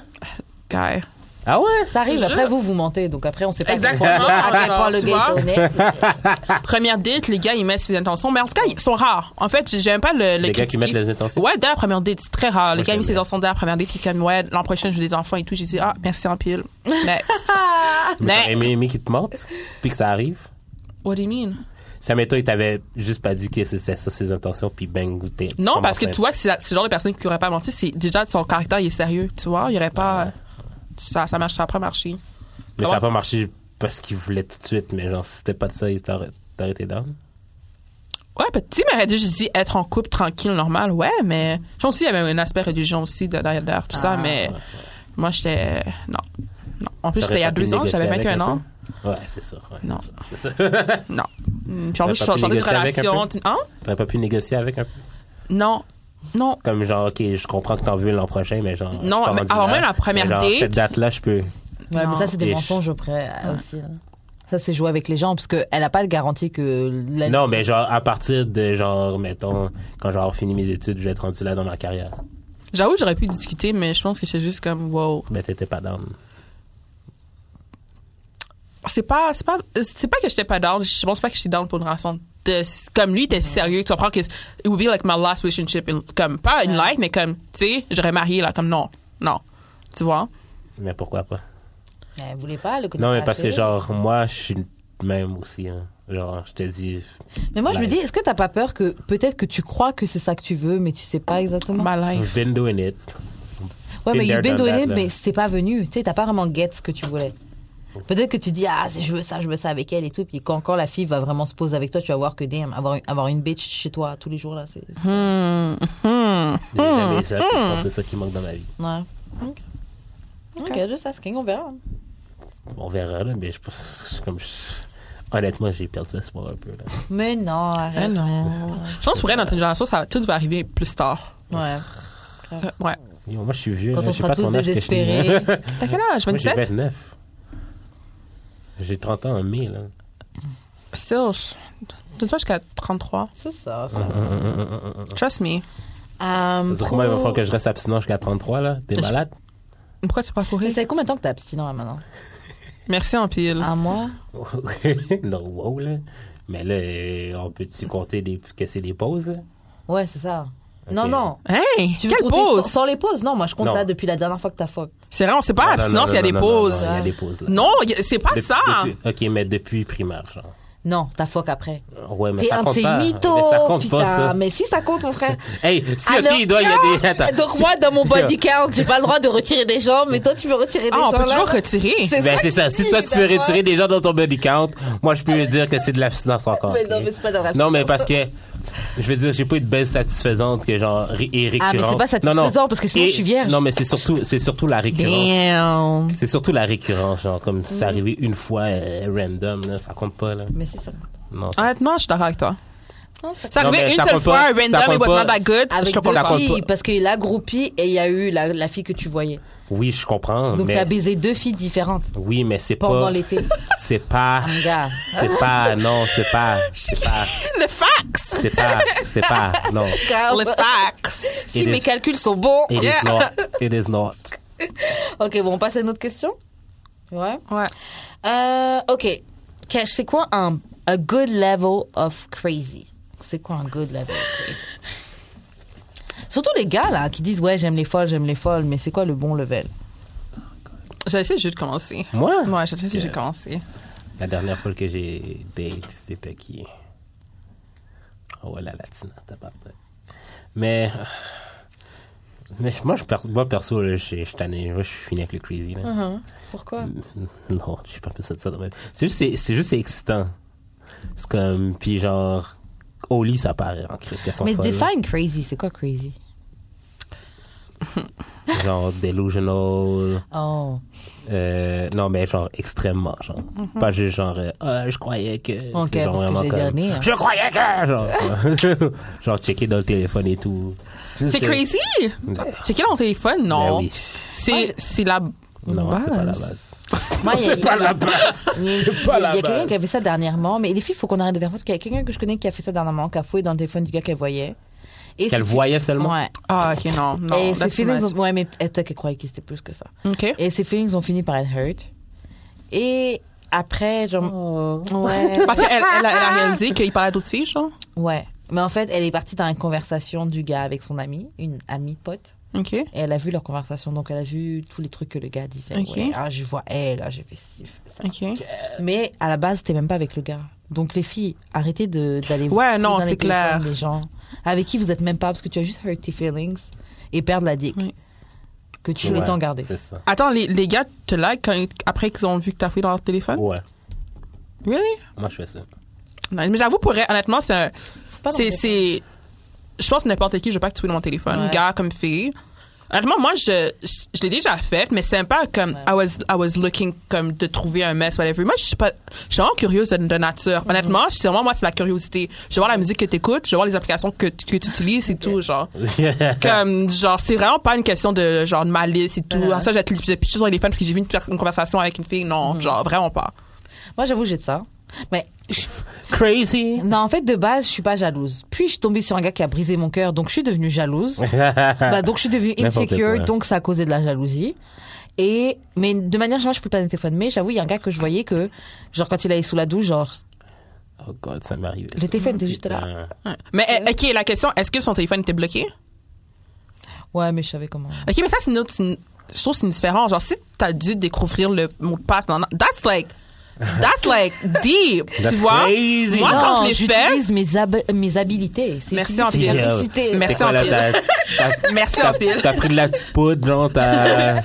[SPEAKER 2] ça?
[SPEAKER 3] guy.
[SPEAKER 2] Ah ouais?
[SPEAKER 1] Ça arrive,
[SPEAKER 3] Je-
[SPEAKER 1] après vous, vous mentez, donc après on sait pas.
[SPEAKER 3] Exactement.
[SPEAKER 1] À quel point le
[SPEAKER 3] Tu
[SPEAKER 1] gars
[SPEAKER 3] vois?
[SPEAKER 1] est honnête.
[SPEAKER 3] Première date, les gars ils mettent ses intentions, mais en tout cas ils sont rares. En fait, j'aime pas le, le
[SPEAKER 2] Les gars qui
[SPEAKER 3] critiquer.
[SPEAKER 2] mettent les intentions.
[SPEAKER 3] Ouais, dès la première date, c'est très rare.
[SPEAKER 2] Moi,
[SPEAKER 3] Les gars, ils
[SPEAKER 2] j'aime
[SPEAKER 3] mettent ses
[SPEAKER 2] bien.
[SPEAKER 3] intentions dès la première date, puis comme, ouais, l'an prochain, je veux des enfants et tout. J'ai dit, ah, merci en pile. Next.
[SPEAKER 2] Mais t'aurais
[SPEAKER 3] Next.
[SPEAKER 2] aimé, aimé qu'il te mente, puis que ça arrive.
[SPEAKER 3] What do you mean?
[SPEAKER 2] Ça mettons, il t'avait juste pas dit que c'était ça ses intentions, puis bang, t'es. tu
[SPEAKER 3] Non,
[SPEAKER 2] commences
[SPEAKER 3] parce que
[SPEAKER 2] à-
[SPEAKER 3] tu vois que c'est la- c'est le genre de personne qui aurait pas menti. C'est déjà son caractère, il est sérieux. Tu vois, il aurait pas.
[SPEAKER 2] Ouais.
[SPEAKER 3] Ça, ça marche, ça a pas marché. Ah
[SPEAKER 2] Mais ça n'a pas marché parce qu'il voulait tout de suite, mais genre, si c'était pas de ça, il t'aurait t'aurait été down.
[SPEAKER 3] Ouais, ben, petit, mais aurait juste dit être en couple tranquille, normal. Ouais, mais. Je pense aussi, il y avait un aspect religion aussi de- derrière derrière tout
[SPEAKER 2] Ah,
[SPEAKER 3] ça, mais. Moi, j'étais. Non. Non. En plus,
[SPEAKER 2] T'aurais
[SPEAKER 3] c'était il y a
[SPEAKER 2] pas pu
[SPEAKER 3] deux ans,
[SPEAKER 2] négocier
[SPEAKER 3] j'avais
[SPEAKER 2] avec
[SPEAKER 3] 21
[SPEAKER 2] un
[SPEAKER 3] ans.
[SPEAKER 2] peu? Ouais, c'est sûr. ouais,
[SPEAKER 3] Non.
[SPEAKER 2] c'est sûr, c'est sûr.
[SPEAKER 3] Non. Mm, Puis
[SPEAKER 2] T'aurais
[SPEAKER 3] en plus, je
[SPEAKER 2] pas
[SPEAKER 3] suis
[SPEAKER 2] pu
[SPEAKER 3] sortie d'une
[SPEAKER 2] négocier avec un
[SPEAKER 3] relation. Hein?
[SPEAKER 2] T'aurais pas pu négocier avec un peu?
[SPEAKER 3] Non. Non.
[SPEAKER 2] Comme genre, ok, je comprends que t'en veux l'an prochain, mais genre. je suis
[SPEAKER 3] Non,
[SPEAKER 2] pas
[SPEAKER 3] mais
[SPEAKER 2] rendu
[SPEAKER 3] avant
[SPEAKER 2] là.
[SPEAKER 3] même la première
[SPEAKER 2] Mais genre,
[SPEAKER 3] date-
[SPEAKER 2] Cette date-là, je peux.
[SPEAKER 1] Ouais, mais ça, c'est des
[SPEAKER 2] Ish.
[SPEAKER 1] mensonges après euh, aussi. hein. Ça, c'est jouer avec les gens, parce qu'elle n'a pas de garantie que. la-
[SPEAKER 2] Non, mais genre, à partir de genre, mettons, quand j'aurai fini mes études, je vais être rendu là dans ma carrière.
[SPEAKER 3] J'avoue, j'aurais pu discuter, mais je pense que c'est juste comme, wow.
[SPEAKER 2] Mais t'étais pas down.
[SPEAKER 3] c'est pas c'est pas c'est pas que j'étais pas down je pense pas que j'étais down pour une raison de comme lui était sérieux tu comprends que it would be like my last relationship in- comme pas une like mais comme tu sais j'aurais marié là comme non non tu vois
[SPEAKER 2] Mais pourquoi pas?
[SPEAKER 1] Elle voulait pas le connaître
[SPEAKER 2] Non, mais
[SPEAKER 1] pas
[SPEAKER 2] parce que
[SPEAKER 1] assez.
[SPEAKER 2] genre, moi, je suis le même aussi. hein. Genre, je te dis,
[SPEAKER 1] Mais moi, je me
[SPEAKER 2] Live.
[SPEAKER 1] dis, est-ce que t'as pas peur que peut-être que tu crois que c'est ça que tu veux, mais tu sais pas exactement
[SPEAKER 3] my life
[SPEAKER 2] I've been doing
[SPEAKER 1] Ouais,
[SPEAKER 2] it. Bah, been
[SPEAKER 1] mais
[SPEAKER 2] there,
[SPEAKER 1] you've been
[SPEAKER 2] done
[SPEAKER 1] doing
[SPEAKER 2] that,
[SPEAKER 1] it,
[SPEAKER 2] là.
[SPEAKER 1] mais c'est pas venu. Tu sais, t'as pas vraiment get ce que tu voulais. Peut-être que tu dis, ah, c'est- je veux ça, je veux ça avec elle et tout. Puis quand, quand la fille va vraiment se poser avec toi, tu vas voir que, damn, avoir, avoir une bitch chez toi tous les jours, là, c'est. c'est-
[SPEAKER 3] Hmm, hmm.
[SPEAKER 2] J'ai jamais eu ça, puis je pense que c'est ça qui manque dans ma vie.
[SPEAKER 1] Ouais. Ok. Ok, juste asking, on verra.
[SPEAKER 2] On verra, là, mais je pense, comme je- Honnêtement, j'ai perdu espoir un peu. Là.
[SPEAKER 1] Mais non,
[SPEAKER 3] Eh
[SPEAKER 2] Ah
[SPEAKER 1] arrête.
[SPEAKER 3] non je pense pour elle dans une génération ça tout va arriver plus tard
[SPEAKER 1] Ouais.
[SPEAKER 3] Euh, ouais
[SPEAKER 2] Yo, moi, je suis vieux.
[SPEAKER 1] Quand
[SPEAKER 2] là,
[SPEAKER 1] on
[SPEAKER 2] je sais
[SPEAKER 1] sera
[SPEAKER 2] pas
[SPEAKER 1] tous
[SPEAKER 2] ton âge que je suis.
[SPEAKER 1] désespérés.
[SPEAKER 3] t'as quel âge
[SPEAKER 2] Moi, j'ai
[SPEAKER 3] 27
[SPEAKER 2] 29. J'ai 30 ans en mai, là.
[SPEAKER 3] still d'une fois jusqu'à 33
[SPEAKER 1] C'est ça,
[SPEAKER 2] Mhm.
[SPEAKER 1] ça.
[SPEAKER 3] Euh,
[SPEAKER 2] Ah.
[SPEAKER 3] trust me
[SPEAKER 1] Euh,
[SPEAKER 2] C'est-à-dire que moi, il va falloir que je reste abstinent jusqu'à 33, là. T'es malade?
[SPEAKER 3] pourquoi tu pas
[SPEAKER 1] Mais
[SPEAKER 3] courir
[SPEAKER 1] c'est combien de temps que t'es abstinent là maintenant
[SPEAKER 3] merci en pile
[SPEAKER 1] Un mois
[SPEAKER 2] non, wow, là. Mais là, euh, on peut-tu compter des- que c'est des pauses, là?
[SPEAKER 1] Ouais, c'est ça. Non, non.
[SPEAKER 3] hey
[SPEAKER 1] Tu veux
[SPEAKER 3] quelle
[SPEAKER 1] compter
[SPEAKER 3] pause
[SPEAKER 1] Sans, sans les pauses Non, moi je compte
[SPEAKER 2] Non.
[SPEAKER 1] là depuis la dernière fois que t'as fuck.
[SPEAKER 3] c'est vrai on sait
[SPEAKER 2] Non,
[SPEAKER 3] pas
[SPEAKER 2] non,
[SPEAKER 3] sinon
[SPEAKER 2] non,
[SPEAKER 3] s'il y a
[SPEAKER 2] non,
[SPEAKER 3] des
[SPEAKER 2] non, non, non,
[SPEAKER 3] pauses
[SPEAKER 2] Il y a des pauses, là.
[SPEAKER 3] non y a- c'est pas
[SPEAKER 2] Depuis-
[SPEAKER 3] ça
[SPEAKER 2] depuis- ok, mais depuis primaire, genre.
[SPEAKER 1] Non, t'as fuck après.
[SPEAKER 2] Ouais, mais
[SPEAKER 1] T'es
[SPEAKER 2] ça
[SPEAKER 1] un de
[SPEAKER 2] compte
[SPEAKER 1] ces
[SPEAKER 2] pas.
[SPEAKER 1] mythos,
[SPEAKER 2] mais ça compte
[SPEAKER 1] putain.
[SPEAKER 2] pas, ça.
[SPEAKER 1] Mais si ça compte, mon frère.
[SPEAKER 2] Hey, si,
[SPEAKER 1] Alors-
[SPEAKER 2] ok, il doit y a des... Attends.
[SPEAKER 1] Donc moi, dans mon body count, j'ai pas le droit de retirer des jambes, mais toi, tu peux retirer des
[SPEAKER 3] Ah,
[SPEAKER 1] jambes.
[SPEAKER 3] on peut
[SPEAKER 1] là.
[SPEAKER 3] toujours retirer.
[SPEAKER 2] Ben, c'est ça.
[SPEAKER 1] que
[SPEAKER 2] Si
[SPEAKER 1] je
[SPEAKER 2] toi,
[SPEAKER 1] dis,
[SPEAKER 2] tu peux
[SPEAKER 1] d'abord.
[SPEAKER 2] retirer des gens dans ton body count, moi, je peux dire que c'est de l'abstinence encore.
[SPEAKER 1] Mais
[SPEAKER 2] ok?
[SPEAKER 1] non, mais c'est pas de l'abstinence.
[SPEAKER 2] Non, mais parce que je veux dire, j'ai pas eu de belle satisfaisante que genre ré- et récurrente.
[SPEAKER 1] Ah, mais c'est pas satisfaisant
[SPEAKER 2] Non, non.
[SPEAKER 1] parce que sinon
[SPEAKER 2] Et-
[SPEAKER 1] je suis vierge. Ben,
[SPEAKER 2] Non, mais c'est surtout, c'est surtout la récurrence.
[SPEAKER 1] Damn.
[SPEAKER 2] C'est surtout la récurrence, genre comme si
[SPEAKER 1] Mm.
[SPEAKER 2] c'est arrivé une fois euh, random, là, ça compte pas là.
[SPEAKER 5] Mais c'est ça.
[SPEAKER 2] Non, ça,
[SPEAKER 3] Honnêtement, je suis d'accord avec toi. Ça
[SPEAKER 2] Non,
[SPEAKER 3] arrivait
[SPEAKER 2] mais
[SPEAKER 3] une
[SPEAKER 2] ça
[SPEAKER 3] seule
[SPEAKER 2] compte
[SPEAKER 3] fois,
[SPEAKER 2] pas. Ça
[SPEAKER 3] random,
[SPEAKER 2] compte
[SPEAKER 3] it was
[SPEAKER 2] pas.
[SPEAKER 3] not that good.
[SPEAKER 1] Avec
[SPEAKER 3] je te
[SPEAKER 1] deux
[SPEAKER 2] ça compte
[SPEAKER 3] comprends.
[SPEAKER 2] pas.
[SPEAKER 1] filles, parce qu'il a groupé et il y a eu la, la fille que tu voyais.
[SPEAKER 2] oui, je comprends,
[SPEAKER 1] Donc
[SPEAKER 2] mais
[SPEAKER 1] t'as baisé deux filles différentes
[SPEAKER 2] oui, mais c'est
[SPEAKER 1] pendant
[SPEAKER 2] pas,
[SPEAKER 1] l'été.
[SPEAKER 2] c'est pas,
[SPEAKER 1] Mon gars.
[SPEAKER 2] c'est pas, non, c'est pas, c'est pas,
[SPEAKER 3] Le fax!
[SPEAKER 2] c'est pas, c'est pas, non.
[SPEAKER 3] Le fax!
[SPEAKER 1] Ah, Si
[SPEAKER 2] It
[SPEAKER 1] mes
[SPEAKER 2] is-
[SPEAKER 1] calculs sont bons.
[SPEAKER 2] It is not, it is not.
[SPEAKER 1] Ok, bon, on passe à une autre question. Ouais.
[SPEAKER 3] Ouais.
[SPEAKER 1] Euh, ok. Cash, c'est quoi un a good level of crazy? C'est quoi un good level of crazy? Surtout les gars là qui disent ouais j'aime les folles j'aime les folles mais c'est quoi le bon level
[SPEAKER 3] J'ai essayé juste de commencer.
[SPEAKER 2] Moi,
[SPEAKER 3] Ouais, j'ai essayé juste de commencer.
[SPEAKER 2] la dernière fois que j'ai date, c'était qui Oh ouais, la latina, t'as pas de- Mais euh, mais moi, je, per- moi perso, là, je je suis tanné, Moi, je suis fini avec le crazy. Là.
[SPEAKER 1] Pourquoi
[SPEAKER 2] Non, je suis pas plus de ça. dans ma vie. C'est juste, c'est, c'est juste c'est excitant. C'est comme, puis genre, au lit, ça paraît en crise qu'elles sont
[SPEAKER 1] Mais
[SPEAKER 2] folles,
[SPEAKER 1] define crazy c'est quoi crazy
[SPEAKER 2] là. Genre delusional.
[SPEAKER 1] Oh
[SPEAKER 2] euh, non, mais genre extrêmement, genre. Pas juste genre, euh, Ah, je croyais que.
[SPEAKER 1] Mhm. Ok,
[SPEAKER 2] C'est genre
[SPEAKER 1] parce que
[SPEAKER 2] vraiment
[SPEAKER 1] j'ai
[SPEAKER 2] comme,
[SPEAKER 1] dernier, hein.
[SPEAKER 2] Je croyais que. Genre, genre checker dans le téléphone et tout. Juste,
[SPEAKER 3] C'est
[SPEAKER 2] euh,
[SPEAKER 3] crazy! Checker mon téléphone?
[SPEAKER 2] Ben
[SPEAKER 3] Non.
[SPEAKER 2] oui.
[SPEAKER 3] C'est, c'est la.
[SPEAKER 2] Non, c'est pas la
[SPEAKER 3] base.
[SPEAKER 2] base.
[SPEAKER 1] Moi, il y a-
[SPEAKER 2] C'est pas la base.
[SPEAKER 1] il y a-
[SPEAKER 2] C'est pas
[SPEAKER 1] il y a-
[SPEAKER 2] la
[SPEAKER 1] Il y a quelqu'un
[SPEAKER 2] base.
[SPEAKER 1] qui avait ça dernièrement mais les filles faut qu'on arrête de faire ça parce qu'il y a quelqu'un que je connais qui a fait ça dernièrement qui a fouillé dans le téléphone du gars qu'elle voyait et
[SPEAKER 2] Qu'elle
[SPEAKER 1] c'est-
[SPEAKER 2] voyait seulement.
[SPEAKER 1] ouais
[SPEAKER 3] Ah, ok, non. Non.
[SPEAKER 1] et ses
[SPEAKER 3] that's
[SPEAKER 1] feelings
[SPEAKER 3] too much.
[SPEAKER 1] ont- ouais mais elle qu'elle croyait que c'était plus que ça
[SPEAKER 3] Ok.
[SPEAKER 1] Et ses feelings ont fini par être hurt. Et après, genre. Ouais.
[SPEAKER 3] Oh. Parce qu'elle elle a, elle a réalisé qu'il parlait à d'autres filles, genre.
[SPEAKER 1] ouais. Mais en fait, elle est partie dans une conversation du gars avec son amie, une amie pote.
[SPEAKER 3] Ok.
[SPEAKER 1] Et elle a vu leur conversation, donc elle a vu tous les trucs que le gars disait.
[SPEAKER 3] Ok. Euh.
[SPEAKER 1] Ouais, ah, je vois elle, ah, j'ai fait ci, j'ai fait ça.
[SPEAKER 3] Ok.
[SPEAKER 1] Mais à la base, c'était même pas avec le gars. Donc les filles, arrêtez de- d'aller
[SPEAKER 3] Ouais,
[SPEAKER 1] fouiller
[SPEAKER 3] non,
[SPEAKER 1] dans les
[SPEAKER 3] c'est
[SPEAKER 1] téléphones
[SPEAKER 3] clair.
[SPEAKER 1] des gens avec qui vous êtes même pas, parce que tu as juste hurt tes feelings et perdre la dick.
[SPEAKER 3] Oui.
[SPEAKER 1] Que tu voulais
[SPEAKER 2] Ouais,
[SPEAKER 1] t'en garder.
[SPEAKER 2] C'est ça.
[SPEAKER 3] Attends, les, les gars te like quand, après qu'ils ont vu que t'as fouillé dans leur téléphone?
[SPEAKER 2] Ouais,
[SPEAKER 3] Really?
[SPEAKER 2] moi je fais ça.
[SPEAKER 3] Non, mais j'avoue, pour vrai, honnêtement, c'est un.
[SPEAKER 1] pas dans
[SPEAKER 3] C'est,
[SPEAKER 1] le
[SPEAKER 3] c'est. Je pense que n'importe qui, je veux pas que tu fouilles dans mon téléphone,
[SPEAKER 1] Ouais.
[SPEAKER 3] gars comme fille. Honnêtement, moi, je, je, je l'ai déjà fait, mais c'est un peu comme I, was, I was looking comme de trouver un mess, whatever. Moi, je suis pas. Je suis vraiment curieuse de, de nature.
[SPEAKER 1] Mhm.
[SPEAKER 3] Honnêtement, c'est vraiment, moi, c'est la curiosité. Je vais voir la musique que t'écoutes, je vais voir les applications que, tu- que tu utilises et tout, genre. Comme, genre, c'est vraiment pas une question de, genre, de malice et tout.
[SPEAKER 1] Uh-huh.
[SPEAKER 3] Ah, Ça, j'ai j'ai pitché sur les fans parce que j'ai vu une, une conversation avec une fille. Non,
[SPEAKER 1] Mhm.
[SPEAKER 3] genre, vraiment pas.
[SPEAKER 1] Moi, j'avoue, j'ai de ça. Mais je-
[SPEAKER 2] Crazy.
[SPEAKER 1] Non, en fait, de base, je suis pas jalouse. Puis, je suis tombée sur un gars qui a brisé mon cœur, donc je suis devenue jalouse. bah, donc, je suis devenue
[SPEAKER 2] N'importe quoi.
[SPEAKER 1] insecure, donc ça a causé de la jalousie. Et, mais de manière générale, je peux pas le téléphone. Mais j'avoue, il y a un gars que je voyais que, genre, quand il allait sous la douche, genre,
[SPEAKER 2] Oh god, ça m'est arrivé.
[SPEAKER 1] le téléphone était juste là.
[SPEAKER 2] Putain.
[SPEAKER 3] Ouais. Mais, euh, OK, la question, est-ce que son téléphone était bloqué?
[SPEAKER 1] Ouais, mais je savais comment.
[SPEAKER 3] OK, mais ça, c'est une autre. c'est une- Je trouve que c'est différent. Genre, si t'as dû découvrir le mot de passe, dans, that's like. That's like deep.
[SPEAKER 2] That's
[SPEAKER 3] tu vois?
[SPEAKER 2] crazy.
[SPEAKER 3] Moi, quand je l'ai fait.
[SPEAKER 1] j'utilise mes, hab- mes habilités. C'est
[SPEAKER 3] Merci,
[SPEAKER 1] utiliser
[SPEAKER 3] Antoine.
[SPEAKER 1] mes
[SPEAKER 2] C'est,
[SPEAKER 1] capacités.
[SPEAKER 2] euh, c'est
[SPEAKER 3] Merci
[SPEAKER 2] quoi,
[SPEAKER 3] en
[SPEAKER 2] là,
[SPEAKER 3] pile.
[SPEAKER 2] t'as- t'as-
[SPEAKER 3] Merci en
[SPEAKER 2] t'as-
[SPEAKER 3] pile.
[SPEAKER 2] T'as pris de la petite poudre, genre, t'as.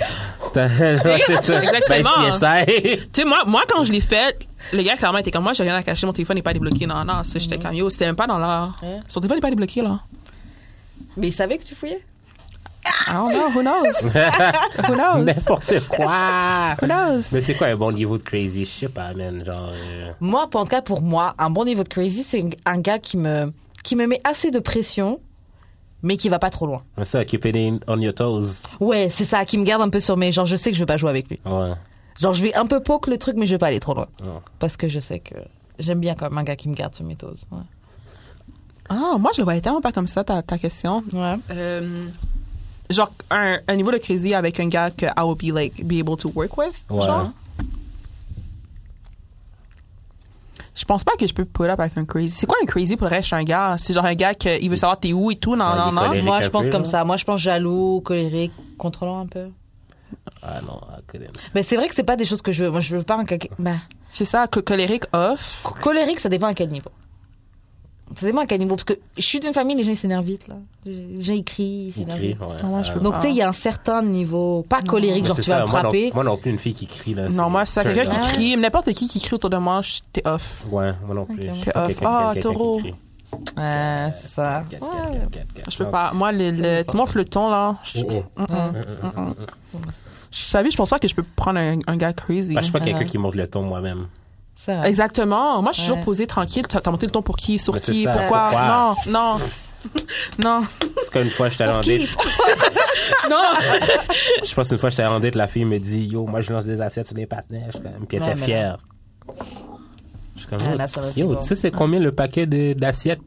[SPEAKER 2] T'as. c'est ça. Ben,
[SPEAKER 3] Exactement. hein.
[SPEAKER 2] CSI.
[SPEAKER 3] Tu sais, moi, moi, quand je l'ai fait, le gars, clairement, était comme moi, j'ai rien à cacher, mon téléphone n'est pas débloqué. Non, non, ça, j'étais comme yo, c'était même pas dans l'heure.
[SPEAKER 1] Ouais.
[SPEAKER 3] Son téléphone n'est pas débloqué, là.
[SPEAKER 1] Mais il savait que tu fouillais?
[SPEAKER 3] I don't know, who knows? who knows?
[SPEAKER 2] N'importe quoi.
[SPEAKER 3] Who knows?
[SPEAKER 2] Mais c'est quoi un bon niveau de crazy? Je sais pas, man. Genre. euh,
[SPEAKER 1] Moi, en tout cas, pour moi, un bon niveau de crazy, c'est un gars qui me, qui me met assez de pression, mais qui va pas trop loin.
[SPEAKER 2] comme ça, keep it in- on your toes.
[SPEAKER 1] Ouais, c'est ça, qui me garde un peu sur mes. Genre, je sais que je vais pas jouer avec lui.
[SPEAKER 2] Ouais.
[SPEAKER 1] Genre, je vais un peu poke le truc, mais je vais pas aller trop loin.
[SPEAKER 2] Ouais.
[SPEAKER 1] Parce que je sais que j'aime bien comme un gars qui me garde sur mes toes. Ouais.
[SPEAKER 3] Ah, moi, je le voyais tellement pas comme ça, ta, ta question.
[SPEAKER 1] Ouais.
[SPEAKER 3] Euh, genre, un, un niveau de crazy avec un gars que I would be, like, be able to work with.
[SPEAKER 2] Ouais.
[SPEAKER 3] Genre. Je pense pas que je peux pull up avec un crazy. C'est quoi un crazy pour le reste chez un gars? C'est genre un gars qui veut savoir t'es où et tout. Non,
[SPEAKER 2] Ouais,
[SPEAKER 3] non,
[SPEAKER 2] Ah, il
[SPEAKER 3] non.
[SPEAKER 2] connaît.
[SPEAKER 1] Moi, je
[SPEAKER 2] un
[SPEAKER 1] pense
[SPEAKER 2] peu,
[SPEAKER 1] comme
[SPEAKER 2] là.
[SPEAKER 1] ça. Moi, je pense jaloux, colérique, contrôlant un peu.
[SPEAKER 2] Ah non, I couldn't.
[SPEAKER 1] Mais c'est vrai que c'est pas des choses que je veux. Moi, je veux pas un gars. qui- Bah,
[SPEAKER 3] C'est ça, co- colérique off.
[SPEAKER 1] co- colérique, ça dépend à quel niveau. Ça dépend à quel niveau. Parce que je suis d'une famille, les gens, ils s'énervent vite, là. Les gens, ils crient, ils
[SPEAKER 2] Il
[SPEAKER 1] s'énervent
[SPEAKER 2] crie,
[SPEAKER 1] vite.
[SPEAKER 2] ouais.
[SPEAKER 3] moi, je
[SPEAKER 2] Ah,
[SPEAKER 3] peux
[SPEAKER 2] non.
[SPEAKER 1] Donc, tu sais, il y a un certain niveau. Pas colérique,
[SPEAKER 2] Mais
[SPEAKER 1] genre,
[SPEAKER 2] c'est
[SPEAKER 1] tu vas
[SPEAKER 2] ça,
[SPEAKER 1] me
[SPEAKER 2] moi non-
[SPEAKER 1] frapper.
[SPEAKER 2] Moi non plus, une fille qui crie, là.
[SPEAKER 3] Non, moi, c'est
[SPEAKER 2] ça
[SPEAKER 3] quelqu'un
[SPEAKER 1] Ah.
[SPEAKER 3] qui crie. N'importe qui qui crie autour de moi, je- t'es off.
[SPEAKER 2] Ouais, moi non plus.
[SPEAKER 1] Ok,
[SPEAKER 2] Je suis
[SPEAKER 3] moi,
[SPEAKER 2] quelqu'un-
[SPEAKER 3] Ah,
[SPEAKER 2] quelqu'un qui
[SPEAKER 3] taureau. Ah,
[SPEAKER 2] crie.
[SPEAKER 5] Ouais, c'est ça.
[SPEAKER 3] Je peux pas. Moi, le, le- tu montres le ton, là. Je,
[SPEAKER 2] Ah. Oh, oh.
[SPEAKER 3] Mm-mm. Mm-mm. Je savais, je pense pas que je peux prendre un, un gars crazy. hein.
[SPEAKER 2] Bah, je suis pas quelqu'un qui monte le ton moi-même.
[SPEAKER 5] C'est
[SPEAKER 1] Ah.
[SPEAKER 5] vrai.
[SPEAKER 3] Exactement. Moi, je suis
[SPEAKER 5] Ouais.
[SPEAKER 3] toujours posée tranquille. T'as t'as monté le ton pour qui Sur
[SPEAKER 2] Mais c'est
[SPEAKER 3] qui
[SPEAKER 2] ça,
[SPEAKER 3] Pourquoi
[SPEAKER 2] pourquoi?
[SPEAKER 3] Non, non. Non,
[SPEAKER 2] C'est comme une fois, j'étais allé en date.
[SPEAKER 3] non.
[SPEAKER 2] Je pense une fois, j'étais allé en date, la fille me dit Yo, moi, je lance des assiettes sur les partenaires. Je suis comme- Puis elle
[SPEAKER 1] Ouais,
[SPEAKER 2] était
[SPEAKER 1] mais
[SPEAKER 2] fière. Je suis comme
[SPEAKER 1] Ah, là, ça va
[SPEAKER 2] Yo,
[SPEAKER 1] plus
[SPEAKER 2] yo
[SPEAKER 1] bon.
[SPEAKER 2] tu sais, c'est combien le paquet de- d'assiettes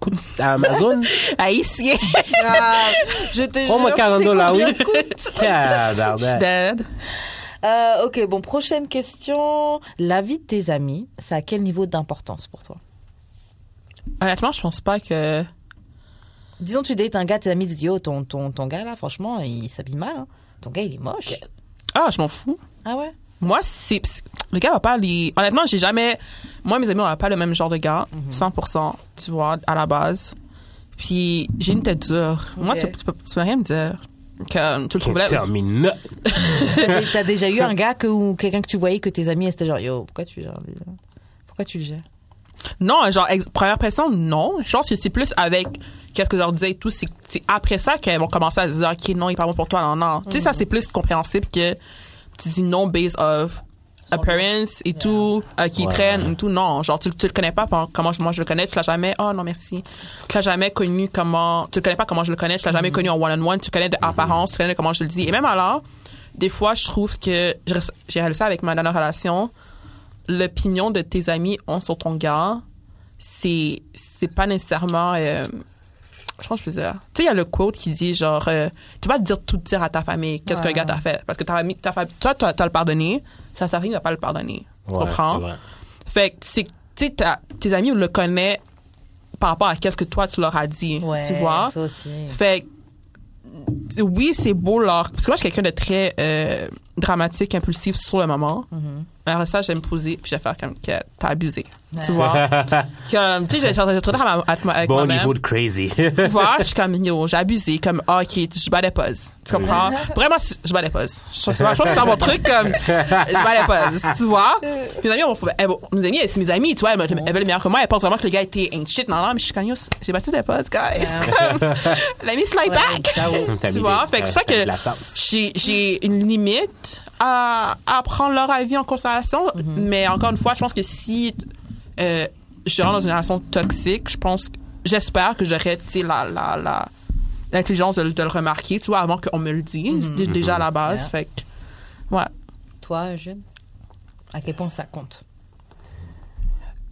[SPEAKER 2] coûte à Amazon
[SPEAKER 3] Haïtien.
[SPEAKER 1] Ah, je te jure.
[SPEAKER 2] Oh, moi, 40
[SPEAKER 1] c'est
[SPEAKER 2] dollars, oui.
[SPEAKER 1] combien coûte.
[SPEAKER 3] Je suis
[SPEAKER 2] Tabarnak.
[SPEAKER 3] dead.
[SPEAKER 1] Euh, ok, bon, prochaine question. La vie de tes amis, c'est à quel niveau d'importance pour toi
[SPEAKER 3] Honnêtement, je pense pas que.
[SPEAKER 1] Disons, tu dates un gars, tes amis disent Yo, ton, ton, ton gars là, franchement, il s'habille mal. hein. Ton gars, il est moche.
[SPEAKER 3] Ah, je m'en fous.
[SPEAKER 1] Ah ouais
[SPEAKER 3] Moi, c'est. c'est- Le gars va pas les. Honnêtement, j'ai jamais. Moi, mes amis, on n'a pas le même genre de gars. 100%, tu vois, à la base. Puis, j'ai une tête dure. Moi, tu, tu peux, tu peux rien me dire. Que tu le trouves là.
[SPEAKER 2] Termine.
[SPEAKER 1] T'as dé- T'as déjà eu un gars que, ou quelqu'un que tu voyais que tes amis étaient genre Yo, pourquoi tu gères lui, là Pourquoi tu le gères
[SPEAKER 3] Non, genre, ex- première personne, non. Je pense que c'est plus avec qu'est-ce que je leur disais et tout. C'est c'est après ça qu'elles vont commencer à se dire, OK, non, il est pas bon pour toi, non, non. Tu sais, ça, c'est plus compréhensible que tu dis non based of appearance et tout, euh, qui
[SPEAKER 2] Ouais,
[SPEAKER 3] traîne
[SPEAKER 2] ouais.
[SPEAKER 3] et tout. Non, genre, tu, tu le connais pas, pendant- comment je- moi je le connais, tu l'as jamais, oh non, merci. Tu l'as jamais connu comment, tu le connais pas comment je le connais, tu l'as jamais connu en one-on-one, tu connais de apparence, tu connais comment je le dis. Et même alors, des fois, je trouve que je res- j'ai réalisé ça avec ma dernière relation, l'opinion de tes amis ont sur ton gars, c'est c'est pas nécessairement euh, je pense que je peux dire. Tu sais, il y a le quote qui dit genre, euh, tu vas dire tout dire à ta famille, qu'est-ce qu'un gars t'a fait. Parce que ta famille, ta famille toi, t'as t'as le pardonné, sa famille ne va pas le pardonner. Tu
[SPEAKER 2] Ouais,
[SPEAKER 3] comprends?
[SPEAKER 2] c'est vrai.
[SPEAKER 3] Fait que, c'est- tu sais, t'as- tes amis le connaissent par rapport à qu'est-ce que toi, tu leur as dit. tu vois?
[SPEAKER 1] Ça aussi.
[SPEAKER 3] Fait que, oui, c'est beau leur. Parce que moi, je suis quelqu'un de très euh, dramatique, impulsif sur le moment. Mais après ça, j'aime poser, puis je vais faire comme que t'as abusé. Tu vois? comme, tu sais, j'ai j'ai trop tard à ma- à ma- avec
[SPEAKER 2] Bon
[SPEAKER 3] moi-même.
[SPEAKER 2] niveau de crazy.
[SPEAKER 3] Tu vois, je suis comme, yo, j'ai abusé. Comme, ah, ok, je bats les pauses. Tu comprends? Vraiment, c'est- je bats les pauses. Je pense je pense que c'est dans mon truc, comme, je bats les pauses. Tu vois? Mes amis, on- elles- mes amis, c'est mes amis, tu vois, elles, me- elles veulent meilleur que moi. Elles pensent vraiment que le gars était ain't shit. Non, non, mais je suis comme, yo, j'ai battu des pauses, guys. Comme, L'ami slide back.
[SPEAKER 2] T'as mis
[SPEAKER 3] Tu vois?
[SPEAKER 2] des-
[SPEAKER 3] Fait que c'est ça
[SPEAKER 2] euh, t'as mis
[SPEAKER 3] que
[SPEAKER 2] de la sauce.
[SPEAKER 3] j'ai- j'ai une limite à, à prendre leur avis en considération.
[SPEAKER 2] Mhm.
[SPEAKER 3] Mais encore une fois, je pense que si euh, je rentre dans une relation toxique, je pense, j'espère que j'aurais tu sais, la, la, la- l'intelligence de, de le remarquer, tu vois, avant qu'on me le dise,
[SPEAKER 2] Mhm.
[SPEAKER 3] dé- déjà à la base.
[SPEAKER 1] Yeah.
[SPEAKER 3] Fait que, ouais.
[SPEAKER 1] Toi, Jude, à quel point ça compte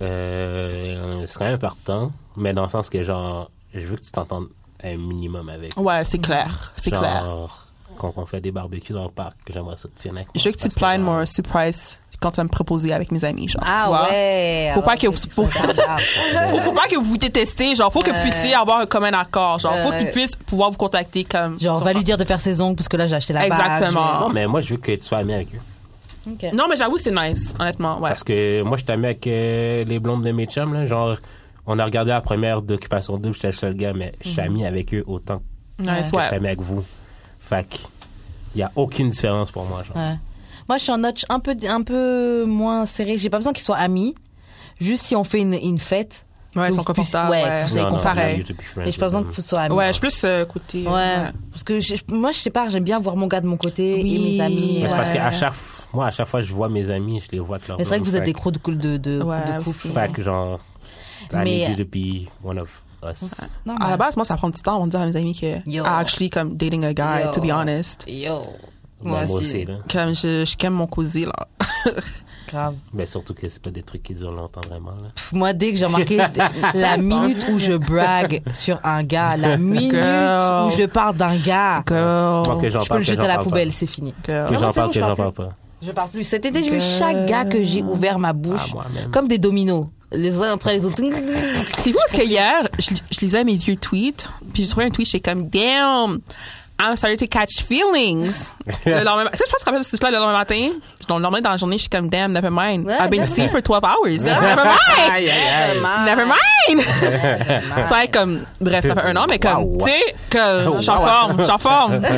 [SPEAKER 2] Euh, ce serait important, mais dans le sens que, genre, je veux que tu t'entendes un minimum avec.
[SPEAKER 3] Ouais, c'est clair. C'est clair.
[SPEAKER 2] Mhm. Genre, quand on fait des barbecues dans le parc, j'aimerais ça que euh, tu viennes avec moi.
[SPEAKER 3] Je veux que tu
[SPEAKER 2] Parce
[SPEAKER 3] planes
[SPEAKER 2] genre,
[SPEAKER 3] mon surprise quand tu vas me proposer avec mes amis, genre,
[SPEAKER 2] Ah
[SPEAKER 3] tu vois.
[SPEAKER 1] Ah ouais.
[SPEAKER 3] Faut pas
[SPEAKER 1] alors,
[SPEAKER 3] que vous-
[SPEAKER 1] c'est
[SPEAKER 3] faut-
[SPEAKER 1] ça,
[SPEAKER 3] Faut, faut pas que vous vous détestez, genre, faut que
[SPEAKER 1] Euh.
[SPEAKER 3] vous puissiez avoir un commun accord, genre, faut
[SPEAKER 1] Ouais.
[SPEAKER 3] qu'ils puissent pouvoir vous contacter comme.
[SPEAKER 1] Euh. Genre, va lui dire de faire ses ongles parce que là, j'ai acheté la bague.
[SPEAKER 3] Exactement.
[SPEAKER 2] Non, mais moi, je veux que tu sois ami avec eux.
[SPEAKER 1] Ok.
[SPEAKER 3] Non, mais j'avoue, c'est nice, honnêtement. Ouais.
[SPEAKER 2] Parce que moi, je t'aimais avec euh, les blondes de mes chums, là. Genre, on a regardé la première d'Occupation Double, j'étais le seul gars, mais je suis ami avec eux autant que
[SPEAKER 3] Nice,
[SPEAKER 2] je
[SPEAKER 3] Mhm. ouais.
[SPEAKER 2] t'aimais avec vous. Fait que, il n'y a aucune différence pour moi, genre.
[SPEAKER 1] Ouais. Moi, je suis en notch un peu, un peu moins serré. J'ai pas besoin qu'ils soient amis. Juste si on fait une, une fête.
[SPEAKER 3] Ouais, ils
[SPEAKER 1] Vous
[SPEAKER 3] sont confortables.
[SPEAKER 1] puissiez-
[SPEAKER 3] Ouais,
[SPEAKER 1] ouais, vous savez qu'on
[SPEAKER 2] I'm
[SPEAKER 3] pareil.
[SPEAKER 2] you to be friends
[SPEAKER 1] Mais j'ai pas
[SPEAKER 2] with
[SPEAKER 1] besoin
[SPEAKER 2] them.
[SPEAKER 1] que vous soyez amis.
[SPEAKER 3] Ouais, je suis plus euh, côté.
[SPEAKER 1] Ouais. Parce que je- moi, je sais pas, j'aime bien voir mon gars de mon côté
[SPEAKER 3] Oui.
[SPEAKER 1] et mes amis.
[SPEAKER 2] Mais c'est parce
[SPEAKER 3] Ouais.
[SPEAKER 2] qu'à chaque, f- moi, à chaque fois, je vois mes amis, je les vois avec leurs
[SPEAKER 1] Mais c'est vrai que
[SPEAKER 2] blondes,
[SPEAKER 1] vous êtes
[SPEAKER 2] fait
[SPEAKER 1] des crocs de, cou- de, de,
[SPEAKER 3] Ouais,
[SPEAKER 1] de couple.
[SPEAKER 3] aussi.
[SPEAKER 2] Fait que genre, I
[SPEAKER 1] Mais-
[SPEAKER 2] need
[SPEAKER 3] euh,
[SPEAKER 2] you to be one of us.
[SPEAKER 1] Non,
[SPEAKER 3] À
[SPEAKER 1] mais-
[SPEAKER 3] la base, moi, ça prend du temps avant de dire à mes amis que
[SPEAKER 1] Yo.
[SPEAKER 3] I actually comme dating a guy,
[SPEAKER 1] Yo.
[SPEAKER 3] to be honest.
[SPEAKER 1] Yo.
[SPEAKER 2] Bon,
[SPEAKER 1] Moi aussi.
[SPEAKER 2] Bah, là.
[SPEAKER 3] Comme je, je kiffe mon cousin, là.
[SPEAKER 1] Grave.
[SPEAKER 2] Mais Ben, surtout que c'est pas des trucs qui durent longtemps vraiment. Là.
[SPEAKER 1] Pff, Moi, dès que j'ai remarqué la minute où je brague sur un gars, la minute
[SPEAKER 3] Girl.
[SPEAKER 1] où je parle d'un gars,
[SPEAKER 3] Girl.
[SPEAKER 2] Moi, que j'en
[SPEAKER 1] Oh, je peux le
[SPEAKER 2] parle, que
[SPEAKER 1] jeter
[SPEAKER 2] j'en
[SPEAKER 1] à la
[SPEAKER 2] parle
[SPEAKER 1] poubelle,
[SPEAKER 2] pas.
[SPEAKER 1] c'est fini.
[SPEAKER 3] Girl.
[SPEAKER 2] Que
[SPEAKER 1] Non,
[SPEAKER 2] j'en
[SPEAKER 1] mais c'est
[SPEAKER 2] parle,
[SPEAKER 1] bon,
[SPEAKER 2] que
[SPEAKER 1] je
[SPEAKER 2] j'en
[SPEAKER 1] parle
[SPEAKER 2] parle pas.
[SPEAKER 1] Je parle plus. Cet été, j'ai vu chaque gars que j'ai ouvert ma bouche,
[SPEAKER 2] Ah, moi-même.
[SPEAKER 1] comme des dominos, les uns après les autres.
[SPEAKER 3] C'est fou parce que hier, je, je lisais mes vieux tweets, puis j'ai trouvé un tweet, j'étais comme Damn, I'm starting to catch feelings. le lendemain, tu sais, je pense que je me rappelle ce tweet-là le lendemain matin. Le lendemain dans la journée, je suis comme Damn, never mind.
[SPEAKER 1] Ouais,
[SPEAKER 3] I've been
[SPEAKER 1] never
[SPEAKER 3] seen for 12 hours.
[SPEAKER 1] Ah,
[SPEAKER 3] hein? never mind.
[SPEAKER 2] Aïe, aïe, aïe.
[SPEAKER 3] Never mind! Ça, comme, bref, ça fait un an, mais comme,
[SPEAKER 2] Wow.
[SPEAKER 3] tu sais, que
[SPEAKER 2] Oh,
[SPEAKER 3] j'en
[SPEAKER 2] wow.
[SPEAKER 3] forme, j'en forme.
[SPEAKER 1] Ça,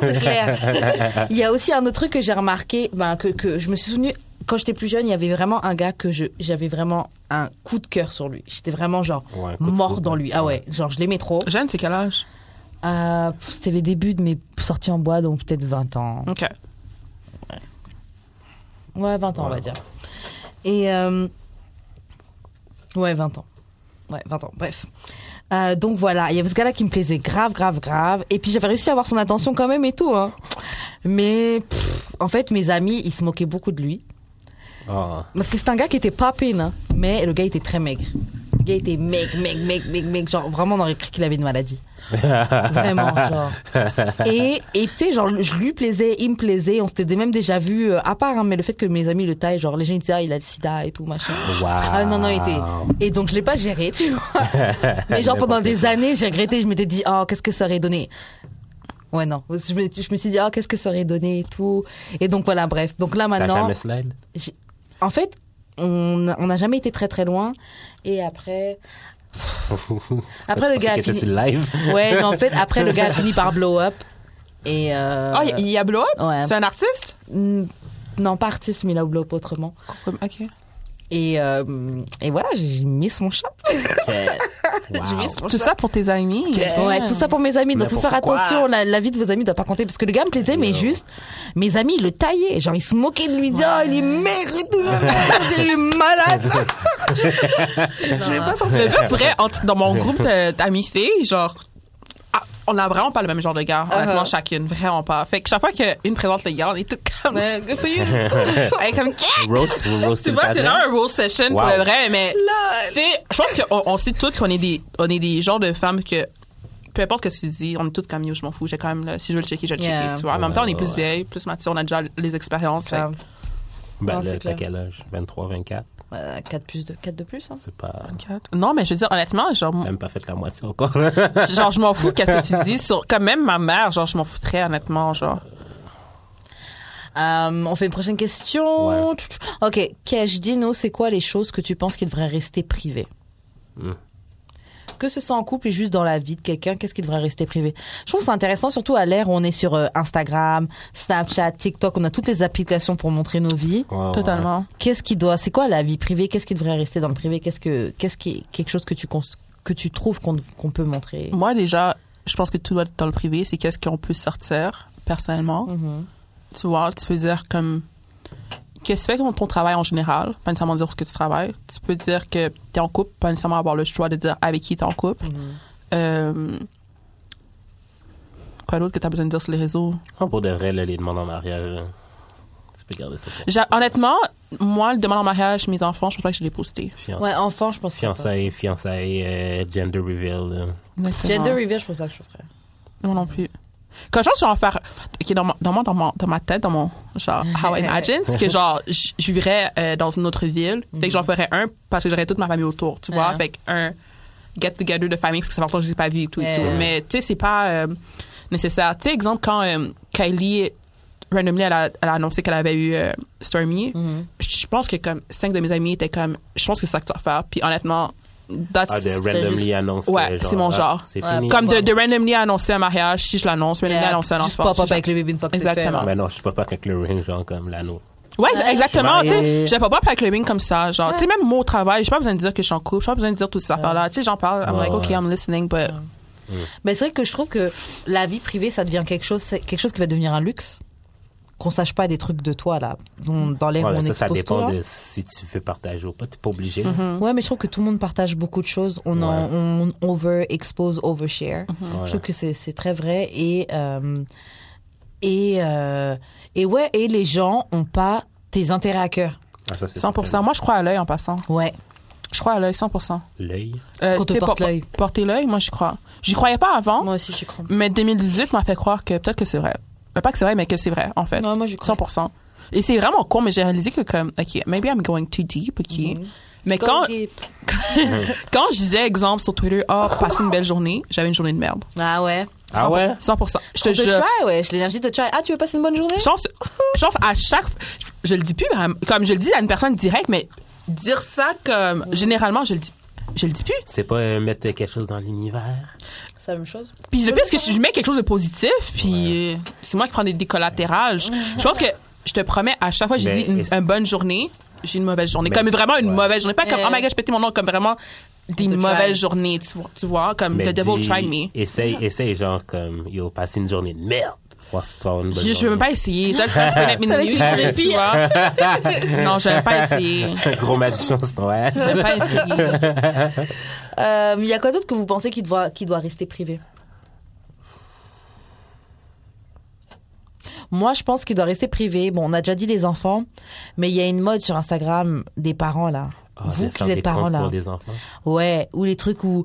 [SPEAKER 1] c'est clair. Il y a aussi un autre truc que j'ai remarqué, ben, que, que je me suis souvenu quand j'étais plus jeune, il y avait vraiment un gars que je j'avais vraiment un coup de cœur sur lui. J'étais vraiment genre
[SPEAKER 2] Ouais, un coup de
[SPEAKER 1] mort
[SPEAKER 2] foudre,
[SPEAKER 1] dans
[SPEAKER 2] ouais.
[SPEAKER 1] lui. Ah ouais, genre je l'aimais trop.
[SPEAKER 3] Jeanne, c'est quel âge?
[SPEAKER 1] Euh, pff, C'était les débuts de mes sorties en bois, donc peut-être 20 ans.
[SPEAKER 3] OK.
[SPEAKER 1] Ouais, 20 ans, on va
[SPEAKER 2] Ouais.
[SPEAKER 1] dire. Et. euh, Ouais, 20 ans. Ouais, 20 ans, bref. Euh, donc voilà, il y avait ce gars-là qui me plaisait grave, grave, grave. Et puis j'avais réussi à avoir son attention quand même et tout. Hein. Mais pff, en fait, mes amis, ils se moquaient beaucoup de lui.
[SPEAKER 2] Ah.
[SPEAKER 1] Parce que c'est un gars qui était pas peine, hein. mais le gars était très maigre. Le gars était maigre, maigre, maigre, maigre, maigre. Genre, vraiment, on aurait cru qu'il avait une maladie. Vraiment, genre. Et, et tu sais, genre, je lui plaisais, il me plaisait. On s'était même déjà vu à part, hein, mais le fait que mes amis le taillent, genre, les gens ils disaient, ah, il a le sida et tout, machin.
[SPEAKER 2] Wow.
[SPEAKER 1] Ah non, non, il était. Et donc, je l'ai pas géré, tu vois. Mais genre, pendant
[SPEAKER 2] N'importe
[SPEAKER 1] des
[SPEAKER 2] quoi.
[SPEAKER 1] années, j'ai regretté, je m'étais dit, oh, qu'est-ce que ça aurait donné Ouais, non. Je me, je me suis dit, oh, qu'est-ce que ça aurait donné et tout. Et donc, voilà, bref. Donc là,
[SPEAKER 2] T'as
[SPEAKER 1] maintenant.
[SPEAKER 2] jamais slide?
[SPEAKER 1] J'ai- En fait, on n'a on n'a jamais été très très loin. Et après. après le gars a
[SPEAKER 2] était
[SPEAKER 1] fini.
[SPEAKER 2] sur le live.
[SPEAKER 1] Ouais, non, en fait, après le gars a fini par blow up. Et. euh,
[SPEAKER 3] Ah, il y a Blow Up?
[SPEAKER 1] Ouais.
[SPEAKER 3] C'est un artiste?
[SPEAKER 1] mm, Non, pas artiste, mais il a blow up autrement.
[SPEAKER 3] OK.
[SPEAKER 1] Et, euh, et voilà, j'ai mis son shot. J'ai mis
[SPEAKER 2] Euh, wow.
[SPEAKER 1] son
[SPEAKER 3] Tout
[SPEAKER 1] shot.
[SPEAKER 3] ça pour tes amis?
[SPEAKER 1] Ouais, tout ça pour mes amis. Donc,
[SPEAKER 2] Mais
[SPEAKER 1] faut faire
[SPEAKER 2] pourquoi
[SPEAKER 1] attention. La, la vie de vos amis doit pas compter. Parce que le gars me plaisait, mais
[SPEAKER 2] Wow.
[SPEAKER 1] juste, mes amis, ils le taillaient. Genre, ils se moquaient de lui. Ils disaient, oh, il est maigre et tout. il est malade.
[SPEAKER 3] J'ai pas senti. Mais pour vrai, entre- dans mon groupe de- d'amis filles, genre, ah, on n'a vraiment pas le même genre de gars, honnêtement, chacune. Vraiment pas. Fait que chaque fois qu'une présente les gars, on est tout comme.
[SPEAKER 5] Good for you.
[SPEAKER 3] Elle est comme, Qu'est-ce
[SPEAKER 2] Roast, vous roastez
[SPEAKER 3] Tu
[SPEAKER 2] le
[SPEAKER 3] vois, c'est
[SPEAKER 2] patron?
[SPEAKER 3] vraiment un roast session pour
[SPEAKER 2] Wow.
[SPEAKER 3] le vrai, mais tu sais, je pense qu'on on sait toutes qu'on est des, on est des genres de femmes que peu importe que ce que tu dis, on est toutes comme yo, je m'en fous, j'ai quand même le- si je veux le checker, je vais le
[SPEAKER 1] Yeah.
[SPEAKER 3] checker, tu vois. Mais en même
[SPEAKER 2] Ouais,
[SPEAKER 3] temps, on est
[SPEAKER 2] ouais,
[SPEAKER 3] plus
[SPEAKER 2] ouais.
[SPEAKER 3] vieilles, plus matures, on a déjà les expériences. fait que-
[SPEAKER 2] Ben
[SPEAKER 1] Non,
[SPEAKER 2] là,
[SPEAKER 1] c'est
[SPEAKER 2] t'as
[SPEAKER 1] clair.
[SPEAKER 2] quel âge? 23, 24?
[SPEAKER 1] 4 plus 2. 4 de plus, hein.
[SPEAKER 2] C'est pas...
[SPEAKER 3] Non, mais je veux dire, honnêtement, genre,
[SPEAKER 2] T'as même pas fait la moitié encore.
[SPEAKER 3] genre je m'en fous qu'est-ce que tu dis sur, quand même ma mère, genre, je m'en foutrais, honnêtement, genre.
[SPEAKER 1] Euh, on fait une prochaine question.
[SPEAKER 2] Ouais.
[SPEAKER 1] Ok, Kesh, dis-nous, c'est quoi les choses que tu penses qui devraient rester privées
[SPEAKER 2] Hmm.
[SPEAKER 1] Que ce soit en couple et juste dans la vie de quelqu'un, qu'est-ce qui devrait rester privé Je trouve que c'est intéressant, surtout à l'ère où on est sur euh, Instagram, Snapchat, TikTok, on a toutes les applications pour montrer nos vies.
[SPEAKER 2] Ah Ouais, ouais.
[SPEAKER 3] Totalement.
[SPEAKER 1] Qu'est-ce qui doit, c'est quoi la vie privée Qu'est-ce qui devrait rester dans le privé Qu'est-ce que, qu'est-ce qui, quelque chose que tu cons- que tu trouves qu'on qu'on peut montrer
[SPEAKER 3] Moi, déjà, je pense que tout doit être dans le privé, c'est qu'est-ce qu'on peut sortir,
[SPEAKER 1] Mm.
[SPEAKER 3] personnellement. Tu vois, tu peux dire comme. Qu'est-ce que tu fais dans ton travail en général, pas nécessairement dire où est-ce que tu travailles. Tu peux dire que tu es en couple, pas nécessairement avoir le choix de dire avec qui tu es en couple. Euh, quoi d'autre que tu as besoin de dire sur les réseaux?
[SPEAKER 2] Ah, Pour de vrai, là, les demandes en mariage, là, tu peux garder ça pour
[SPEAKER 3] J'a- Honnêtement, moi, le demande en mariage, mes enfants, je pense pas que je l'ai posté.
[SPEAKER 2] fiancé.
[SPEAKER 1] Ouais, enfant, je pense. que-
[SPEAKER 2] Fiançailles, fiançailles, euh, gender reveal. là.
[SPEAKER 1] Gender reveal, je pense pas que je ferais.
[SPEAKER 3] Moi non plus. Quand genre, je vais en faire. Ok, dans, ma, dans, mon- dans, mon- dans ma tête, dans mon. Genre, how I imagine, c'est que genre, je je vivrais euh, dans une autre ville. Fait que j'en ferais un parce que j'aurais toute ma famille autour, tu vois.
[SPEAKER 1] Mhm. Ah.
[SPEAKER 3] Fait que un get-together de famille, parce que ça fait longtemps que je ne pas vu et tout. et
[SPEAKER 1] Ouais.
[SPEAKER 3] tout. Mais tu sais, c'est pas euh, nécessaire. Tu sais, exemple, quand euh, Kylie, randomly, elle a, elle a annoncé qu'elle avait eu euh, Stormy,
[SPEAKER 1] Mhm.
[SPEAKER 3] je pense que comme cinq de mes amis étaient comme. Je pense que c'est ça que tu vas faire. Puis honnêtement, that's.
[SPEAKER 2] Ah, de randomly annonce.
[SPEAKER 3] Ouais,
[SPEAKER 2] que,
[SPEAKER 3] c'est mon
[SPEAKER 2] ah,
[SPEAKER 3] genre.
[SPEAKER 2] C'est
[SPEAKER 1] Ouais.
[SPEAKER 2] fini.
[SPEAKER 3] Comme de, de randomly annoncer un mariage, si je l'annonce, randomly
[SPEAKER 1] Yeah,
[SPEAKER 3] annoncer un
[SPEAKER 1] Juste
[SPEAKER 3] enfant.
[SPEAKER 1] pop
[SPEAKER 3] si
[SPEAKER 1] up
[SPEAKER 3] je-
[SPEAKER 1] avec le bébé une fois que c'est fait,
[SPEAKER 3] Exactement.
[SPEAKER 1] là.
[SPEAKER 2] Mais non, je suis pas pas avec le ring, genre comme l'anneau.
[SPEAKER 3] Ouais, exactement.
[SPEAKER 2] Je
[SPEAKER 3] Tu
[SPEAKER 2] suis mariée.
[SPEAKER 3] sais, j'ai pas peur avec le ring comme ça. Genre, tu sais, même moi au travail, j'ai pas besoin de dire que je suis en couple, j'ai pas besoin de dire toutes ces affaires-là. Tu sais, j'en parle, I'm
[SPEAKER 2] Ouais,
[SPEAKER 3] like, OK,
[SPEAKER 2] ouais.
[SPEAKER 3] I'm listening, but.
[SPEAKER 1] Mais c'est vrai que je trouve que la vie privée, ça devient quelque chose, c'est quelque chose qui va devenir un luxe. Qu'on sache pas des trucs de toi là, dont- dans l'air
[SPEAKER 2] Ouais,
[SPEAKER 1] où on
[SPEAKER 2] ça,
[SPEAKER 1] expose
[SPEAKER 2] ça dépend
[SPEAKER 1] tout, là.
[SPEAKER 2] de si tu veux partager ou pas. T'es pas obligé. là.
[SPEAKER 3] Mm-hmm.
[SPEAKER 1] Ouais, mais je trouve que tout le monde partage beaucoup de choses. On en, on over expose, overshare.
[SPEAKER 3] Mhm.
[SPEAKER 1] Je trouve que c'est c'est très vrai et euh, et euh, et ouais et les gens ont pas tes intérêts à cœur.
[SPEAKER 2] Ah, ça, c'est
[SPEAKER 3] 100%. Moi, je crois à l'œil en passant.
[SPEAKER 1] Ouais.
[SPEAKER 3] Je crois à l'œil 100%.
[SPEAKER 2] L'œil.
[SPEAKER 3] Euh,
[SPEAKER 1] Quand on
[SPEAKER 3] tu sais,
[SPEAKER 1] porte
[SPEAKER 3] po-
[SPEAKER 1] l'œil.
[SPEAKER 3] Porter l'œil, moi, j'y crois. J'y croyais pas avant,
[SPEAKER 1] Moi aussi je crois.
[SPEAKER 3] mais 2018 m'a fait croire que peut-être que c'est vrai. Euh, Pas que c'est vrai, mais que c'est vrai, en fait.
[SPEAKER 1] Non, moi j'y crois.
[SPEAKER 3] 100%. Et c'est vraiment con, mais j'ai réalisé que comme, OK, maybe I'm going too deep, OK. Mais quand, quand je disais, exemple, sur Twitter, oh, passez une belle journée, j'avais une journée de merde.
[SPEAKER 1] Ah ouais.
[SPEAKER 2] Ah ouais?
[SPEAKER 3] 100%. Je te
[SPEAKER 1] On te
[SPEAKER 3] jure.
[SPEAKER 1] try, ouais, j'ai l'énergie de try. Ah, tu veux passer une bonne journée
[SPEAKER 3] Je pense, je pense à chaque. je- Je le dis plus, à- comme je le dis à une personne directe, mais dire ça comme. Généralement, je le dis. Je le dis plus.
[SPEAKER 2] C'est pas euh, mettre quelque chose dans l'univers.
[SPEAKER 1] C'est la même chose.
[SPEAKER 3] Puis le pire, c'est que je mets quelque chose de positif, puis euh, c'est moi qui prends des, des collatérales. Je, je pense que je te promets, à chaque fois, je
[SPEAKER 2] Mais
[SPEAKER 3] dis une,
[SPEAKER 2] est-ce-
[SPEAKER 3] une bonne journée, j'ai une mauvaise journée.
[SPEAKER 2] Mais
[SPEAKER 3] Comme vraiment une
[SPEAKER 2] ouais.
[SPEAKER 3] mauvaise journée. Pas comme,
[SPEAKER 1] Euh,
[SPEAKER 3] oh my god, je pétais mon nom, comme vraiment des
[SPEAKER 1] The Trial.
[SPEAKER 3] mauvaises journées, tu vois, tu vois comme The Devil
[SPEAKER 2] dis-
[SPEAKER 3] Tried Me.
[SPEAKER 2] Essaye, essaye, genre, comme, yo, passer une journée de merde. Voir si tu vas avoir une bonne
[SPEAKER 3] Je, je veux
[SPEAKER 2] journée.
[SPEAKER 3] même pas essayer. That's that's been at me
[SPEAKER 1] Ça va être une journée
[SPEAKER 3] tu vois. Non, je vais pas essayer.
[SPEAKER 2] Un gros match de chance, ton ass.
[SPEAKER 3] Je vais pas essayer.
[SPEAKER 1] Euh, mais il y a quoi d'autre que vous pensez qui doit, qui doit rester privé Moi, je pense qu'il doit rester privé. Bon, on a déjà dit les enfants, mais il y a une mode sur Instagram des parents, là.
[SPEAKER 2] Ah,
[SPEAKER 1] vous
[SPEAKER 2] de
[SPEAKER 1] qui
[SPEAKER 2] faire des
[SPEAKER 1] êtes parents,
[SPEAKER 2] comptes
[SPEAKER 1] là.
[SPEAKER 2] pour des enfants.
[SPEAKER 1] Ouais, ou les trucs où...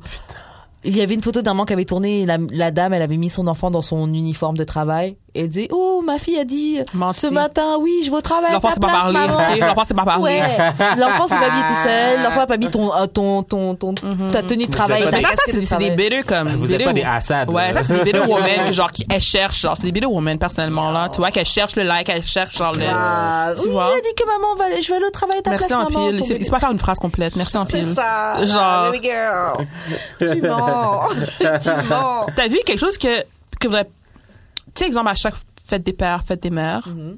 [SPEAKER 1] Il y avait une photo d'un man qui avait tourné, la, la dame, elle avait mis son enfant dans son uniforme de travail et elle disait « Oh, ma fille a dit,
[SPEAKER 3] Menti.
[SPEAKER 1] ce matin, oui, je vais au travail, à
[SPEAKER 3] L'enfant,
[SPEAKER 1] ta
[SPEAKER 3] c'est pas
[SPEAKER 1] place,
[SPEAKER 3] parler.
[SPEAKER 1] maman.
[SPEAKER 3] ok? L'enfant, c'est pas Ah. parler.
[SPEAKER 1] Ouais, l'enfant s'est pas habillé tout seul, l'enfant a pas mis ton, euh, ton, ton, ton,
[SPEAKER 3] Mhm.
[SPEAKER 1] ta tenue de travail.
[SPEAKER 2] êtes
[SPEAKER 1] et ta
[SPEAKER 2] pas
[SPEAKER 3] Mais ça, ça,
[SPEAKER 1] casquette
[SPEAKER 3] c'est
[SPEAKER 1] de
[SPEAKER 3] des- c'est des
[SPEAKER 1] travail.
[SPEAKER 3] bitter comme.
[SPEAKER 2] Vous êtes
[SPEAKER 3] bitter
[SPEAKER 2] pas des
[SPEAKER 3] wo-
[SPEAKER 2] Assad.
[SPEAKER 3] Ouais,
[SPEAKER 2] là.
[SPEAKER 3] ça, c'est des bitter women, que genre, qui elles cherchent, genre, c'est des bitter women, personnellement, là. Tu vois, qu'elles cherchent le like, elles cherchent, genre, le.
[SPEAKER 1] Ah,
[SPEAKER 3] Tu
[SPEAKER 1] oui,
[SPEAKER 3] vois?
[SPEAKER 1] il a dit que maman va aller, je vais aller au travail à ta
[SPEAKER 3] Merci
[SPEAKER 1] place,
[SPEAKER 3] en
[SPEAKER 1] maman.
[SPEAKER 3] pile.
[SPEAKER 1] ton
[SPEAKER 3] C'est
[SPEAKER 1] bébé.
[SPEAKER 3] c'est pas faire une phrase complète. Merci en pile.
[SPEAKER 5] C'est ça. Genre.
[SPEAKER 3] Genre-
[SPEAKER 5] Baby girl. Tu mens. tu mens.
[SPEAKER 3] T'as vu quelque chose que, que voudrait. Tu sais, exemple, à chaque fête des pères, fête des mères.
[SPEAKER 1] Mm-hmm.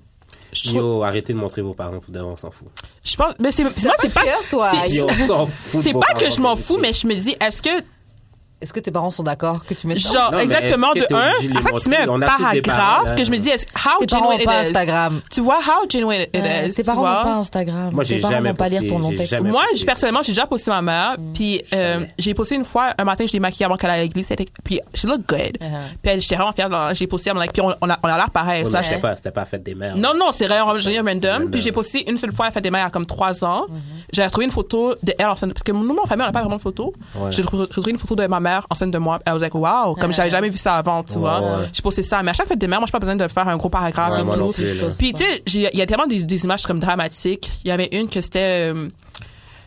[SPEAKER 3] Je trouve-
[SPEAKER 2] Yo, arrêtez de montrer vos parents, pour d'abord, on s'en fout.
[SPEAKER 3] je pense. Mais c'est, moi, c'est pas.
[SPEAKER 1] cher, toi.
[SPEAKER 3] c'est-
[SPEAKER 2] Yo, on s'en fout. de
[SPEAKER 3] C'est
[SPEAKER 2] vos
[SPEAKER 3] pas
[SPEAKER 2] parents,
[SPEAKER 3] que je m'en
[SPEAKER 2] c'est-
[SPEAKER 3] fous, mais je me dis, est-ce que,
[SPEAKER 1] Est-ce que tes parents sont d'accord que tu mets ça?
[SPEAKER 3] genre,
[SPEAKER 2] Non, mais
[SPEAKER 3] exactement,
[SPEAKER 2] est-ce que
[SPEAKER 3] de
[SPEAKER 2] t'es
[SPEAKER 3] un,
[SPEAKER 2] obligé de
[SPEAKER 3] à
[SPEAKER 2] les
[SPEAKER 3] chaque fois que tu mets un
[SPEAKER 2] montrer? On a tous des hein. parents,
[SPEAKER 3] paragraphe,
[SPEAKER 2] là.
[SPEAKER 3] que je me dis, est-ce- how
[SPEAKER 1] Tes parents
[SPEAKER 3] genuine
[SPEAKER 1] n'ont pas
[SPEAKER 3] it is.
[SPEAKER 1] Instagram.
[SPEAKER 3] Tu vois, how genuine it
[SPEAKER 1] Ouais,
[SPEAKER 3] is.
[SPEAKER 1] Tes
[SPEAKER 3] tu
[SPEAKER 1] parents
[SPEAKER 3] vois?
[SPEAKER 1] n'ont pas Instagram.
[SPEAKER 2] Moi,
[SPEAKER 1] tes
[SPEAKER 2] j'ai
[SPEAKER 1] parents
[SPEAKER 2] jamais
[SPEAKER 1] vont pas lire
[SPEAKER 2] posté,
[SPEAKER 1] ton long
[SPEAKER 2] j'ai
[SPEAKER 1] texte.
[SPEAKER 2] jamais-
[SPEAKER 3] Moi,
[SPEAKER 2] posté.
[SPEAKER 3] j'ai- personnellement, j'ai déjà posté ma mère.
[SPEAKER 2] Mm,
[SPEAKER 3] Puis euh,
[SPEAKER 2] Jamais.
[SPEAKER 3] j'ai posté une fois, un matin, je l'ai maquillée avant qu'elle aille à l'église. elle était- Puis she looked good.
[SPEAKER 1] Uh-huh.
[SPEAKER 3] Puis elle- j'étais vraiment fière. genre, J'ai posté, elle me like, puis on, on a, on a l'air pareil.
[SPEAKER 2] Ouais,
[SPEAKER 3] ça,
[SPEAKER 2] mais C'était pas, c'était pas fête des mères.
[SPEAKER 3] Non, non, c'est vraiment juste random.
[SPEAKER 2] random.
[SPEAKER 3] Puis j'ai posté une seule fois, elle fait des mères à comme trois ans.
[SPEAKER 2] Mhm.
[SPEAKER 3] J'ai retrouvé une photo de elle en scène. Parce que nous, en famille, on n'a pas vraiment de photo.
[SPEAKER 2] Ouais.
[SPEAKER 3] J'ai retrouvé, j'ai retrouvé une photo de ma mère en scène de moi. Elle was like, wow, comme j'avais jamais vu ça avant, tu
[SPEAKER 2] Ouais,
[SPEAKER 3] vois.
[SPEAKER 2] ouais.
[SPEAKER 3] J'ai posté ça. Mais à chaque fête des mères, moi, j'ai pas besoin de faire un gros paragraphe.
[SPEAKER 2] Ouais,
[SPEAKER 3] et
[SPEAKER 2] moi
[SPEAKER 3] tout.
[SPEAKER 2] non plus, là.
[SPEAKER 3] Puis, tu sais, j'ai- il y a tellement des, des images comme dramatiques. Il y avait une que c'était euh,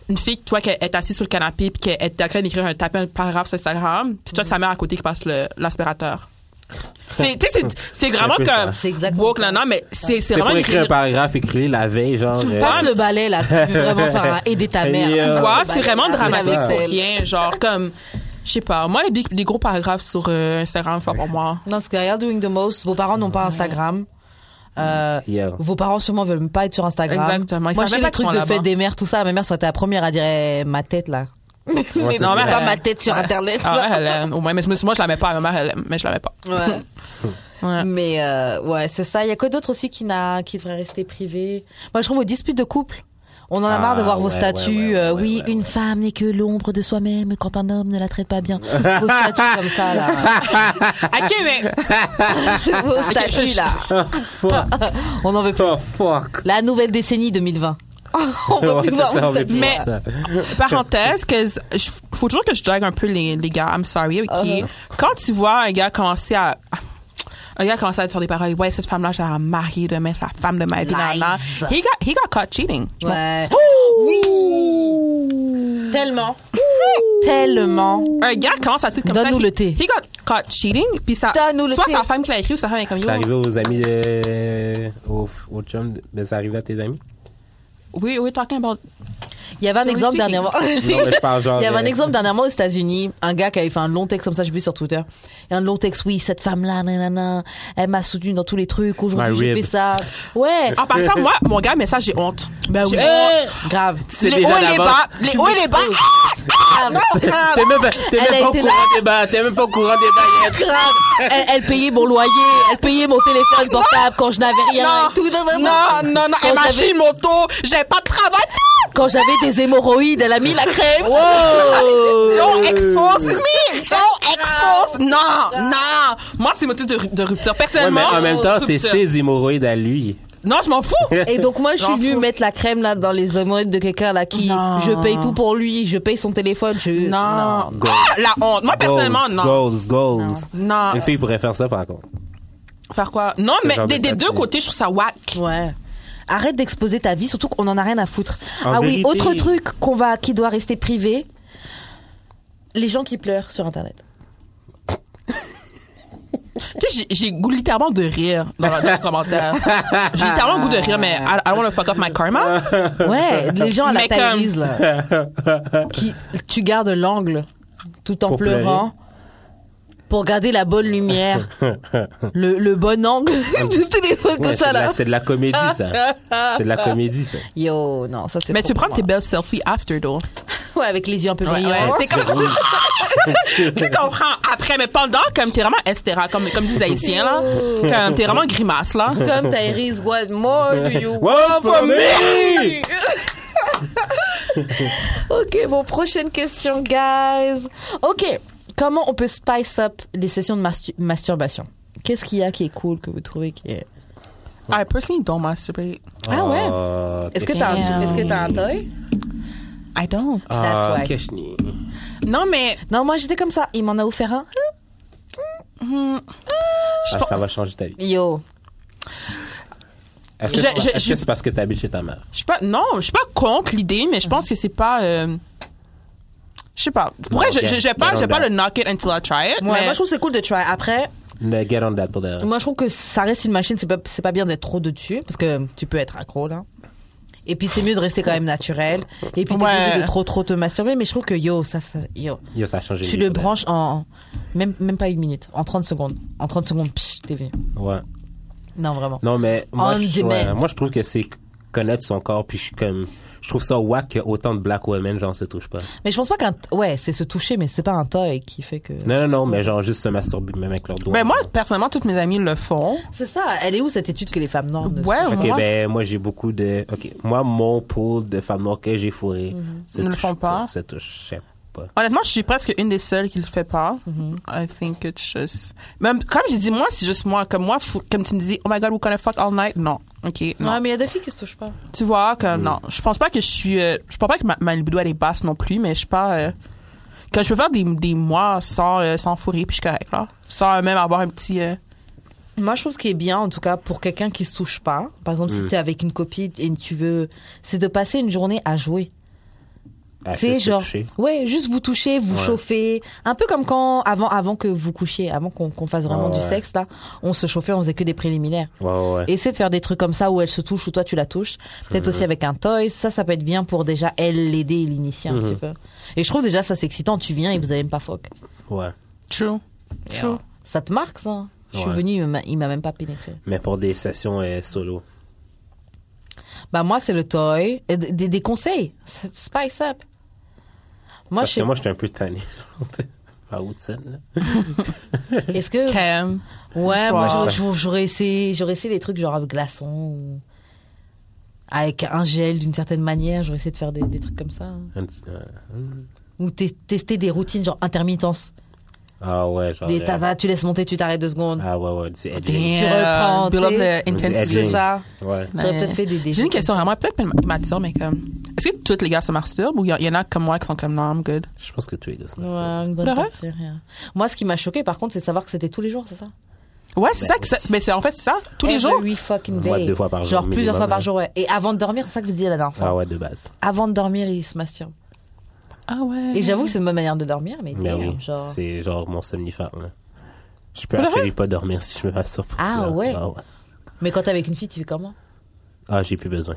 [SPEAKER 3] une fille, tu vois, qu'elle est assise sur le canapé, puis qu'elle est en train d'écrire un taper un paragraphe sur Instagram, puis tu vois
[SPEAKER 2] Mhm.
[SPEAKER 3] sa mère à côté qui passe le- l'aspirateur. C'est, tu sais, c'est- c'est vraiment
[SPEAKER 2] peu
[SPEAKER 3] comme.
[SPEAKER 2] ça.
[SPEAKER 1] C'est exactement
[SPEAKER 3] woke,
[SPEAKER 1] ça.
[SPEAKER 3] là, non, mais c'est, c'est
[SPEAKER 2] C'était
[SPEAKER 3] vraiment
[SPEAKER 2] pour
[SPEAKER 3] une
[SPEAKER 2] écrire un paragraphe, écrire la veille, genre.
[SPEAKER 1] Tu
[SPEAKER 2] euh,
[SPEAKER 1] passes le balai, là, si tu veux vraiment faire un- aider ta mère. Tu
[SPEAKER 2] Yeah.
[SPEAKER 3] Tu
[SPEAKER 2] Ah,
[SPEAKER 3] vois,
[SPEAKER 1] passes le
[SPEAKER 3] c'est
[SPEAKER 1] balai,
[SPEAKER 3] vraiment
[SPEAKER 1] tu fais Bah, la
[SPEAKER 3] dramatique pour
[SPEAKER 1] vaisselle.
[SPEAKER 3] rien. Genre, comme, je sais pas. Moi, les, big- les gros paragraphes sur euh, Instagram, c'est pas pour moi.
[SPEAKER 1] Non, parce que regarde Doing the Most, vos parents n'ont pas Instagram. Euh,
[SPEAKER 2] Yeah.
[SPEAKER 1] Vos parents sûrement veulent même pas être sur Instagram.
[SPEAKER 3] Exactement, ils
[SPEAKER 1] Moi,
[SPEAKER 3] savent
[SPEAKER 1] j'ai
[SPEAKER 3] même pas
[SPEAKER 1] les
[SPEAKER 3] qu'ils
[SPEAKER 1] trucs de
[SPEAKER 3] sont
[SPEAKER 1] fête
[SPEAKER 3] là-bas.
[SPEAKER 1] des mères, tout ça. Ma mère serait la première à dire eh, ma tête là.
[SPEAKER 2] ouais,
[SPEAKER 1] Mais
[SPEAKER 2] c'est
[SPEAKER 1] non,
[SPEAKER 2] ça.
[SPEAKER 1] mais pas
[SPEAKER 3] elle-
[SPEAKER 1] ma tête sur internet.
[SPEAKER 3] Ah,
[SPEAKER 1] là.
[SPEAKER 3] ma mère, elle aime. Au moins, mais je me suis- moi, je la mets pas. Ma mère, elle aime, mais je la mets pas.
[SPEAKER 1] Ouais.
[SPEAKER 3] Ouais.
[SPEAKER 1] Mais euh, ouais, c'est ça. Il y a quoi d'autre aussi qui n'a qui devrait rester privé Moi, je trouve vos disputes de couple. On en a
[SPEAKER 2] Ah,
[SPEAKER 1] marre de voir vos
[SPEAKER 2] ouais,
[SPEAKER 1] statuts.
[SPEAKER 2] ouais, ouais,
[SPEAKER 1] euh,
[SPEAKER 2] ouais,
[SPEAKER 1] oui,
[SPEAKER 2] ouais,
[SPEAKER 1] une
[SPEAKER 2] ouais.
[SPEAKER 1] femme n'est que l'ombre de soi-même quand un homme ne la traite pas bien. vos statuts comme ça là.
[SPEAKER 3] Ok, mais.
[SPEAKER 1] vos statuts là. On en veut plus.
[SPEAKER 2] Oh, fuck.
[SPEAKER 1] La nouvelle décennie 2020. On veut
[SPEAKER 2] Ouais,
[SPEAKER 1] plus
[SPEAKER 2] c'est
[SPEAKER 1] voir
[SPEAKER 2] ça,
[SPEAKER 1] vos
[SPEAKER 2] on veut plus
[SPEAKER 1] statuts.
[SPEAKER 3] Mais-
[SPEAKER 2] voir ça.
[SPEAKER 3] Parenthèse, que z- je- faut toujours que je drague un peu les, les gars. I'm sorry. ok?
[SPEAKER 1] Uh-huh.
[SPEAKER 3] Quand tu vois un gars commencer à. Un gars commencer à te faire des paroles. Ouais, cette femme-là, je vais la marier demain, c'est la femme de ma vie. nan, nan.
[SPEAKER 1] Nice.
[SPEAKER 3] He got, he got caught cheating. Je m'en
[SPEAKER 1] Ouais. Oui. Tellement. Tellement.
[SPEAKER 3] un gars commence à tout comme ça.
[SPEAKER 1] Donne-nous
[SPEAKER 3] he-
[SPEAKER 1] le thé.
[SPEAKER 3] He got caught cheating, puis ça.
[SPEAKER 1] Donne-nous le
[SPEAKER 3] soit
[SPEAKER 1] thé.
[SPEAKER 3] sa femme qui l'a écrit ou sa femme est comme yo.
[SPEAKER 2] C'est arrivé aux amis de. Au, au chum, de- mais c'est arrivé à tes amis?
[SPEAKER 3] Oui, oui, talking about.
[SPEAKER 1] Il y avait un
[SPEAKER 3] Joey
[SPEAKER 1] exemple
[SPEAKER 3] speaking.
[SPEAKER 1] dernièrement.
[SPEAKER 2] Non, mais je parle genre.
[SPEAKER 1] Il y avait un
[SPEAKER 2] de-
[SPEAKER 1] exemple dernièrement aux États-Unis, un gars qui avait fait un long texte comme ça, j'ai vu sur Twitter. Et un long texte, oui, cette femme-là, nanana, elle m'a soutenu dans tous les trucs, aujourd'hui
[SPEAKER 2] My
[SPEAKER 1] j'ai
[SPEAKER 2] rib. Euh,
[SPEAKER 1] fait ça. Ouais.
[SPEAKER 3] En passant, moi, mon gars, mais ça, j'ai honte.
[SPEAKER 1] Ben oui.
[SPEAKER 3] J'ai-
[SPEAKER 1] Grave.
[SPEAKER 2] C'est
[SPEAKER 3] les
[SPEAKER 2] déjà
[SPEAKER 3] hauts et les
[SPEAKER 2] d'avance.
[SPEAKER 3] bas, les hauts et les bas.
[SPEAKER 1] Ah, Grave.
[SPEAKER 2] Oh. T'es même, pas-
[SPEAKER 1] Elle
[SPEAKER 2] t'es même
[SPEAKER 1] a
[SPEAKER 2] pas au
[SPEAKER 1] été
[SPEAKER 2] courant des bails. T'es même pas au courant des bails.
[SPEAKER 1] Grave. Elle, elle payait mon loyer, elle payait mon téléphone portable quand je n'avais rien
[SPEAKER 3] Non.
[SPEAKER 1] et tout. Non, non, non.
[SPEAKER 3] Non, non, non,
[SPEAKER 1] Quand
[SPEAKER 3] elle m'a
[SPEAKER 1] j'avais-
[SPEAKER 3] acheté une moto, j'ai pas de travail.
[SPEAKER 1] Quand j'avais des hémorroïdes, elle a mis la crème.
[SPEAKER 2] Euh.
[SPEAKER 3] Don't expose me, don't expose. Non, non. Moi, c'est mon titre de, ru- de rupture.
[SPEAKER 2] Ouais, mais
[SPEAKER 3] Personnellement.
[SPEAKER 2] en même temps, c'est
[SPEAKER 3] rupture.
[SPEAKER 2] ses hémorroïdes à lui.
[SPEAKER 3] Non, je m'en fous.
[SPEAKER 1] Et donc moi je suis
[SPEAKER 3] J'en
[SPEAKER 1] venue
[SPEAKER 3] fous.
[SPEAKER 1] mettre la crème là dans les hémorroïdes de quelqu'un là qui
[SPEAKER 3] Non.
[SPEAKER 1] je paye tout pour lui, je paye son téléphone, je
[SPEAKER 3] Non.
[SPEAKER 2] Goals.
[SPEAKER 3] Ah, la honte. Moi, personnellement,
[SPEAKER 2] Goals,
[SPEAKER 3] non.
[SPEAKER 2] Goals, goals.
[SPEAKER 3] Non.
[SPEAKER 2] Une fille pourrait faire ça, par contre.
[SPEAKER 3] Faire quoi? Non,
[SPEAKER 2] Ce
[SPEAKER 3] mais
[SPEAKER 2] genre
[SPEAKER 3] des,
[SPEAKER 2] de
[SPEAKER 3] des deux
[SPEAKER 2] statut.
[SPEAKER 3] côtés, je trouve ça whack.
[SPEAKER 1] Ouais. Arrête d'exposer ta vie, surtout qu'on en a rien à foutre.
[SPEAKER 2] En
[SPEAKER 1] ah oui,
[SPEAKER 2] vérité.
[SPEAKER 1] autre truc qu'on va, qui doit rester privé, les gens qui pleurent sur Internet.
[SPEAKER 3] Tu sais, j'ai- j'ai goût littéralement de rire dans le, dans le commentaire. J'ai littéralement goût de rire, mais I, I don't want to fuck up my karma.
[SPEAKER 1] Ouais, les gens à la
[SPEAKER 3] Mais comme-
[SPEAKER 1] Tyrese, là, qui tu gardes l'angle tout en
[SPEAKER 2] Pour
[SPEAKER 1] pleurant. pour garder la bonne lumière, le, le bon angle du téléphone, tout
[SPEAKER 2] Ah Ouais,
[SPEAKER 1] ça
[SPEAKER 2] c'est de la-
[SPEAKER 1] là.
[SPEAKER 2] c'est de la comédie, ça. C'est de la comédie, ça.
[SPEAKER 1] Yo, non, ça c'est
[SPEAKER 3] Mais
[SPEAKER 1] trop
[SPEAKER 3] tu prends
[SPEAKER 1] pour
[SPEAKER 3] tes
[SPEAKER 1] moi.
[SPEAKER 3] belles selfies after, though.
[SPEAKER 1] Ouais, avec les yeux un peu
[SPEAKER 3] Ouais,
[SPEAKER 1] brillants.
[SPEAKER 3] ouais. C'est comme- tu comprends après, mais pendant, comme t'es vraiment estéra, comme, comme disent les Haïtiens, là. Comme t'es vraiment grimace, là.
[SPEAKER 1] Comme Tyrese, what more do you
[SPEAKER 2] Wow, for me!
[SPEAKER 1] Ok, bon, prochaine question, guys. Ok, comment on peut spice up les sessions de mastu- masturbation Qu'est-ce qu'il y a qui est cool que vous trouvez qui est...
[SPEAKER 3] I personally don't masturbate.
[SPEAKER 1] Ah ouais.
[SPEAKER 2] Ah,
[SPEAKER 1] Est-ce que t'as un,
[SPEAKER 3] Damn.
[SPEAKER 1] est-ce que t'as un toy
[SPEAKER 3] I don't.
[SPEAKER 2] ah,
[SPEAKER 1] That's why.
[SPEAKER 2] qu'est-ce que-
[SPEAKER 3] Non, mais
[SPEAKER 1] Non, moi j'étais comme ça. Il m'en a offert un.
[SPEAKER 2] Ah, ça va changer ta vie.
[SPEAKER 1] Yo,
[SPEAKER 2] Est-ce que
[SPEAKER 3] Je-
[SPEAKER 2] c'est-
[SPEAKER 3] je-
[SPEAKER 2] est-ce
[SPEAKER 3] je-
[SPEAKER 2] que c'est parce que t'habites chez ta mère?
[SPEAKER 3] je suis pas. Non, je suis pas contre l'idée, mais je pense que c'est pas. euh, je sais pas. Pour vrai,
[SPEAKER 2] Ok.
[SPEAKER 3] je- je- j'ai pas,
[SPEAKER 2] Get on
[SPEAKER 3] j'ai pas
[SPEAKER 2] that.
[SPEAKER 3] le knock it until I try it.
[SPEAKER 1] ouais,
[SPEAKER 3] mais
[SPEAKER 1] moi je trouve que c'est cool de try. Après,
[SPEAKER 2] Le get on that pour de-
[SPEAKER 1] moi je trouve que ça reste une machine. C'est pas, c'est pas bien d'être trop de dessus parce que tu peux être accro là. Et puis c'est mieux de rester quand même naturel. Et puis t'es
[SPEAKER 3] Ouais.
[SPEAKER 1] obligé de trop trop te masturber. Mais je trouve que yo, ça, ça yo.
[SPEAKER 2] Yo, ça a changé.
[SPEAKER 1] Tu
[SPEAKER 2] lui,
[SPEAKER 1] le
[SPEAKER 2] pour de-
[SPEAKER 1] branches en même même pas une minute, en 30 secondes. En 30 secondes, psh, t'es venu.
[SPEAKER 2] Ouais.
[SPEAKER 1] Non vraiment.
[SPEAKER 2] Non, mais moi,
[SPEAKER 1] On
[SPEAKER 2] je,
[SPEAKER 1] demand.
[SPEAKER 2] ouais, moi, je trouve que c'est connaître son corps, puis je suis comme. Je trouve ça wack que autant de black women, genre, se touchent pas.
[SPEAKER 1] Mais je pense pas qu'un t- ouais, c'est se toucher, mais c'est pas un toy qui fait que.
[SPEAKER 2] Non, non, non, mais genre, juste se masturber, même avec leurs doigts.
[SPEAKER 3] Ben, moi,
[SPEAKER 2] genre.
[SPEAKER 3] personnellement, toutes mes amies le font.
[SPEAKER 1] C'est ça. Elle est où cette étude que les femmes noires ne
[SPEAKER 3] Ouais,
[SPEAKER 1] se-
[SPEAKER 3] ouais.
[SPEAKER 2] Ok,
[SPEAKER 3] moi-
[SPEAKER 2] ben, moi, j'ai beaucoup de. Ok, moi, mon pool de femmes noires que j'ai fourré. se
[SPEAKER 1] Mhm.
[SPEAKER 3] Ils ne le
[SPEAKER 2] touche
[SPEAKER 3] font pas.
[SPEAKER 2] Se touche, je sais pas.
[SPEAKER 3] Honnêtement, je suis presque une des seules qui le fait pas.
[SPEAKER 1] Mm-hmm.
[SPEAKER 3] I think it's just. Même, comme j'ai dit, moi, c'est juste moi. Comme moi, fou- comme tu me dis, oh my god, we're gonna fuck all night. Non. OK. Non.
[SPEAKER 1] Ouais, mais il y a des filles qui se touchent pas.
[SPEAKER 3] Tu vois, que non. Je pense pas que je suis. euh, je pense pas que ma, ma libido, elle est basse non plus, mais je suis pas. euh, que je peux faire des, des mois sans, euh, sans fourrer, puis je suis correct, là. Sans même avoir un petit. euh,
[SPEAKER 1] Moi, je trouve ce qui est bien, en tout cas, pour quelqu'un qui se touche pas, par exemple,
[SPEAKER 2] Mm.
[SPEAKER 1] si t'es avec une copine et tu veux, c'est de passer une journée à jouer.
[SPEAKER 2] Ah,
[SPEAKER 1] C'est
[SPEAKER 2] juste se
[SPEAKER 1] genre,
[SPEAKER 2] toucher.
[SPEAKER 1] ouais, juste vous toucher, vous
[SPEAKER 2] Ouais.
[SPEAKER 1] chauffer, un peu comme quand avant, avant que vous couchiez, avant qu'on qu'on fasse vraiment
[SPEAKER 2] Ah
[SPEAKER 1] du
[SPEAKER 2] ouais.
[SPEAKER 1] sexe là, on se chauffait, on faisait que des préliminaires.
[SPEAKER 2] Ouais, ouais, ouais.
[SPEAKER 1] Essayer de faire des trucs comme ça où elle se touche ou toi tu la touches. Peut-être aussi avec un toy. Ça, ça peut être bien pour déjà elle l'aider et l'initier un petit
[SPEAKER 2] Mhm.
[SPEAKER 1] peu. Et je trouve déjà ça c'est excitant. Tu viens et vous avez même pas foc.
[SPEAKER 2] Ouais.
[SPEAKER 3] True. True.
[SPEAKER 1] Ça te marque ça Je suis
[SPEAKER 2] Ouais.
[SPEAKER 1] venue, il m'a- il m'a même pas pénétré.
[SPEAKER 2] Mais pour des sessions euh, solo.
[SPEAKER 1] Ah, Bah moi c'est le toy. Et Des, des- des conseils. Spice up. Moi
[SPEAKER 2] Parce
[SPEAKER 1] je sais.
[SPEAKER 2] que moi, j'étais un peu tanné. genre, tu sais, À Woodson, là.
[SPEAKER 1] Est-ce que
[SPEAKER 3] Cam.
[SPEAKER 1] ouais moi
[SPEAKER 3] Ouais.
[SPEAKER 1] j'aurais- j'aurais- j'aurais essayé j'aurais essayé des trucs genre avec glaçon ou avec un gel d'une certaine manière. J'aurais essayé de faire des, des trucs comme ça ou te- tester des routines genre intermittence.
[SPEAKER 2] Ah ouais, genre.
[SPEAKER 1] Des
[SPEAKER 2] euh,
[SPEAKER 1] tas- tu laisses monter, tu t'arrêtes deux secondes.
[SPEAKER 2] Ah ouais, ouais, du edging.
[SPEAKER 3] Damn.
[SPEAKER 1] Tu reprends,
[SPEAKER 3] Build up
[SPEAKER 1] t'sais.
[SPEAKER 3] the intensity.
[SPEAKER 2] Edging.
[SPEAKER 1] C'est ça.
[SPEAKER 2] Ouais.
[SPEAKER 1] J'aurais
[SPEAKER 3] Ouais.
[SPEAKER 1] peut-être fait des, des
[SPEAKER 3] Ben, J'ai une question vraiment, peut-être pas mature, mais comme. Est-ce que tous les gars se masturbent ou il y, en a comme moi qui sont comme, non, I'm good?
[SPEAKER 2] Je pense que tous les gars se
[SPEAKER 1] Ouais,
[SPEAKER 2] masturbent.
[SPEAKER 1] une bonne
[SPEAKER 3] Laura
[SPEAKER 1] partie, rien. Moi, ce qui m'a choqué, par contre, c'est de savoir que c'était tous les jours, c'est ça
[SPEAKER 3] Ouais, c'est
[SPEAKER 2] Ben
[SPEAKER 3] ça, que
[SPEAKER 2] oui.
[SPEAKER 3] ça. Mais c'est en fait c'est ça.
[SPEAKER 1] Eh
[SPEAKER 3] Tous
[SPEAKER 1] ben
[SPEAKER 3] les jours.
[SPEAKER 1] Every fucking day.
[SPEAKER 2] Ouais, deux fois par jour
[SPEAKER 1] Genre plusieurs
[SPEAKER 2] minimum,
[SPEAKER 1] fois par
[SPEAKER 2] hein.
[SPEAKER 1] jour, ouais. Et avant de dormir, c'est ça que vous disiez la dernière fois.
[SPEAKER 2] Ah ouais, de base.
[SPEAKER 1] Avant de dormir, ils se masturbent.
[SPEAKER 3] Ah ouais.
[SPEAKER 1] Et j'avoue que c'est une bonne manière de dormir, mais
[SPEAKER 2] Mais
[SPEAKER 1] damn,
[SPEAKER 2] Ben oui,
[SPEAKER 1] genre...
[SPEAKER 2] c'est genre mon somnifère. là. Je peux
[SPEAKER 3] Pour de
[SPEAKER 2] actually pas dormir si je me masturbe.
[SPEAKER 1] Ah
[SPEAKER 2] Là,
[SPEAKER 1] ouais.
[SPEAKER 2] Ah ouais.
[SPEAKER 1] Mais quand t'es avec une fille, tu fais comment
[SPEAKER 2] Ah, j'ai plus besoin.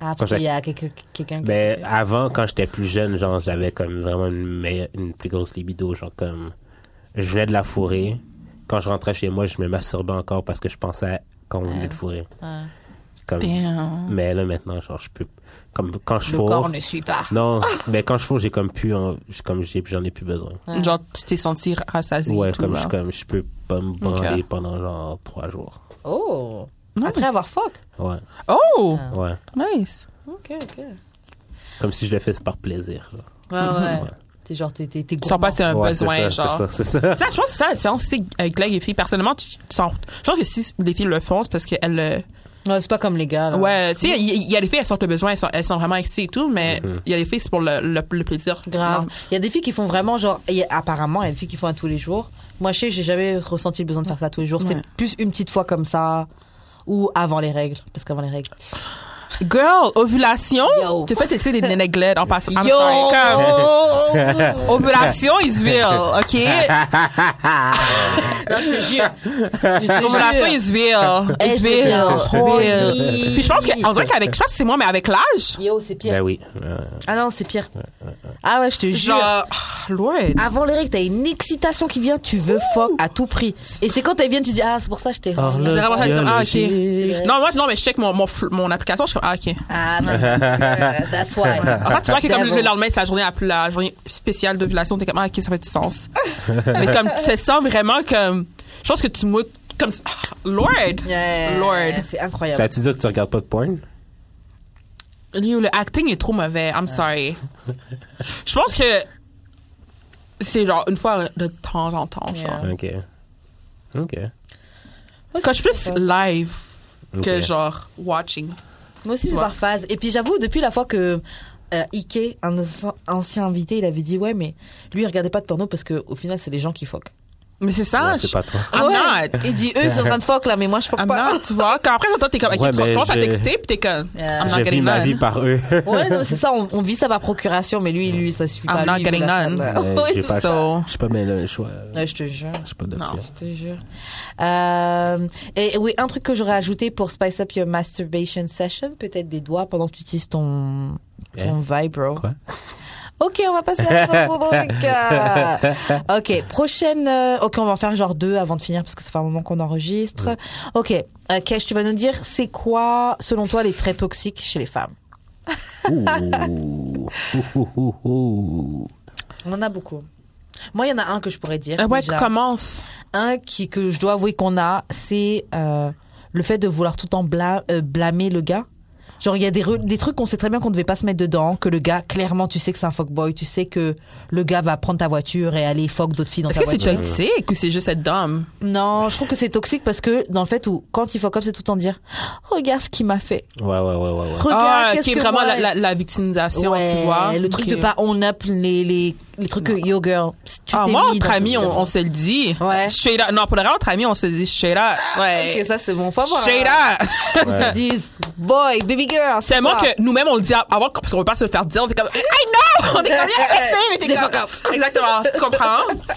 [SPEAKER 1] Ah, parce
[SPEAKER 2] Quand Ben.
[SPEAKER 1] qu'il y a quelqu'un quelqu'un qui...
[SPEAKER 2] Mais avant, quand j'étais plus jeune, genre, j'avais comme vraiment une, meilleure- une plus grosse libido. Genre, comme, je venais de la fourrer. Quand je rentrais chez moi, je me masturbais encore parce que je pensais qu'on venait de fourrer.
[SPEAKER 1] Ouais.
[SPEAKER 2] Comme,
[SPEAKER 3] Damn.
[SPEAKER 2] mais là, maintenant, genre, je peux, comme, quand je
[SPEAKER 1] Le corps
[SPEAKER 2] fourre.
[SPEAKER 1] ne suit pas.
[SPEAKER 2] Non, mais quand je fourre, j'ai comme plus, en- j'ai comme, j'ai, j'en ai plus besoin.
[SPEAKER 3] Mmh. Genre, tu t'es senti rassasié.
[SPEAKER 2] Ouais,
[SPEAKER 3] et tout,
[SPEAKER 2] comme
[SPEAKER 3] là.
[SPEAKER 2] je, comme, je peux pas me branler
[SPEAKER 3] Ok.
[SPEAKER 2] pendant genre trois jours.
[SPEAKER 1] Oh
[SPEAKER 3] Non,
[SPEAKER 1] Après avoir fuck
[SPEAKER 2] Ouais,
[SPEAKER 3] Oh!
[SPEAKER 2] ouais.
[SPEAKER 1] Ah.
[SPEAKER 3] Nice.
[SPEAKER 1] Ok, ok. Ouais,
[SPEAKER 2] Comme si je le faisais par plaisir. genre.
[SPEAKER 1] ouais. T'es genre, t'es t'es- t'es
[SPEAKER 3] Tu sens pas
[SPEAKER 1] gourmand.
[SPEAKER 3] c'est un
[SPEAKER 2] Ouais,
[SPEAKER 3] besoin,
[SPEAKER 2] c'est ça,
[SPEAKER 3] genre.
[SPEAKER 2] C'est ça, c'est ça.
[SPEAKER 3] Ça, je pense que c'est ça la différence c'est avec les filles. Personnellement, tu, tu sens. Je pense que si les filles le font, c'est parce qu'elles. euh,
[SPEAKER 1] Ouais, c'est pas comme les gars, là.
[SPEAKER 3] Ouais, tu sais, il y, il y a des filles, elles sentent le besoin, elles sont, elles sont vraiment excitées et tout, mais
[SPEAKER 2] Mmh.
[SPEAKER 3] il y a des filles, c'est pour le, le, le plaisir.
[SPEAKER 1] Grave.
[SPEAKER 3] Non.
[SPEAKER 1] Il y a des filles qui font vraiment genre. il y a- apparemment, il y a des filles qui font à tous les jours. Moi, je sais, j'ai jamais ressenti le besoin de faire ça tous les jours.
[SPEAKER 3] Ouais.
[SPEAKER 1] C'est plus une petite fois comme ça ou avant les règles, parce qu'avant les règles.
[SPEAKER 3] Girl, ovulation?
[SPEAKER 1] Yo.
[SPEAKER 3] Tu fais tes des nénègles en passant. I'm
[SPEAKER 1] Yo!
[SPEAKER 3] sorry, comme- ovulation is real, OK?
[SPEAKER 1] Non, je te jure. Je te
[SPEAKER 3] ovulation
[SPEAKER 1] jure.
[SPEAKER 3] is real.
[SPEAKER 1] Eh,
[SPEAKER 3] It's
[SPEAKER 1] je vais
[SPEAKER 3] real.
[SPEAKER 1] dire, oh,
[SPEAKER 3] real.
[SPEAKER 1] horny.
[SPEAKER 3] Puis je pense que, on dirait qu'avec, je pense que c'est moi, mais avec l'âge,
[SPEAKER 1] Yo, c'est pire.
[SPEAKER 2] Ben oui. Ouais.
[SPEAKER 1] Ah non, c'est pire. Ah Ben ouais, je te jure.
[SPEAKER 3] Genre, ah, Lord.
[SPEAKER 1] Avant les règles, t'as une excitation qui vient, tu veux fuck à tout prix. Et c'est quand elles viennent, tu dis, ah, c'est pour ça que je t'ai.
[SPEAKER 3] C'est
[SPEAKER 2] Horloge
[SPEAKER 3] vraiment ça, c'est comme, ah, ok.
[SPEAKER 2] biologique.
[SPEAKER 3] Non, moi, je- non, mais je check mon, mon, fl- mon application, je suis comme, ah, ok.
[SPEAKER 1] Ah, non, euh, that's why.
[SPEAKER 3] Enfin, tu vois que comme
[SPEAKER 1] Devil.
[SPEAKER 3] le lendemain, c'est la journée, la- la journée spéciale d'ovulation, t'es comme, ah, ok, ça fait du sens. mais comme, ça sent vraiment comme, je pense que tu moutes comme, ah, Lord.
[SPEAKER 1] Yeah,
[SPEAKER 3] Lord.
[SPEAKER 1] C'est
[SPEAKER 2] Ça
[SPEAKER 1] incroyable.
[SPEAKER 2] veut dire que tu regardes pas de porn?
[SPEAKER 3] Yo, le acting est trop mauvais. I'm sorry. Je pense que c'est genre une fois de temps en temps. Genre.
[SPEAKER 1] Yeah.
[SPEAKER 2] Ok. Ok.
[SPEAKER 3] Quand je suis plus live
[SPEAKER 2] Ok.
[SPEAKER 3] que genre watching.
[SPEAKER 1] Moi aussi,
[SPEAKER 3] Tu
[SPEAKER 1] c'est
[SPEAKER 3] vois.
[SPEAKER 1] par phase. Et puis, j'avoue, depuis la fois que euh, Ike, un ancien- ancien invité, il avait dit, ouais, mais lui, il regardait pas de porno parce que au final, c'est les gens qui fuck.
[SPEAKER 3] Mais c'est ça.
[SPEAKER 2] Ouais, c'est
[SPEAKER 3] Ah, je-
[SPEAKER 2] pas toi.
[SPEAKER 3] I'm
[SPEAKER 1] Ouais.
[SPEAKER 3] not.
[SPEAKER 1] Il dit, eux, ils sont en train de fuck là, mais moi, je fuck
[SPEAKER 3] I'm
[SPEAKER 1] pas.
[SPEAKER 3] not, tu vois. Quand après, t'entends, t'es comme, ok,
[SPEAKER 2] Ouais,
[SPEAKER 3] tu
[SPEAKER 2] mais
[SPEAKER 3] commences à
[SPEAKER 2] j'ai-
[SPEAKER 3] texter, puis t'es comme,
[SPEAKER 1] Yeah.
[SPEAKER 3] I'm not
[SPEAKER 2] J'ai pris
[SPEAKER 3] getting
[SPEAKER 2] ma vie
[SPEAKER 3] none.
[SPEAKER 2] par eux.
[SPEAKER 1] Ouais, non, c'est ça, on, on vit ça par procuration, mais lui, lui, ça suffit
[SPEAKER 3] I'm
[SPEAKER 1] pas.
[SPEAKER 3] not
[SPEAKER 1] Lui, il veut
[SPEAKER 3] getting
[SPEAKER 1] la
[SPEAKER 3] none.
[SPEAKER 1] chatte.
[SPEAKER 2] Ouais,
[SPEAKER 1] Oui,
[SPEAKER 2] j'ai
[SPEAKER 1] c'est
[SPEAKER 2] pas-
[SPEAKER 3] So,
[SPEAKER 2] Je sais pas, mais là, le choix.
[SPEAKER 1] ça. Ouais, je te jure.
[SPEAKER 2] Je sais pas
[SPEAKER 3] non.
[SPEAKER 2] d'option.
[SPEAKER 1] Je te jure. Euh, et oui, un truc que j'aurais ajouté pour spice up your masturbation session, peut-être des doigts pendant que tu utilises ton, ton vibro.
[SPEAKER 2] Quoi?
[SPEAKER 1] Ok, on va passer à la seconde rubrique. Euh, ok, prochaine. euh, ok, on va en faire genre deux avant de finir parce que ça fait un moment qu'on enregistre. Ok, euh, Kesh, tu vas nous dire c'est quoi, selon toi, les traits toxiques chez les femmes
[SPEAKER 2] Ouh. Ouh, ouh, ouh, ouh.
[SPEAKER 1] On en a beaucoup. Moi, il y en a un que je pourrais dire.
[SPEAKER 3] Ah ouais, tu
[SPEAKER 1] déjà.
[SPEAKER 3] commences.
[SPEAKER 1] un qui que je dois avouer qu'on a, c'est euh, le fait de vouloir tout le temps bla- euh, blâmer le gars. Genre, il y a des, re- des trucs qu'on sait très bien qu'on ne devait pas se mettre dedans, que le gars, clairement, tu sais que c'est un fuckboy, tu sais que le gars va prendre ta voiture et aller fuck d'autres filles dans
[SPEAKER 3] Est-ce
[SPEAKER 1] ta
[SPEAKER 3] que c'est
[SPEAKER 1] voiture.
[SPEAKER 3] toxique ou c'est juste être dumb?
[SPEAKER 1] Non, je trouve que c'est toxique parce que, dans le fait où, quand il fuck up, c'est tout le temps dire Regarde ce qu'il m'a fait.
[SPEAKER 2] Ouais, ouais, ouais, ouais. ouais.
[SPEAKER 1] Regarde,
[SPEAKER 3] Ah, qui
[SPEAKER 1] qu'est-ce
[SPEAKER 3] est
[SPEAKER 1] que
[SPEAKER 3] vraiment
[SPEAKER 1] moi-
[SPEAKER 3] la, la, la victimisation,
[SPEAKER 1] Ouais,
[SPEAKER 3] tu vois.
[SPEAKER 1] Le truc
[SPEAKER 3] Ok.
[SPEAKER 1] de pas on up les, les, les trucs que yo girl. Tu
[SPEAKER 3] Ah,
[SPEAKER 1] t'es
[SPEAKER 3] moi,
[SPEAKER 1] mis
[SPEAKER 3] entre
[SPEAKER 1] dans
[SPEAKER 3] amis,
[SPEAKER 1] cette
[SPEAKER 3] on,
[SPEAKER 1] situation.
[SPEAKER 3] on se le dit.
[SPEAKER 1] Ouais. Ah,
[SPEAKER 3] Straight up. Non, pour le vrai, entre amis, on se le dit straight up. Ouais.
[SPEAKER 1] Ok, ça, c'est bon. Faut avoir un-
[SPEAKER 3] Straight up.
[SPEAKER 1] te disent boy, baby girl.
[SPEAKER 3] C'est Tellement que nous-mêmes, on le dit à- avant, parce qu'on veut pas se le faire dire, on est comme, I know! On est comme, yeah, same, mais t'es fuck up. Exactement. Tu comprends?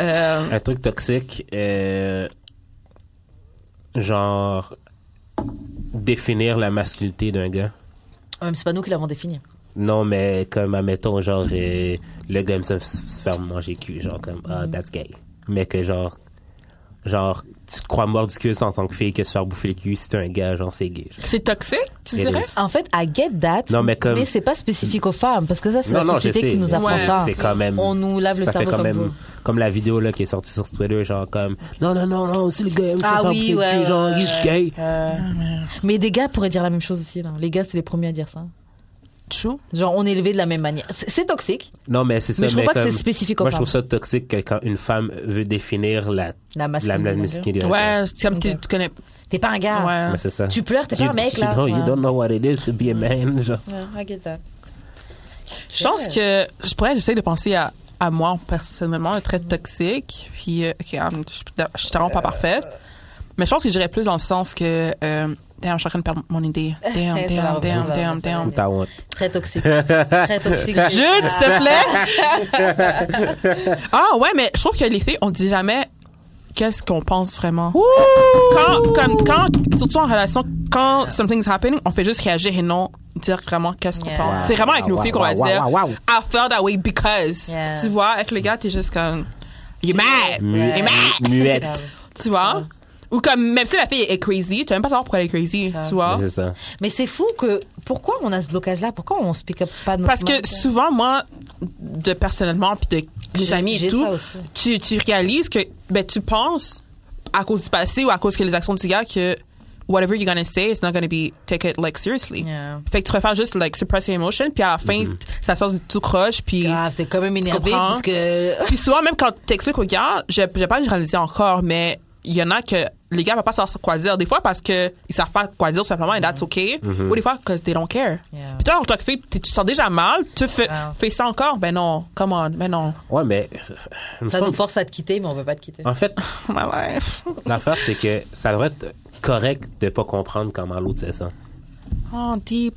[SPEAKER 3] Euh,
[SPEAKER 2] Un truc toxique, euh, genre définir la masculinité d'un gars.
[SPEAKER 1] Même Ah, c'est pas nous qui l'avons défini.
[SPEAKER 2] Non, mais comme, admettons, genre, euh, le gars aime ça se faire manger le cul, genre, comme,
[SPEAKER 1] Mm.
[SPEAKER 2] ah, that's gay. Mais que, genre, genre, tu te crois mordicus en tant que fille que se faire bouffer le cul si t'es un gars, genre, c'est gay. genre.
[SPEAKER 3] c'est toxique, tu
[SPEAKER 2] It
[SPEAKER 3] dirais?
[SPEAKER 2] is.
[SPEAKER 1] En fait, I get that.
[SPEAKER 2] Non, mais comme-
[SPEAKER 1] c'est pas spécifique aux femmes parce que ça c'est
[SPEAKER 2] Non,
[SPEAKER 1] la
[SPEAKER 2] non, je
[SPEAKER 1] société
[SPEAKER 2] sais,
[SPEAKER 1] qui nous
[SPEAKER 2] mais
[SPEAKER 1] apprend
[SPEAKER 3] c'est-
[SPEAKER 1] ça.
[SPEAKER 2] c'est quand même-
[SPEAKER 1] On nous lave le
[SPEAKER 2] ça fait
[SPEAKER 1] cerveau
[SPEAKER 2] quand
[SPEAKER 1] comme
[SPEAKER 2] même,
[SPEAKER 1] vous.
[SPEAKER 2] comme la vidéo, là, qui est sortie sur Twitter, genre, comme, non, non, non, non, c'est le gars aime se
[SPEAKER 1] Ah
[SPEAKER 2] faire
[SPEAKER 1] oui,
[SPEAKER 2] bouffer le
[SPEAKER 1] ouais,
[SPEAKER 2] cul,
[SPEAKER 1] ouais,
[SPEAKER 2] genre,
[SPEAKER 1] ouais.
[SPEAKER 2] he's gay.
[SPEAKER 1] Mais des gars pourraient dire la même chose aussi. Là. Les gars, c'est les premiers à dire ça.
[SPEAKER 3] True.
[SPEAKER 1] Genre, on est élevé de la même manière. C'est c'est toxique.
[SPEAKER 2] Non, mais c'est ça.
[SPEAKER 1] Mais je trouve pas que
[SPEAKER 2] comme-
[SPEAKER 1] c'est spécifique aux
[SPEAKER 2] Moi, je
[SPEAKER 1] femmes.
[SPEAKER 2] trouve ça toxique que quand une femme veut définir la,
[SPEAKER 1] La
[SPEAKER 2] la,
[SPEAKER 1] masculinité.
[SPEAKER 2] la
[SPEAKER 1] d'un gars.
[SPEAKER 2] masculinité d'un gars.
[SPEAKER 3] Ouais, c'est comme que
[SPEAKER 1] Ok.
[SPEAKER 3] tu connais.
[SPEAKER 1] T'es pas un gars.
[SPEAKER 3] Ouais.
[SPEAKER 2] Mais c'est ça.
[SPEAKER 1] Ah. Tu pleures, t'es pas
[SPEAKER 2] You-
[SPEAKER 1] un mec
[SPEAKER 2] you
[SPEAKER 1] là.
[SPEAKER 2] don't-
[SPEAKER 1] Ouais.
[SPEAKER 2] You don't know what it is to be a man, genre.
[SPEAKER 1] Ouais, I get that.
[SPEAKER 3] Je pense que je pourrais, j'essaie de penser à, à moi personnellement, un trait toxique. Puis, euh, ok, um, je suis peut-être- je suis vraiment
[SPEAKER 1] Euh,
[SPEAKER 3] pas parfaite. Mais je pense que j'irais plus dans le sens que, euh, damn, je suis en train de perdre mon idée.
[SPEAKER 1] Ça
[SPEAKER 3] Damn,
[SPEAKER 1] va
[SPEAKER 3] damn,
[SPEAKER 1] revenir,
[SPEAKER 3] damn,
[SPEAKER 1] ça va
[SPEAKER 3] damn,
[SPEAKER 1] revenir, ça va
[SPEAKER 3] damn.
[SPEAKER 2] Ou ta honte.
[SPEAKER 1] Très toxique. Très toxique.
[SPEAKER 3] Jude, s'il te plaît. ah ouais, mais je trouve que les filles, on dit jamais qu'est-ce qu'on pense vraiment. Quand, comme, quand, surtout en relation, quand something's happening, on fait juste réagir et non dire vraiment qu'est-ce qu'on
[SPEAKER 1] Yeah.
[SPEAKER 3] pense. C'est vraiment avec nos
[SPEAKER 2] Wow,
[SPEAKER 3] filles
[SPEAKER 2] wow,
[SPEAKER 3] qu'on va
[SPEAKER 2] wow,
[SPEAKER 3] dire
[SPEAKER 2] wow, wow.
[SPEAKER 3] I felt that way because.
[SPEAKER 1] Yeah.
[SPEAKER 3] Tu vois, avec le gars, t'es juste comme You're mad.
[SPEAKER 2] Mu-
[SPEAKER 1] Ouais.
[SPEAKER 2] mu- Muette.
[SPEAKER 3] Tu vois?
[SPEAKER 2] Mm.
[SPEAKER 3] Ou comme, même si la fille est crazy, tu vas même pas savoir pourquoi elle est crazy. Tu vois?
[SPEAKER 1] Ah.
[SPEAKER 2] Mais C'est ça.
[SPEAKER 1] Mais c'est fou que pourquoi on a ce blocage là Pourquoi on speak up pas notre hein.
[SPEAKER 3] Parce
[SPEAKER 1] mind?
[SPEAKER 3] que souvent, moi, de personnellement, puis de mes
[SPEAKER 1] J'ai-
[SPEAKER 3] amis
[SPEAKER 1] j'ai
[SPEAKER 3] et tout,
[SPEAKER 1] ça aussi.
[SPEAKER 3] tu, tu réalises que ben, tu penses, à cause du passé ou à cause que les actions du gars, que whatever you're gonna say, it's not gonna be taken like seriously.
[SPEAKER 1] Yeah.
[SPEAKER 3] Fait que tu préfères juste like suppress your emotion, puis à la fin, ça sort du tout croche, puis.
[SPEAKER 1] grave, t'es quand même énervé
[SPEAKER 3] comprends?
[SPEAKER 1] parce que
[SPEAKER 3] Puis souvent, même quand t'expliques aux gars, j'ai j'ai pas généralisé encore, mais il y en a que les gars ne pas savoir quoi dire. Des fois, parce qu'ils savent pas quoi dire tout simplement, et that's okay. Ou des fois, because they don't care.
[SPEAKER 1] Yeah.
[SPEAKER 3] Puis toi, en tant que fille, t'es- tu te sens déjà mal, tu fais,
[SPEAKER 1] Wow.
[SPEAKER 3] fais ça encore, ben non, come on, ben non.
[SPEAKER 2] Ouais, mais.
[SPEAKER 1] ça nous force à te quitter, mais on veut pas te quitter.
[SPEAKER 2] En fait,
[SPEAKER 3] Ouais, ouais.
[SPEAKER 2] l'affaire, c'est que ça devrait être correct de pas comprendre comment l'autre se sent.
[SPEAKER 3] Oh, deep,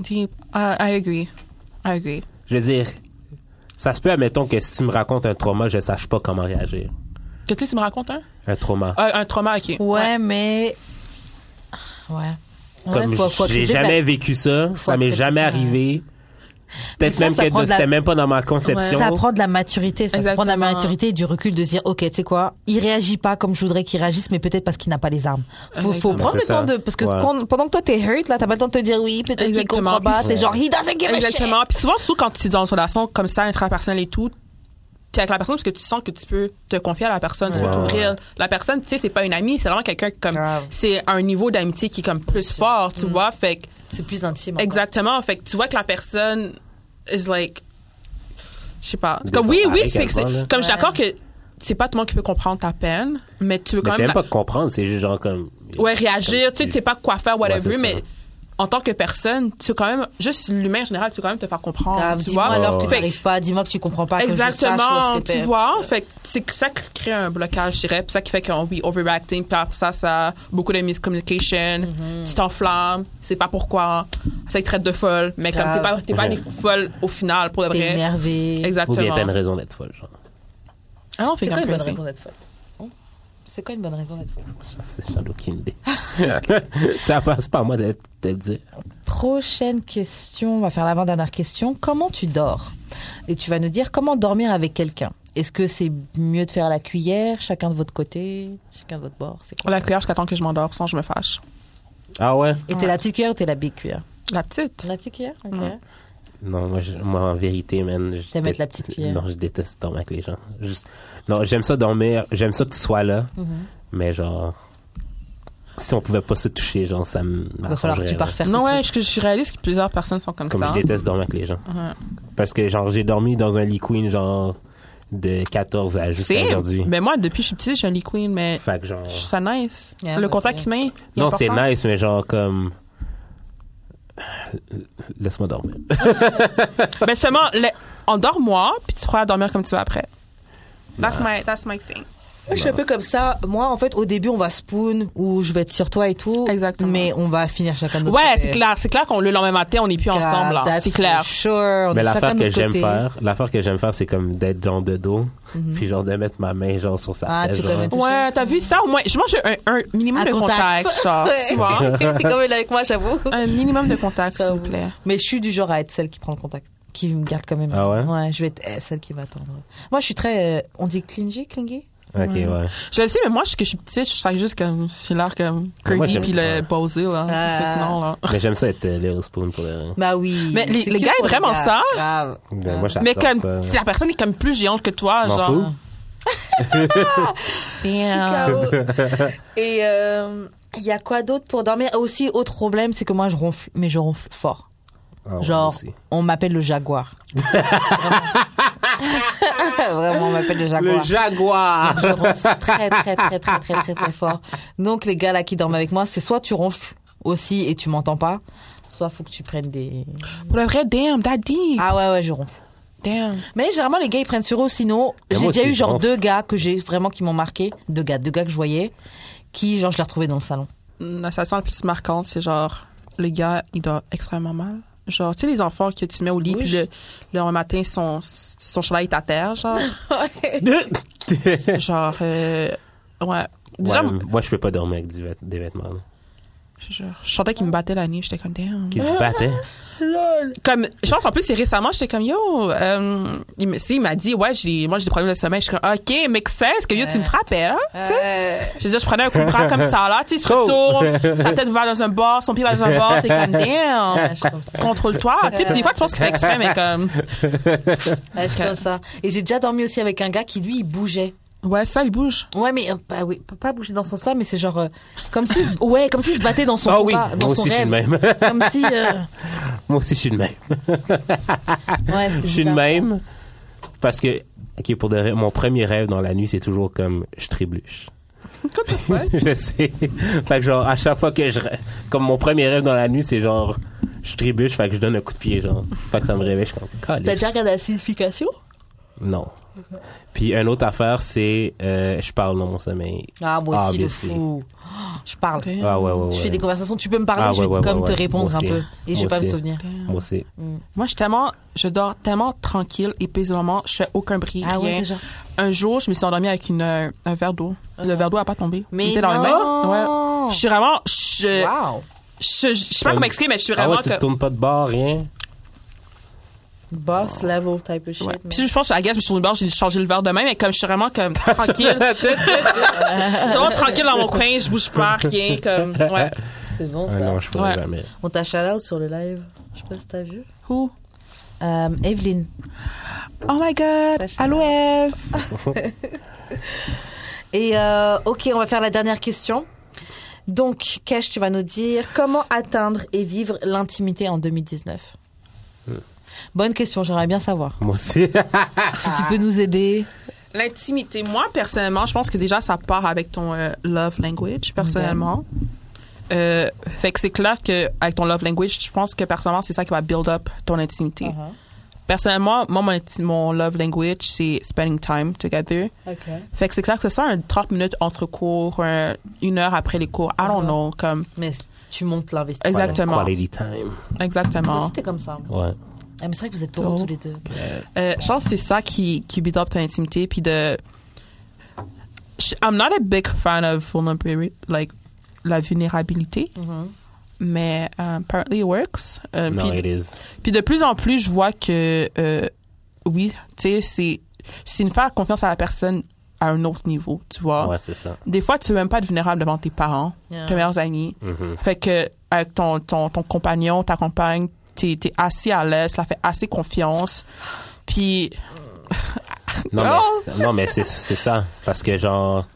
[SPEAKER 3] deep. Uh, I- I agree. I agree.
[SPEAKER 2] Je veux dire, ça se peut, admettons, que si tu me racontes un trauma, je sache pas comment réagir.
[SPEAKER 3] Que tu sais, tu me racontes un?
[SPEAKER 2] Un trauma.
[SPEAKER 3] Ah, un trauma, ok.
[SPEAKER 1] Ouais, mais. Ouais. Ouais,
[SPEAKER 2] Comme
[SPEAKER 1] faut- faut
[SPEAKER 2] j'ai
[SPEAKER 1] accepter
[SPEAKER 2] jamais
[SPEAKER 1] ta-
[SPEAKER 2] vécu ça, ça m'est
[SPEAKER 1] accepter
[SPEAKER 2] jamais
[SPEAKER 1] ça.
[SPEAKER 2] arrivé. Peut-être
[SPEAKER 1] ça,
[SPEAKER 2] même
[SPEAKER 1] ça
[SPEAKER 2] que
[SPEAKER 1] prend de la-
[SPEAKER 2] c'était même pas dans ma conception.
[SPEAKER 1] Ça prend de la maturité, ça, ça prend de la
[SPEAKER 3] Exactement.
[SPEAKER 1] maturité et du recul de se dire, ok, tu sais quoi, il réagit pas comme je voudrais qu'il réagisse, mais peut-être parce qu'il n'a pas les armes. Faut, faut
[SPEAKER 3] Exactement.
[SPEAKER 1] prendre le
[SPEAKER 2] C'est
[SPEAKER 1] temps
[SPEAKER 2] ça.
[SPEAKER 1] de, parce que
[SPEAKER 2] Ouais.
[SPEAKER 1] quand- pendant que toi t'es hurt, là, t'as pas le temps de te dire oui, peut-être qu'il
[SPEAKER 3] Exactement.
[SPEAKER 1] comprend pas, c'est
[SPEAKER 2] Ouais.
[SPEAKER 1] genre, he doesn't give a shit.
[SPEAKER 3] Exactement. Puis souvent, surtout quand tu es dans une relation comme ça, intrapersonnelle et tout, tu es avec la personne parce que tu sens que tu peux te confier à la personne, tu peux
[SPEAKER 2] Ouais.
[SPEAKER 3] t'ouvrir. La personne, tu sais, c'est pas une amie, c'est vraiment quelqu'un comme.
[SPEAKER 1] Grave.
[SPEAKER 3] C'est un niveau d'amitié qui est comme plus fort, tu vois. Fait que,
[SPEAKER 1] C'est plus intime. encore.
[SPEAKER 3] exactement. Fait que tu vois que la personne is like. Je sais pas. Comme, oui,
[SPEAKER 2] Désemparée
[SPEAKER 3] oui, c'est-
[SPEAKER 2] quasiment, là.
[SPEAKER 3] c'est- comme je suis d'accord que c'est pas tout le monde qui peut comprendre ta peine, mais tu veux
[SPEAKER 2] Mais
[SPEAKER 3] quand
[SPEAKER 2] c'est
[SPEAKER 3] même.
[SPEAKER 2] même
[SPEAKER 3] la-
[SPEAKER 2] pas comprendre, c'est juste genre comme.
[SPEAKER 3] ouais, réagir, tu sais, tu sais pas quoi faire,
[SPEAKER 2] Ouais,
[SPEAKER 3] whatever,
[SPEAKER 2] c'est ça.
[SPEAKER 3] mais en tant que personne, tu veux quand même, juste l'humain en général, tu veux quand même te faire comprendre,
[SPEAKER 1] Grave,
[SPEAKER 3] tu
[SPEAKER 1] dis-moi
[SPEAKER 3] vois.
[SPEAKER 1] alors que
[SPEAKER 2] Ouais.
[SPEAKER 1] t'arrives pas, dis-moi que tu comprends pas, que je sache
[SPEAKER 3] Exactement,
[SPEAKER 1] où est-ce que
[SPEAKER 3] tu
[SPEAKER 1] t'es.
[SPEAKER 3] vois. Fait que c'est que ça qui crée un blocage, je dirais. Puis ça qui fait qu'on oui, overreacting. Puis après ça, ça beaucoup de miscommunication.
[SPEAKER 1] Mm-hmm.
[SPEAKER 3] Tu t'enflammes, c'est pas pourquoi. Ça te traite de folle. Mais comme t'es pas, t'es pas une folle au final, pour de
[SPEAKER 1] T'es
[SPEAKER 3] vrai.
[SPEAKER 1] énervé.
[SPEAKER 2] Ou bien
[SPEAKER 3] Exactement.
[SPEAKER 1] hein.
[SPEAKER 2] t'as une raison d'être folle, genre.
[SPEAKER 3] Ah non, fait
[SPEAKER 1] C'est quoi
[SPEAKER 3] comme
[SPEAKER 1] une bonne
[SPEAKER 3] crazy.
[SPEAKER 1] raison d'être folle? Hein? C'est quoi une bonne raison d'être folle?
[SPEAKER 2] C'est j'en ai aucune idée. ça passe pas à moi de te le dire.
[SPEAKER 1] Prochaine question, on va faire l'avant-dernière question. Comment tu dors Et tu vas nous dire comment dormir avec quelqu'un. Est-ce que c'est mieux de faire la cuillère, chacun de votre côté, chacun de votre bord c'est quoi
[SPEAKER 3] La cuillère jusqu'à temps que je m'endors sans que je me fâche.
[SPEAKER 2] Ah ouais?
[SPEAKER 1] Et t'es la petite cuillère ou t'es la big cuillère
[SPEAKER 3] La petite.
[SPEAKER 1] La petite cuillère, ok.
[SPEAKER 2] Non, moi, je- moi, en vérité, man. Je
[SPEAKER 1] T'aimes
[SPEAKER 2] dé-
[SPEAKER 1] être la petite cuillère.
[SPEAKER 2] Non, je déteste dormir avec les gens. Juste... Non, j'aime ça dormir. J'aime ça que tu sois là.
[SPEAKER 1] Mm-hmm.
[SPEAKER 2] Mais genre. Si on pouvait pas se toucher, genre, ça me.
[SPEAKER 1] Il va falloir que tu
[SPEAKER 2] m'arrangerait,
[SPEAKER 1] pars
[SPEAKER 2] là.
[SPEAKER 1] faire
[SPEAKER 3] Non,
[SPEAKER 1] tes
[SPEAKER 3] ouais, je, je suis réaliste que plusieurs personnes sont comme,
[SPEAKER 2] Comme
[SPEAKER 3] ça.
[SPEAKER 2] je déteste dormir avec les gens.
[SPEAKER 3] Ouais.
[SPEAKER 2] Parce que, genre, j'ai dormi dans un lit queen, genre, de 14 à jusqu'à aujourd'hui.
[SPEAKER 3] Mais Ben, moi, depuis que je suis petite, je suis un Lee Queen, mais
[SPEAKER 2] Fait que, genre.
[SPEAKER 3] je trouve ça nice.
[SPEAKER 1] Yeah, bah,
[SPEAKER 3] le contact
[SPEAKER 1] c'est-
[SPEAKER 3] humain. il est
[SPEAKER 2] Non, c'est
[SPEAKER 3] important.
[SPEAKER 2] nice, mais genre, comme. Laisse-moi dormir.
[SPEAKER 3] Ben seulement, le- endors-moi, puis tu pourras dormir comme tu veux après. That's my, that's my thing.
[SPEAKER 1] Moi, je suis un peu comme ça. Moi, en fait, au début, on va spoon ou je vais être sur toi et tout.
[SPEAKER 3] Exactement.
[SPEAKER 1] Mais on va finir chacun de notre
[SPEAKER 3] Ouais,
[SPEAKER 1] côté.
[SPEAKER 3] c'est clair. C'est clair qu'on le lendemain matin, on n'est plus ensemble. là.
[SPEAKER 1] That's
[SPEAKER 3] C'est clair.
[SPEAKER 1] for Sure. On
[SPEAKER 2] Mais
[SPEAKER 1] est chacun
[SPEAKER 2] l'affaire
[SPEAKER 1] de
[SPEAKER 2] que
[SPEAKER 1] notre
[SPEAKER 2] j'aime
[SPEAKER 1] côté. Mm-hmm.
[SPEAKER 2] faire, l'affaire que j'aime faire, c'est comme d'être genre de dos, puis genre de mettre ma main genre sur sa
[SPEAKER 1] Ah,
[SPEAKER 2] fesse,
[SPEAKER 1] tu
[SPEAKER 2] genre.
[SPEAKER 1] connais tout.
[SPEAKER 3] Ouais, t'as vu ça au moins. Je mange un, un minimum
[SPEAKER 1] Un
[SPEAKER 3] de contact,
[SPEAKER 1] contact.
[SPEAKER 3] genre, tu vois.
[SPEAKER 1] T'es comme elle est avec moi, j'avoue.
[SPEAKER 3] Un minimum de contact, s'il
[SPEAKER 1] Ça
[SPEAKER 3] vous
[SPEAKER 1] vous-
[SPEAKER 3] plaît.
[SPEAKER 1] Mais je suis du genre à être celle qui prend le contact, qui me garde quand même.
[SPEAKER 2] Ah ouais
[SPEAKER 1] Ouais, je vais être eh, celle qui va attendre. Moi, je suis très. euh, on dit clingy, clingy
[SPEAKER 2] Ok, ouais.
[SPEAKER 3] Je le sais, mais moi, je, que je suis petite, je sens juste que c'est l'air comme
[SPEAKER 2] Mais moi,
[SPEAKER 3] Kirby
[SPEAKER 2] j'aime
[SPEAKER 3] puis
[SPEAKER 2] pas.
[SPEAKER 3] le Bosé, là.
[SPEAKER 1] Ah.
[SPEAKER 3] C'est que non, là.
[SPEAKER 2] Mais j'aime ça être euh, Little Spoon pour le.
[SPEAKER 1] Bah oui.
[SPEAKER 3] Mais les-
[SPEAKER 1] C'est
[SPEAKER 3] les
[SPEAKER 1] cute
[SPEAKER 3] gars
[SPEAKER 1] pour
[SPEAKER 3] aiment vraiment
[SPEAKER 1] gars.
[SPEAKER 3] ça
[SPEAKER 1] Grave.
[SPEAKER 2] Ben, moi, j'adore
[SPEAKER 3] Mais comme,
[SPEAKER 2] ça.
[SPEAKER 3] si la personne est comme plus géante que toi,
[SPEAKER 2] M'en
[SPEAKER 3] genre.
[SPEAKER 2] fous.
[SPEAKER 3] Damn.
[SPEAKER 1] Et euh, il y a quoi d'autre pour dormir Aussi, autre problème, c'est que moi, je ronfle, mais je ronfle fort.
[SPEAKER 2] Ah ouais, moi
[SPEAKER 1] Genre,
[SPEAKER 2] aussi.
[SPEAKER 1] on m'appelle le jaguar. Vraiment. Vraiment, on m'appelle le jaguar.
[SPEAKER 2] Le jaguar!
[SPEAKER 1] je ronfle très, très, très, très, très, très, très fort. Donc, les gars là qui dorment avec moi, c'est soit tu ronfles aussi et tu m'entends pas, soit faut que tu prennes des.
[SPEAKER 3] Pour le vrai, damn, daddy.
[SPEAKER 1] Ah ouais, ouais, je ronfle.
[SPEAKER 3] Damn.
[SPEAKER 1] Mais généralement, les gars, ils prennent sur eux. Sinon,
[SPEAKER 2] Mais
[SPEAKER 1] j'ai
[SPEAKER 2] moi
[SPEAKER 1] déjà
[SPEAKER 2] aussi,
[SPEAKER 1] eu
[SPEAKER 2] je
[SPEAKER 1] genre
[SPEAKER 2] ronfle.
[SPEAKER 1] deux gars que j'ai vraiment qui m'ont marqué. Deux gars, deux gars que je voyais, qui, genre, je les retrouvais dans le salon.
[SPEAKER 3] la situation la plus marquante, c'est genre, le gars, il dort extrêmement mal. Genre, tu sais, les enfants que tu mets au lit,
[SPEAKER 1] Oui,
[SPEAKER 3] puis
[SPEAKER 1] je-
[SPEAKER 3] le, le lendemain matin, son, son chandail est à terre, genre. genre, euh, ouais. Déjà,
[SPEAKER 2] Ouais, moi, je peux pas dormir avec du vêt- des vêtements. là.
[SPEAKER 3] je, je sentais qu'il me battait la nuit, j'étais comme, damn.
[SPEAKER 1] Ah!
[SPEAKER 2] Qui te battait?
[SPEAKER 3] Comme, je pense, en plus, c'est récemment, j'étais comme, yo, euh, il me- si, il m'a dit, ouais, j'ai, moi, j'ai des problèmes de sommeil, je suis comme, ok, mais que c'est, est-ce que yo, tu me frappais, là?
[SPEAKER 1] Euh,
[SPEAKER 3] Tu sais? Je veux dire, je prenais un coup de bras comme ça, là, tu sais, il se
[SPEAKER 2] Trop.
[SPEAKER 3] retourne, sa tête va dans un bord, son pied va dans un bord, t'es comme, damn.
[SPEAKER 1] Ouais, je suis comme ça.
[SPEAKER 3] contrôle-toi. tu sais, puis des fois, tu penses qu'il fait exprès, mais comme.
[SPEAKER 1] Ouais, je suis comme ça. Et j'ai déjà dormi aussi avec un gars qui, lui, il bougeait.
[SPEAKER 3] Ouais, ça, il bouge.
[SPEAKER 1] Ouais, mais euh, bah oui, pas bouger dans ce sens-là, mais c'est genre euh, comme s'il se- ouais, comme s'il se battait dans son
[SPEAKER 2] Ah oui,
[SPEAKER 1] combat, dans
[SPEAKER 2] moi
[SPEAKER 1] son
[SPEAKER 2] aussi, je suis
[SPEAKER 1] rêve.
[SPEAKER 2] le même.
[SPEAKER 1] Comme si euh,
[SPEAKER 2] moi aussi, je suis le même.
[SPEAKER 1] ouais, c'était
[SPEAKER 2] Je suis le
[SPEAKER 1] bizarre.
[SPEAKER 2] même parce que, ok, pour de vrai, mon premier rêve dans la nuit, c'est toujours comme je trébuche. je sais. Fait que genre, à chaque fois que je. rê- Comme mon premier rêve dans la nuit, c'est genre, je trébuche, fait que je donne un coup de pied, genre. Fait que ça me réveille, je suis comme,
[SPEAKER 1] T'as
[SPEAKER 2] calisse.
[SPEAKER 1] déjà regardé la signification
[SPEAKER 2] Non. Puis une autre affaire, c'est, euh, je parle dans mon sommeil.
[SPEAKER 1] Ah moi
[SPEAKER 2] Ah,
[SPEAKER 1] aussi le
[SPEAKER 2] bien sûr.
[SPEAKER 1] fou. Oh, Je parle.
[SPEAKER 2] Ah ouais, ouais, ouais.
[SPEAKER 1] Je fais des conversations, tu peux me parler,
[SPEAKER 2] Ah,
[SPEAKER 1] je vais
[SPEAKER 2] ouais, ouais,
[SPEAKER 1] comme
[SPEAKER 2] ouais,
[SPEAKER 1] te
[SPEAKER 2] ouais.
[SPEAKER 1] répondre
[SPEAKER 2] Moi
[SPEAKER 1] un
[SPEAKER 2] aussi.
[SPEAKER 1] peu et je vais
[SPEAKER 2] Moi
[SPEAKER 1] pas me
[SPEAKER 2] aussi.
[SPEAKER 1] souvenir.
[SPEAKER 2] Moi aussi.
[SPEAKER 3] Moi, je suis tellement. Je dors tellement tranquille et paisiblement, je fais aucun bruit.
[SPEAKER 1] Ah ouais,
[SPEAKER 3] rien.
[SPEAKER 1] déjà.
[SPEAKER 3] Un jour, je me suis endormie avec une, euh, un verre d'eau. Le verre d'eau n'a pas tombé.
[SPEAKER 1] Mais
[SPEAKER 3] Il était dans le
[SPEAKER 1] non!
[SPEAKER 3] main. Ouais. Je suis vraiment. Je,
[SPEAKER 1] Wow.
[SPEAKER 3] je, je, je sais pas comment expliquer, mais je suis
[SPEAKER 2] Ah
[SPEAKER 3] vraiment.
[SPEAKER 2] ouais, tu te
[SPEAKER 3] comme-
[SPEAKER 2] tournes pas de bord, rien.
[SPEAKER 1] Boss level type of shit.
[SPEAKER 3] Ouais.
[SPEAKER 1] man.
[SPEAKER 3] Puis je pense que la gaffe, je suis sur le bord, j'ai changé le verre de main, mais comme je suis vraiment comme tranquille. je suis vraiment tranquille dans mon coin, je bouge pas, rien. Comme, ouais.
[SPEAKER 1] C'est bon,
[SPEAKER 2] Ah
[SPEAKER 1] ça.
[SPEAKER 2] non, je pourrais
[SPEAKER 3] Ouais.
[SPEAKER 2] jamais.
[SPEAKER 1] On t'a shout-out sur le live. Je sais pas si t'as vu.
[SPEAKER 3] Ouh.
[SPEAKER 1] Euh, Evelyne.
[SPEAKER 3] Oh my god. Allô, Eve.
[SPEAKER 1] Et euh, ok, on va faire la dernière question. Donc, Cash, tu vas nous dire comment atteindre et vivre l'intimité en 2019 Bonne question, j'aimerais bien savoir.
[SPEAKER 2] Moi aussi.
[SPEAKER 1] Si tu peux nous aider.
[SPEAKER 3] L'intimité, moi personnellement, je pense que déjà ça part avec ton euh, love language personnellement. Euh, fait que c'est clair que avec ton love language, je pense que personnellement c'est ça qui va build up ton intimité.
[SPEAKER 1] Uh-huh.
[SPEAKER 3] Personnellement, moi mon, inti- mon love language c'est spending time together. Fait que c'est clair que ça un 30 minutes entre cours, un- une heure après les cours, I don't
[SPEAKER 1] Mhm.
[SPEAKER 3] know comme
[SPEAKER 1] Mais c- tu montes l'investissement.
[SPEAKER 3] exactement,
[SPEAKER 2] Quality time.
[SPEAKER 3] exactement.
[SPEAKER 1] C'était comme ça. moi.
[SPEAKER 2] Ouais.
[SPEAKER 1] Ah, mais c'est vrai que vous êtes taureaux
[SPEAKER 3] Taureau.
[SPEAKER 1] tous les deux.
[SPEAKER 3] Euh, je pense que c'est ça qui, qui build up ton intimité. Puis de. Je- I'm not a big fan of vulnerability, like la vulnérabilité, mais euh, apparently it works. Euh,
[SPEAKER 2] Non,
[SPEAKER 3] puis,
[SPEAKER 2] it is.
[SPEAKER 3] puis de plus en plus, je vois que, euh, oui, tu sais, c'est, c'est une faire confiance à la personne à un autre niveau, tu vois.
[SPEAKER 2] Ouais, c'est ça.
[SPEAKER 3] Des fois, tu veux même pas être vulnérable devant tes parents,
[SPEAKER 1] Yeah.
[SPEAKER 3] tes meilleurs amis.
[SPEAKER 2] Mhm.
[SPEAKER 3] Fait que avec ton, ton, ton compagnon, ta compagne, t'es, t'es assez à l'aise, ça fait assez confiance. Puis
[SPEAKER 2] Non,
[SPEAKER 3] Oh!
[SPEAKER 2] mais, non, mais c'est, c'est ça. Parce que, genre,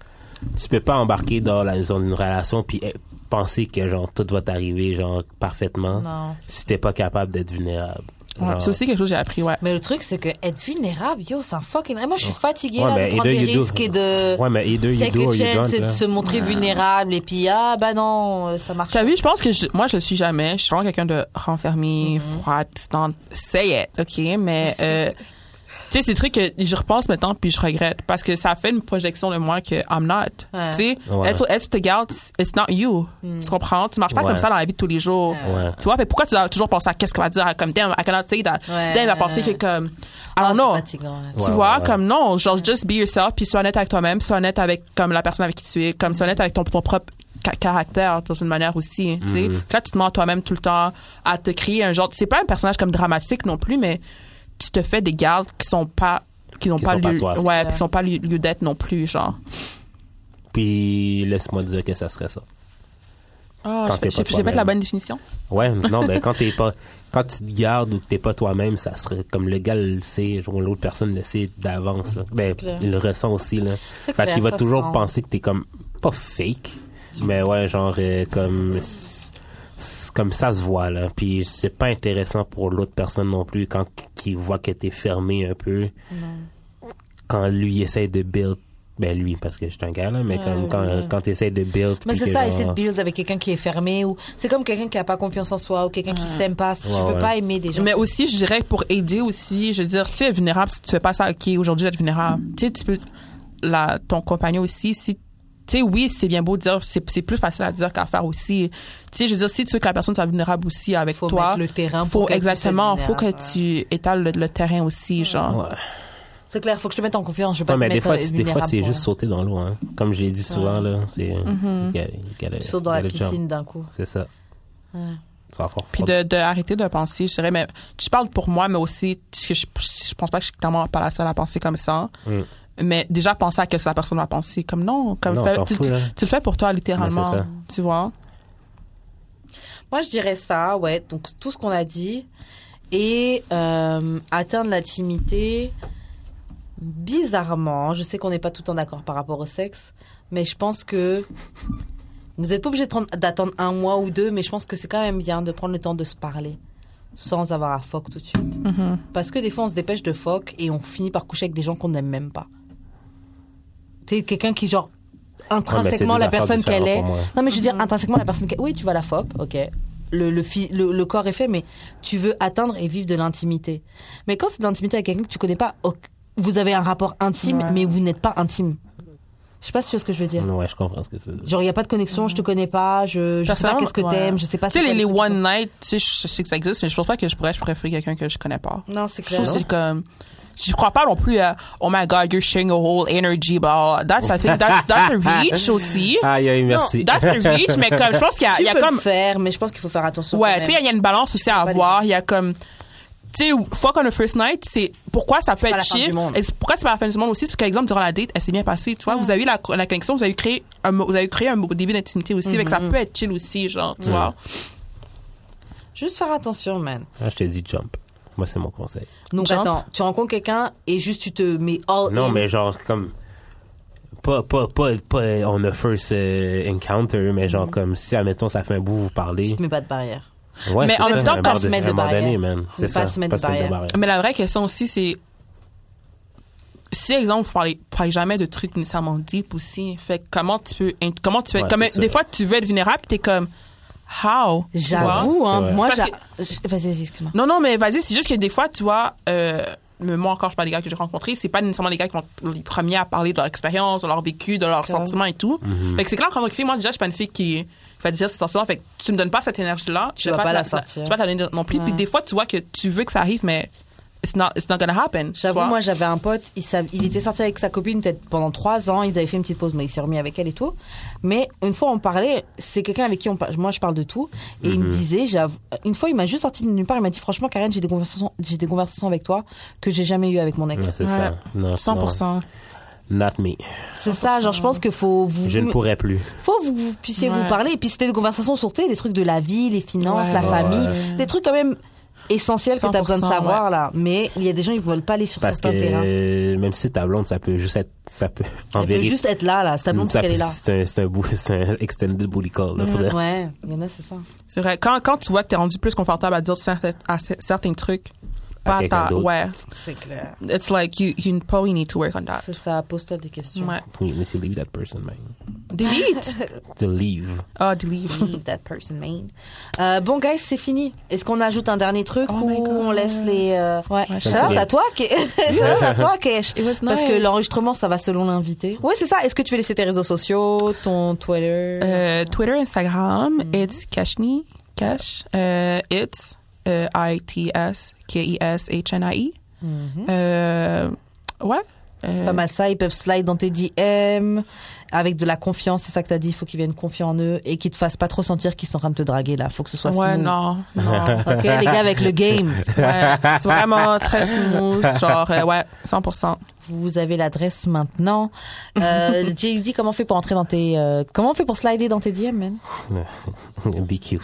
[SPEAKER 2] tu peux pas embarquer dans la zone d'une relation puis eh, penser que, genre, tout va t'arriver, genre, parfaitement
[SPEAKER 1] Non.
[SPEAKER 2] si t'es pas capable d'être vulnérable.
[SPEAKER 3] Ouais,
[SPEAKER 2] Genre,
[SPEAKER 3] c'est aussi quelque chose que j'ai appris, ouais.
[SPEAKER 1] Mais le truc, c'est que être vulnérable, yo, c'est un fucking. Et Moi, je suis fatiguée
[SPEAKER 2] Ouais,
[SPEAKER 1] là,
[SPEAKER 2] mais
[SPEAKER 1] de prendre
[SPEAKER 2] either
[SPEAKER 1] des
[SPEAKER 2] you do-
[SPEAKER 1] risques et de.
[SPEAKER 2] Ouais, mais E either you
[SPEAKER 1] Take
[SPEAKER 2] do
[SPEAKER 1] a
[SPEAKER 2] or you
[SPEAKER 1] chance,
[SPEAKER 2] don't.
[SPEAKER 1] c'est de
[SPEAKER 2] là.
[SPEAKER 1] se montrer vulnérable et puis ah bah non, euh, ça marche.
[SPEAKER 3] Tu as vu, je pense que je- moi, je le suis jamais. Je suis vraiment quelqu'un de renfermé,
[SPEAKER 2] Mm-hmm.
[SPEAKER 3] froid, distant. Say it, OK? Mais, euh, tu sais, c'est des trucs que je repense maintenant puis je regrette parce que ça fait une projection de moi que I'm not.
[SPEAKER 1] Ouais.
[SPEAKER 3] Tu sais,
[SPEAKER 2] Ouais. Mm.
[SPEAKER 3] être être the girl, it's- it's not you. Tu comprends? Tu marches pas
[SPEAKER 2] Ouais.
[SPEAKER 3] comme ça dans la vie de tous les jours.
[SPEAKER 2] Ouais.
[SPEAKER 3] Tu vois, fait pourquoi tu dois toujours penser à qu'est-ce qu'elle va dire, comme damn, I cannot say that.
[SPEAKER 1] Ouais.
[SPEAKER 3] Damn, elle va penser que comme, I
[SPEAKER 1] Ah,
[SPEAKER 3] don't
[SPEAKER 1] c'est
[SPEAKER 3] know.
[SPEAKER 1] fatigant, ouais.
[SPEAKER 3] Tu
[SPEAKER 2] Ouais,
[SPEAKER 3] vois,
[SPEAKER 2] ouais, ouais.
[SPEAKER 3] comme non, genre just be yourself, puis sois honnête avec toi-même, sois honnête avec comme la personne avec qui tu es, comme sois honnête avec ton, ton propre ca- caractère dans une manière aussi. hein, Tu
[SPEAKER 2] Mm-hmm.
[SPEAKER 3] sais, là tu te mens à toi-même tout le temps, à te créer un genre. C'est pas un personnage comme dramatique non plus, mais tu te fais des gardes qui sont pas qui n'ont
[SPEAKER 2] Qui
[SPEAKER 3] pas
[SPEAKER 2] sont pas
[SPEAKER 3] lieu,
[SPEAKER 2] toi.
[SPEAKER 3] ouais, qui sont pas lieu, lieu d'être non plus, genre.
[SPEAKER 2] Puis, laisse-moi dire que ça serait ça.
[SPEAKER 3] Ah,
[SPEAKER 2] Quand
[SPEAKER 3] j'ai
[SPEAKER 2] t'es pas
[SPEAKER 3] fait- j'ai fait j'ai fait
[SPEAKER 2] toi-même.
[SPEAKER 3] la bonne définition.
[SPEAKER 2] Ouais, non, ben quand t'es pas, quand tu te gardes ou que t'es pas toi-même, ça serait comme le gars le sait, ou l'autre personne le sait d'avance. là. Ben,
[SPEAKER 1] clair.
[SPEAKER 2] il le ressent aussi là.
[SPEAKER 1] C'est
[SPEAKER 2] Fait
[SPEAKER 1] clair,
[SPEAKER 2] qu'il va
[SPEAKER 1] ça
[SPEAKER 2] Bah, toujours
[SPEAKER 1] sent.
[SPEAKER 2] penser que t'es comme pas fake, mais ouais, genre euh, comme s- s- comme ça se voit là. Puis c'est pas intéressant pour l'autre personne non plus quand qui voit que t'es fermé un peu. Quand lui essaie de build, ben lui parce que je suis un gars là, mais
[SPEAKER 1] Ouais,
[SPEAKER 2] comme quand
[SPEAKER 1] ouais.
[SPEAKER 2] quand t'essaies de build.
[SPEAKER 1] Mais
[SPEAKER 2] puis
[SPEAKER 1] c'est
[SPEAKER 2] que
[SPEAKER 1] ça,
[SPEAKER 2] genre- euh,
[SPEAKER 1] essayer de build avec quelqu'un qui est fermé ou c'est comme quelqu'un qui a pas confiance en soi ou quelqu'un qui s'aime pas. Tu
[SPEAKER 2] Ouais,
[SPEAKER 1] peux
[SPEAKER 2] ouais.
[SPEAKER 1] pas aimer des gens.
[SPEAKER 3] Mais aussi, je dirais pour aider aussi, je veux dire, tu sais, vulnérable, si tu fais pas ça, ok, aujourd'hui, je vais être vulnérable.
[SPEAKER 1] Mm.
[SPEAKER 3] Tu sais, tu peux, la, ton compagnon aussi, si, tu sais, oui, c'est bien beau de dire, c'est c'est plus facile à dire qu'à faire aussi. Tu sais, je veux dire, si tu veux que la personne soit vulnérable aussi avec
[SPEAKER 1] faut
[SPEAKER 3] toi,
[SPEAKER 1] mettre le terrain.
[SPEAKER 3] faut,
[SPEAKER 1] pour qu'elle puisse être
[SPEAKER 3] exactement, faut que
[SPEAKER 1] vulnérable, ouais.
[SPEAKER 3] tu étales le, le terrain aussi, genre.
[SPEAKER 2] Ouais.
[SPEAKER 1] C'est clair, faut que je te mette en confiance. Je vais pas
[SPEAKER 2] Non, mais
[SPEAKER 1] te
[SPEAKER 2] des
[SPEAKER 1] mettre
[SPEAKER 2] fois,
[SPEAKER 1] euh,
[SPEAKER 2] c'est- des fois
[SPEAKER 1] vulnérable
[SPEAKER 2] c'est
[SPEAKER 1] pour
[SPEAKER 2] juste
[SPEAKER 1] rien.
[SPEAKER 2] sauter dans l'eau. Hein. Comme je l'ai dit souvent, là, c'est. you gotta- you gotta-
[SPEAKER 1] Tu sautes Mm-hmm. dans la
[SPEAKER 2] you gotta jump.
[SPEAKER 1] piscine d'un coup.
[SPEAKER 2] C'est ça.
[SPEAKER 1] Ouais.
[SPEAKER 2] Tu vas avoir
[SPEAKER 3] Puis
[SPEAKER 2] froid.
[SPEAKER 3] de, de arrêter de penser, je dirais, mais je parle pour moi, mais aussi, parce que je, je pense pas que je suis clairement pas la seule à penser comme ça.
[SPEAKER 2] Mm.
[SPEAKER 3] Mais déjà, penser à ce que la personne va penser. Comme non, comme
[SPEAKER 2] Non,
[SPEAKER 3] fais-
[SPEAKER 2] t'en
[SPEAKER 3] tu,
[SPEAKER 2] fous,
[SPEAKER 3] tu-
[SPEAKER 2] là.
[SPEAKER 3] tu le fais pour toi, littéralement.
[SPEAKER 2] Ouais, c'est ça.
[SPEAKER 3] Tu vois?
[SPEAKER 1] Moi, je dirais ça, ouais. Donc, tout ce qu'on a dit. Et euh, atteindre l'intimité, bizarrement, je sais qu'on n'est pas tout en accord par rapport au sexe, mais je pense que vous n'êtes pas obligé de prendre- d'attendre un mois ou deux, mais je pense que c'est quand même bien de prendre le temps de se parler sans avoir à fuck tout de suite. Parce que des fois, on se dépêche de fuck et on finit par coucher avec des gens qu'on n'aime même pas. Tu sais, quelqu'un qui, genre, intrinsèquement,
[SPEAKER 2] des
[SPEAKER 1] la
[SPEAKER 2] affaires
[SPEAKER 1] personne qu'elle est.
[SPEAKER 2] différentes pour moi.
[SPEAKER 1] Non, mais je veux dire, intrinsèquement, la personne qu'elle Oui, tu vas à la fuck, ok. Le, le, fi- le, le corps est fait, mais tu veux atteindre et vivre de l'intimité. Mais quand c'est de l'intimité avec quelqu'un que tu connais pas, ok, vous avez un rapport intime,
[SPEAKER 3] Ouais.
[SPEAKER 1] mais vous n'êtes pas intime. Je sais pas si tu vois ce que je veux dire.
[SPEAKER 2] Ouais, je comprends ce que c'est.
[SPEAKER 1] Genre, il n'y a pas de connexion, je te connais pas, je, je sais pas
[SPEAKER 3] Personnellement,
[SPEAKER 1] qu'est-ce que
[SPEAKER 3] ouais.
[SPEAKER 1] t'aimes, je sais pas
[SPEAKER 3] Tu sais,
[SPEAKER 1] c'est
[SPEAKER 3] les,
[SPEAKER 1] quoi
[SPEAKER 3] les
[SPEAKER 1] trucs.
[SPEAKER 3] one night, tu sais, je sais que ça existe, mais je pense pas que je pourrais, je pourrais faire quelqu'un que je connais pas.
[SPEAKER 1] Non, c'est
[SPEAKER 3] Je
[SPEAKER 1] clair.
[SPEAKER 3] trouve que c'est comme. Je crois pas non plus à Oh my god, you're sharing a whole energy, bah, that's a thing, that's, that's a reach aussi.
[SPEAKER 2] Aïe, aïe, Ah, merci.
[SPEAKER 3] That's a reach, mais comme, je pense qu'il y a,
[SPEAKER 1] Tu
[SPEAKER 3] il y a
[SPEAKER 1] peux le
[SPEAKER 3] comme.
[SPEAKER 1] faire, mais je pense qu'il faut faire attention. quand
[SPEAKER 3] Ouais,
[SPEAKER 1] même.
[SPEAKER 3] tu sais, il y a une balance aussi à
[SPEAKER 1] pas
[SPEAKER 3] avoir. Il y a comme. tu sais, fuck on a first night, c'est pourquoi ça peut
[SPEAKER 1] pas la
[SPEAKER 3] être
[SPEAKER 1] fin du
[SPEAKER 3] chill.
[SPEAKER 1] monde. Ah.
[SPEAKER 3] Et c'est- pourquoi c'est pas la fin du monde aussi, c'est qu'exemple, durant la date, elle s'est bien passée, tu vois. Vous avez eu la, la connexion, vous avez créé un, mo- vous avez créé un mo- début d'intimité aussi, fait que
[SPEAKER 1] Mm-hmm.
[SPEAKER 3] ça peut être chill aussi, genre,
[SPEAKER 2] Mm.
[SPEAKER 3] tu vois.
[SPEAKER 1] Juste faire attention, man.
[SPEAKER 2] Ah, je te dis jump. Moi, c'est mon conseil.
[SPEAKER 1] Donc
[SPEAKER 3] Jump.
[SPEAKER 1] attends, tu rencontres quelqu'un et juste tu te mets all
[SPEAKER 2] Non,
[SPEAKER 1] in.
[SPEAKER 2] mais genre, comme. Pas, pas, pas, pas euh, on a first euh, encounter, mais
[SPEAKER 1] Mm-hmm.
[SPEAKER 2] genre, comme si, admettons, ça fait un bout, vous
[SPEAKER 1] Tu
[SPEAKER 2] parlez.
[SPEAKER 1] te mets pas de barrière.
[SPEAKER 2] Ouais,
[SPEAKER 3] Mais
[SPEAKER 2] c'est
[SPEAKER 3] en
[SPEAKER 2] ça,
[SPEAKER 3] même temps,
[SPEAKER 2] à un
[SPEAKER 3] pas
[SPEAKER 2] moment
[SPEAKER 1] se mettre de
[SPEAKER 2] à un moment donné,
[SPEAKER 1] barrière.
[SPEAKER 2] man.
[SPEAKER 1] Faut
[SPEAKER 2] C'est
[SPEAKER 1] pas
[SPEAKER 2] ça.
[SPEAKER 1] se mettre de barrière.
[SPEAKER 3] Mais la vraie question aussi, c'est si exemple vous parlez, vous parlez jamais de trucs nécessairement deep aussi fait que comment tu peux int- comment tu fais
[SPEAKER 2] Ouais,
[SPEAKER 3] comme
[SPEAKER 2] c'est ça.
[SPEAKER 3] des fois tu veux être vulnérable t'es comme how tu vois?
[SPEAKER 1] J'avoue,
[SPEAKER 2] C'est
[SPEAKER 1] hein.
[SPEAKER 2] vrai.
[SPEAKER 1] Moi,
[SPEAKER 3] Parce
[SPEAKER 1] j'a- j'- vas-y, vas-y, excuse-moi.
[SPEAKER 3] non non mais vas-y c'est juste que des fois tu vois euh, mais moi encore je parle des gars que j'ai rencontrés c'est pas nécessairement les gars qui sont les premiers à parler de leur expérience de leur vécu de leurs
[SPEAKER 1] Claro.
[SPEAKER 3] sentiments et tout
[SPEAKER 2] Mhm.
[SPEAKER 3] fait que c'est clair qu'en tant que fille moi déjà je suis pas une fille qui va dire ses sentiments fait que tu me donnes pas cette énergie là
[SPEAKER 1] Tu vas pas la sortir.
[SPEAKER 3] tu vas pas la donner non plus
[SPEAKER 1] Ouais.
[SPEAKER 3] puis des fois tu vois que tu veux que ça arrive mais it's not it's not gonna happen tu
[SPEAKER 1] J'avoue,
[SPEAKER 3] vois.
[SPEAKER 1] moi, j'avais un pote, il, sav- il était sorti avec sa copine peut-être pendant trois ans, ils avaient fait une petite pause, mais il s'est remis avec elle et tout. Mais une fois, on parlait, c'est quelqu'un avec qui on par- moi je parle de tout, et il
[SPEAKER 2] Mhm.
[SPEAKER 1] me disait, j'avoue, une fois, il m'a juste sorti de nulle part, il m'a dit, franchement, Karen, j'ai des conversations, j'ai des conversations avec toi que j'ai jamais eu avec mon ex.
[SPEAKER 2] Non, c'est
[SPEAKER 3] Ouais.
[SPEAKER 2] ça. Non,
[SPEAKER 3] 100%.
[SPEAKER 2] non. Not me.
[SPEAKER 1] C'est ça, genre, je pense que faut vous,
[SPEAKER 2] Je ne pourrais plus.
[SPEAKER 1] faut que vous, vous puissiez vous
[SPEAKER 3] Ouais.
[SPEAKER 1] parler, et puis c'était des conversations sur tu sais, des trucs de la vie, les finances,
[SPEAKER 3] Ouais.
[SPEAKER 1] la
[SPEAKER 2] Ouais.
[SPEAKER 1] famille, des trucs quand même essentiels que t'as besoin de
[SPEAKER 3] 100%,
[SPEAKER 1] savoir, là. Mais il y a des gens, ils veulent pas aller sur
[SPEAKER 2] Parce que
[SPEAKER 1] certains terrains.
[SPEAKER 2] euh, même si c'est ta blonde, ça peut juste être. Ça peut, en
[SPEAKER 1] Elle peut
[SPEAKER 2] vérité.
[SPEAKER 1] juste être là, là. C'est ta blonde parce
[SPEAKER 2] ça
[SPEAKER 1] qu'elle
[SPEAKER 2] peut-
[SPEAKER 1] est là. Mm,
[SPEAKER 2] C'est un, c'est un, bout- c'est un extended booty call. Là, faudrait-
[SPEAKER 1] Ouais, il y en a, c'est ça.
[SPEAKER 3] C'est vrai. Quand, quand tu vois que t'es rendu plus confortable à dire certains, à ce- certains trucs,
[SPEAKER 2] À
[SPEAKER 3] pas à
[SPEAKER 2] quelqu'un
[SPEAKER 3] ta.
[SPEAKER 2] d'autre.
[SPEAKER 3] Ouais.
[SPEAKER 1] C'est clair.
[SPEAKER 3] It's like you, you probably need to work on
[SPEAKER 2] Ah.
[SPEAKER 3] that.
[SPEAKER 1] C'est ça, pose-toi des questions.
[SPEAKER 3] Ouais.
[SPEAKER 2] Oui, mais c'est leave that person, man.
[SPEAKER 3] Delete.
[SPEAKER 2] To leave.
[SPEAKER 3] Ah, delete.
[SPEAKER 1] Leave that person main. Euh, bon, guys, c'est fini. Est-ce qu'on ajoute un dernier truc
[SPEAKER 3] Oh my
[SPEAKER 1] ou
[SPEAKER 3] God.
[SPEAKER 1] on laisse les. euh, Ouais,
[SPEAKER 3] Ouais,
[SPEAKER 1] Shout
[SPEAKER 2] je pense
[SPEAKER 1] out
[SPEAKER 2] que-
[SPEAKER 1] à toi, Ke- Shout out à toi, Kesh.
[SPEAKER 3] It was
[SPEAKER 1] Parce que
[SPEAKER 3] nice.
[SPEAKER 1] l'enregistrement, ça va selon l'invité. Ouais, c'est ça. Est-ce que tu veux laisser tes réseaux sociaux, ton Twitter
[SPEAKER 3] Euh, Twitter, Instagram,
[SPEAKER 1] Mm-hmm.
[SPEAKER 3] it's Kashni. Cash. Euh, it's euh, E I-T-S-K-I-S-H-N-I-E.
[SPEAKER 1] Mm-hmm.
[SPEAKER 3] Euh, ouais.
[SPEAKER 1] C'est pas mal ça. Ils peuvent slide dans tes DM avec de la confiance. C'est ça que t'as dit. Il faut qu'ils viennent confier en eux et qu'ils te fassent pas trop sentir qu'ils sont en train de te draguer, là. Faut que ce soit
[SPEAKER 3] Ouais,
[SPEAKER 1] smooth.
[SPEAKER 3] non. non.
[SPEAKER 1] Ok, les gars, avec le game.
[SPEAKER 3] Ouais, c'est vraiment très smooth. Genre, euh, ouais, 100%.
[SPEAKER 1] Vous avez l'adresse maintenant. Euh, JUD, comment on fait pour entrer dans tes, euh, comment on fait pour slider dans tes DM, man?
[SPEAKER 2] Be cute.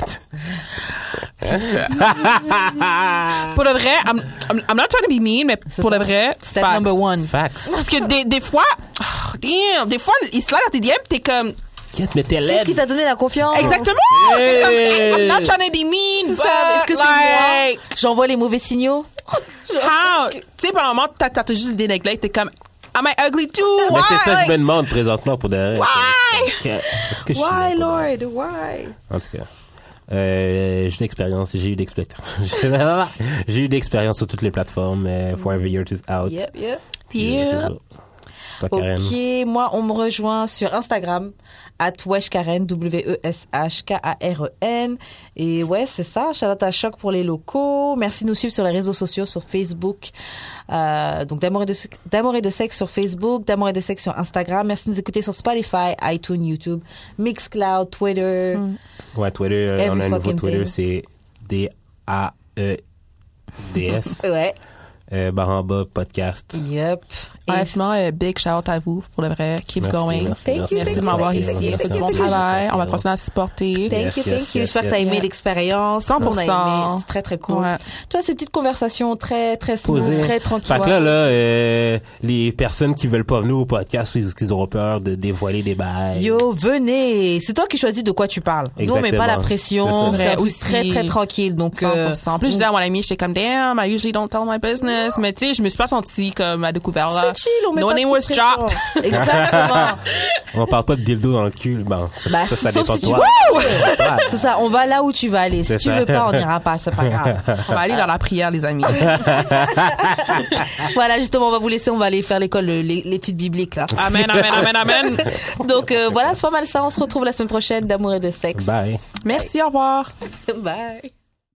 [SPEAKER 3] Pour le vrai, I'm, I'm, I'm not trying to be mean, mais
[SPEAKER 1] C'est
[SPEAKER 3] pour
[SPEAKER 1] ça.
[SPEAKER 3] le vrai,
[SPEAKER 1] Step
[SPEAKER 3] facts.
[SPEAKER 1] number one.
[SPEAKER 2] Facts.
[SPEAKER 3] Parce que des, des fois, oh, damn, des fois, ils se lèvent dans tes DM, t'es comme,
[SPEAKER 2] Qu'est-ce que t'es
[SPEAKER 1] Qu'est-ce qui t'a
[SPEAKER 2] laide?
[SPEAKER 1] donné la confiance?
[SPEAKER 3] exactement! T'es comme, hey, I'm not trying to
[SPEAKER 1] Oh.
[SPEAKER 3] be
[SPEAKER 1] C'est
[SPEAKER 3] mean, but,
[SPEAKER 1] ça. Est-ce que c'est
[SPEAKER 3] like,
[SPEAKER 1] moi? J'envoie les mauvais signaux.
[SPEAKER 3] how? Tu sais, par moment, t'as t'as juste le dénégler, t'es comme, am I ugly too?
[SPEAKER 2] Mais c'est ça que je
[SPEAKER 3] Why?
[SPEAKER 2] me demande présentement pour derrière.
[SPEAKER 3] Why?
[SPEAKER 2] Est-ce que je suis laide pour de vrai?
[SPEAKER 1] Why?
[SPEAKER 2] En tout cas. Euh, j'ai l'expérience, j'ai eu l'expérience. j'ai eu l'expérience sur toutes les plateformes. euh, Forever Yours is out.
[SPEAKER 1] Yep, yep.
[SPEAKER 2] Puis, euh, c'est ça. Toi, Karen.
[SPEAKER 1] Ok, moi, on me rejoint sur Instagram, at Weshkaren, E W-E-S-H-K-A-R-E-N. E Et ouais, c'est ça. Charlotte à Choc pour les locaux. Merci de nous suivre sur les réseaux sociaux, sur Facebook. Euh, donc, d'amour et, de, d'amour et de sexe sur Facebook, d'amour et de sexe sur Instagram. Merci de nous écouter sur Spotify, iTunes, YouTube, Mixcloud, Twitter.
[SPEAKER 3] Mm.
[SPEAKER 2] Ouais, Twitter, euh,
[SPEAKER 1] Every
[SPEAKER 2] on a un nouveau
[SPEAKER 1] fucking
[SPEAKER 2] Twitter,
[SPEAKER 1] thing.
[SPEAKER 2] c'est D-A-E-D-S.
[SPEAKER 1] Ouais.
[SPEAKER 2] euh, barre en bas, podcast.
[SPEAKER 1] Yep. Et
[SPEAKER 3] Honnêtement, euh, big shout out à vous, pour le vrai. Keep
[SPEAKER 2] Merci,
[SPEAKER 3] going.
[SPEAKER 2] merci,
[SPEAKER 1] Thank you,
[SPEAKER 2] merci,
[SPEAKER 1] thank
[SPEAKER 3] Merci de
[SPEAKER 1] you,
[SPEAKER 3] m'avoir
[SPEAKER 1] thank you,
[SPEAKER 3] ici.
[SPEAKER 1] thank you,
[SPEAKER 3] C'est mon
[SPEAKER 1] thank you.
[SPEAKER 3] travail. On va continuer à supporter.
[SPEAKER 1] Thank
[SPEAKER 2] Yes,
[SPEAKER 1] you,
[SPEAKER 2] yes,
[SPEAKER 1] thank you.
[SPEAKER 2] yes,
[SPEAKER 1] J'espère que
[SPEAKER 2] yes.
[SPEAKER 1] t'as aimé
[SPEAKER 3] Yeah.
[SPEAKER 1] l'expérience. On a
[SPEAKER 3] 100%.
[SPEAKER 1] aimé. C'est très, très cool.
[SPEAKER 3] Ouais.
[SPEAKER 1] Toi, ces petites conversations très, très smooth,
[SPEAKER 2] Poser.
[SPEAKER 1] très
[SPEAKER 2] Fait
[SPEAKER 1] tranquilles.
[SPEAKER 2] que là, là euh, les personnes qui veulent pas venir au podcast parce qu'ils auront peur de dévoiler des bails.
[SPEAKER 1] Yo, venez. C'est toi qui choisis de quoi tu parles. Nous, on met
[SPEAKER 2] Exactement.
[SPEAKER 1] pas la pression.
[SPEAKER 2] C'est ça.
[SPEAKER 1] C'est un truc
[SPEAKER 3] Aussi.
[SPEAKER 1] très, très tranquille. Donc, euh,
[SPEAKER 3] 100%. En plus, je disais à mon ami, j'étais comme, damn, I usually don't tell my business. Mais tu sais, je me suis pas sentie comme à découvert là.
[SPEAKER 1] c'est chill. euh, On met
[SPEAKER 3] No
[SPEAKER 1] pas
[SPEAKER 3] name
[SPEAKER 1] trop
[SPEAKER 3] was
[SPEAKER 1] de pression.
[SPEAKER 3] dropped.
[SPEAKER 1] Exactement.
[SPEAKER 2] On parle pas de dildo dans le cul. Bon, ça,
[SPEAKER 1] bah,
[SPEAKER 2] ça, ça
[SPEAKER 1] sauf
[SPEAKER 2] dépend
[SPEAKER 1] si
[SPEAKER 2] de
[SPEAKER 1] tu
[SPEAKER 2] toi.
[SPEAKER 1] veux. C'est ça. On va là où tu vas aller. Si
[SPEAKER 2] C'est
[SPEAKER 1] tu
[SPEAKER 2] ça.
[SPEAKER 1] veux pas, on n'ira pas. C'est pas grave.
[SPEAKER 3] On va aller dans la prière, les amis.
[SPEAKER 1] voilà, justement, on va vous laisser. On va aller faire l'école, le- l'é- l'étude biblique, là.
[SPEAKER 3] Amen, amen, amen, amen.
[SPEAKER 1] Donc, euh, voilà, c'est pas mal ça. On se retrouve la semaine prochaine d'amour et de sexe.
[SPEAKER 2] Bye.
[SPEAKER 3] Merci, au revoir.
[SPEAKER 1] Bye.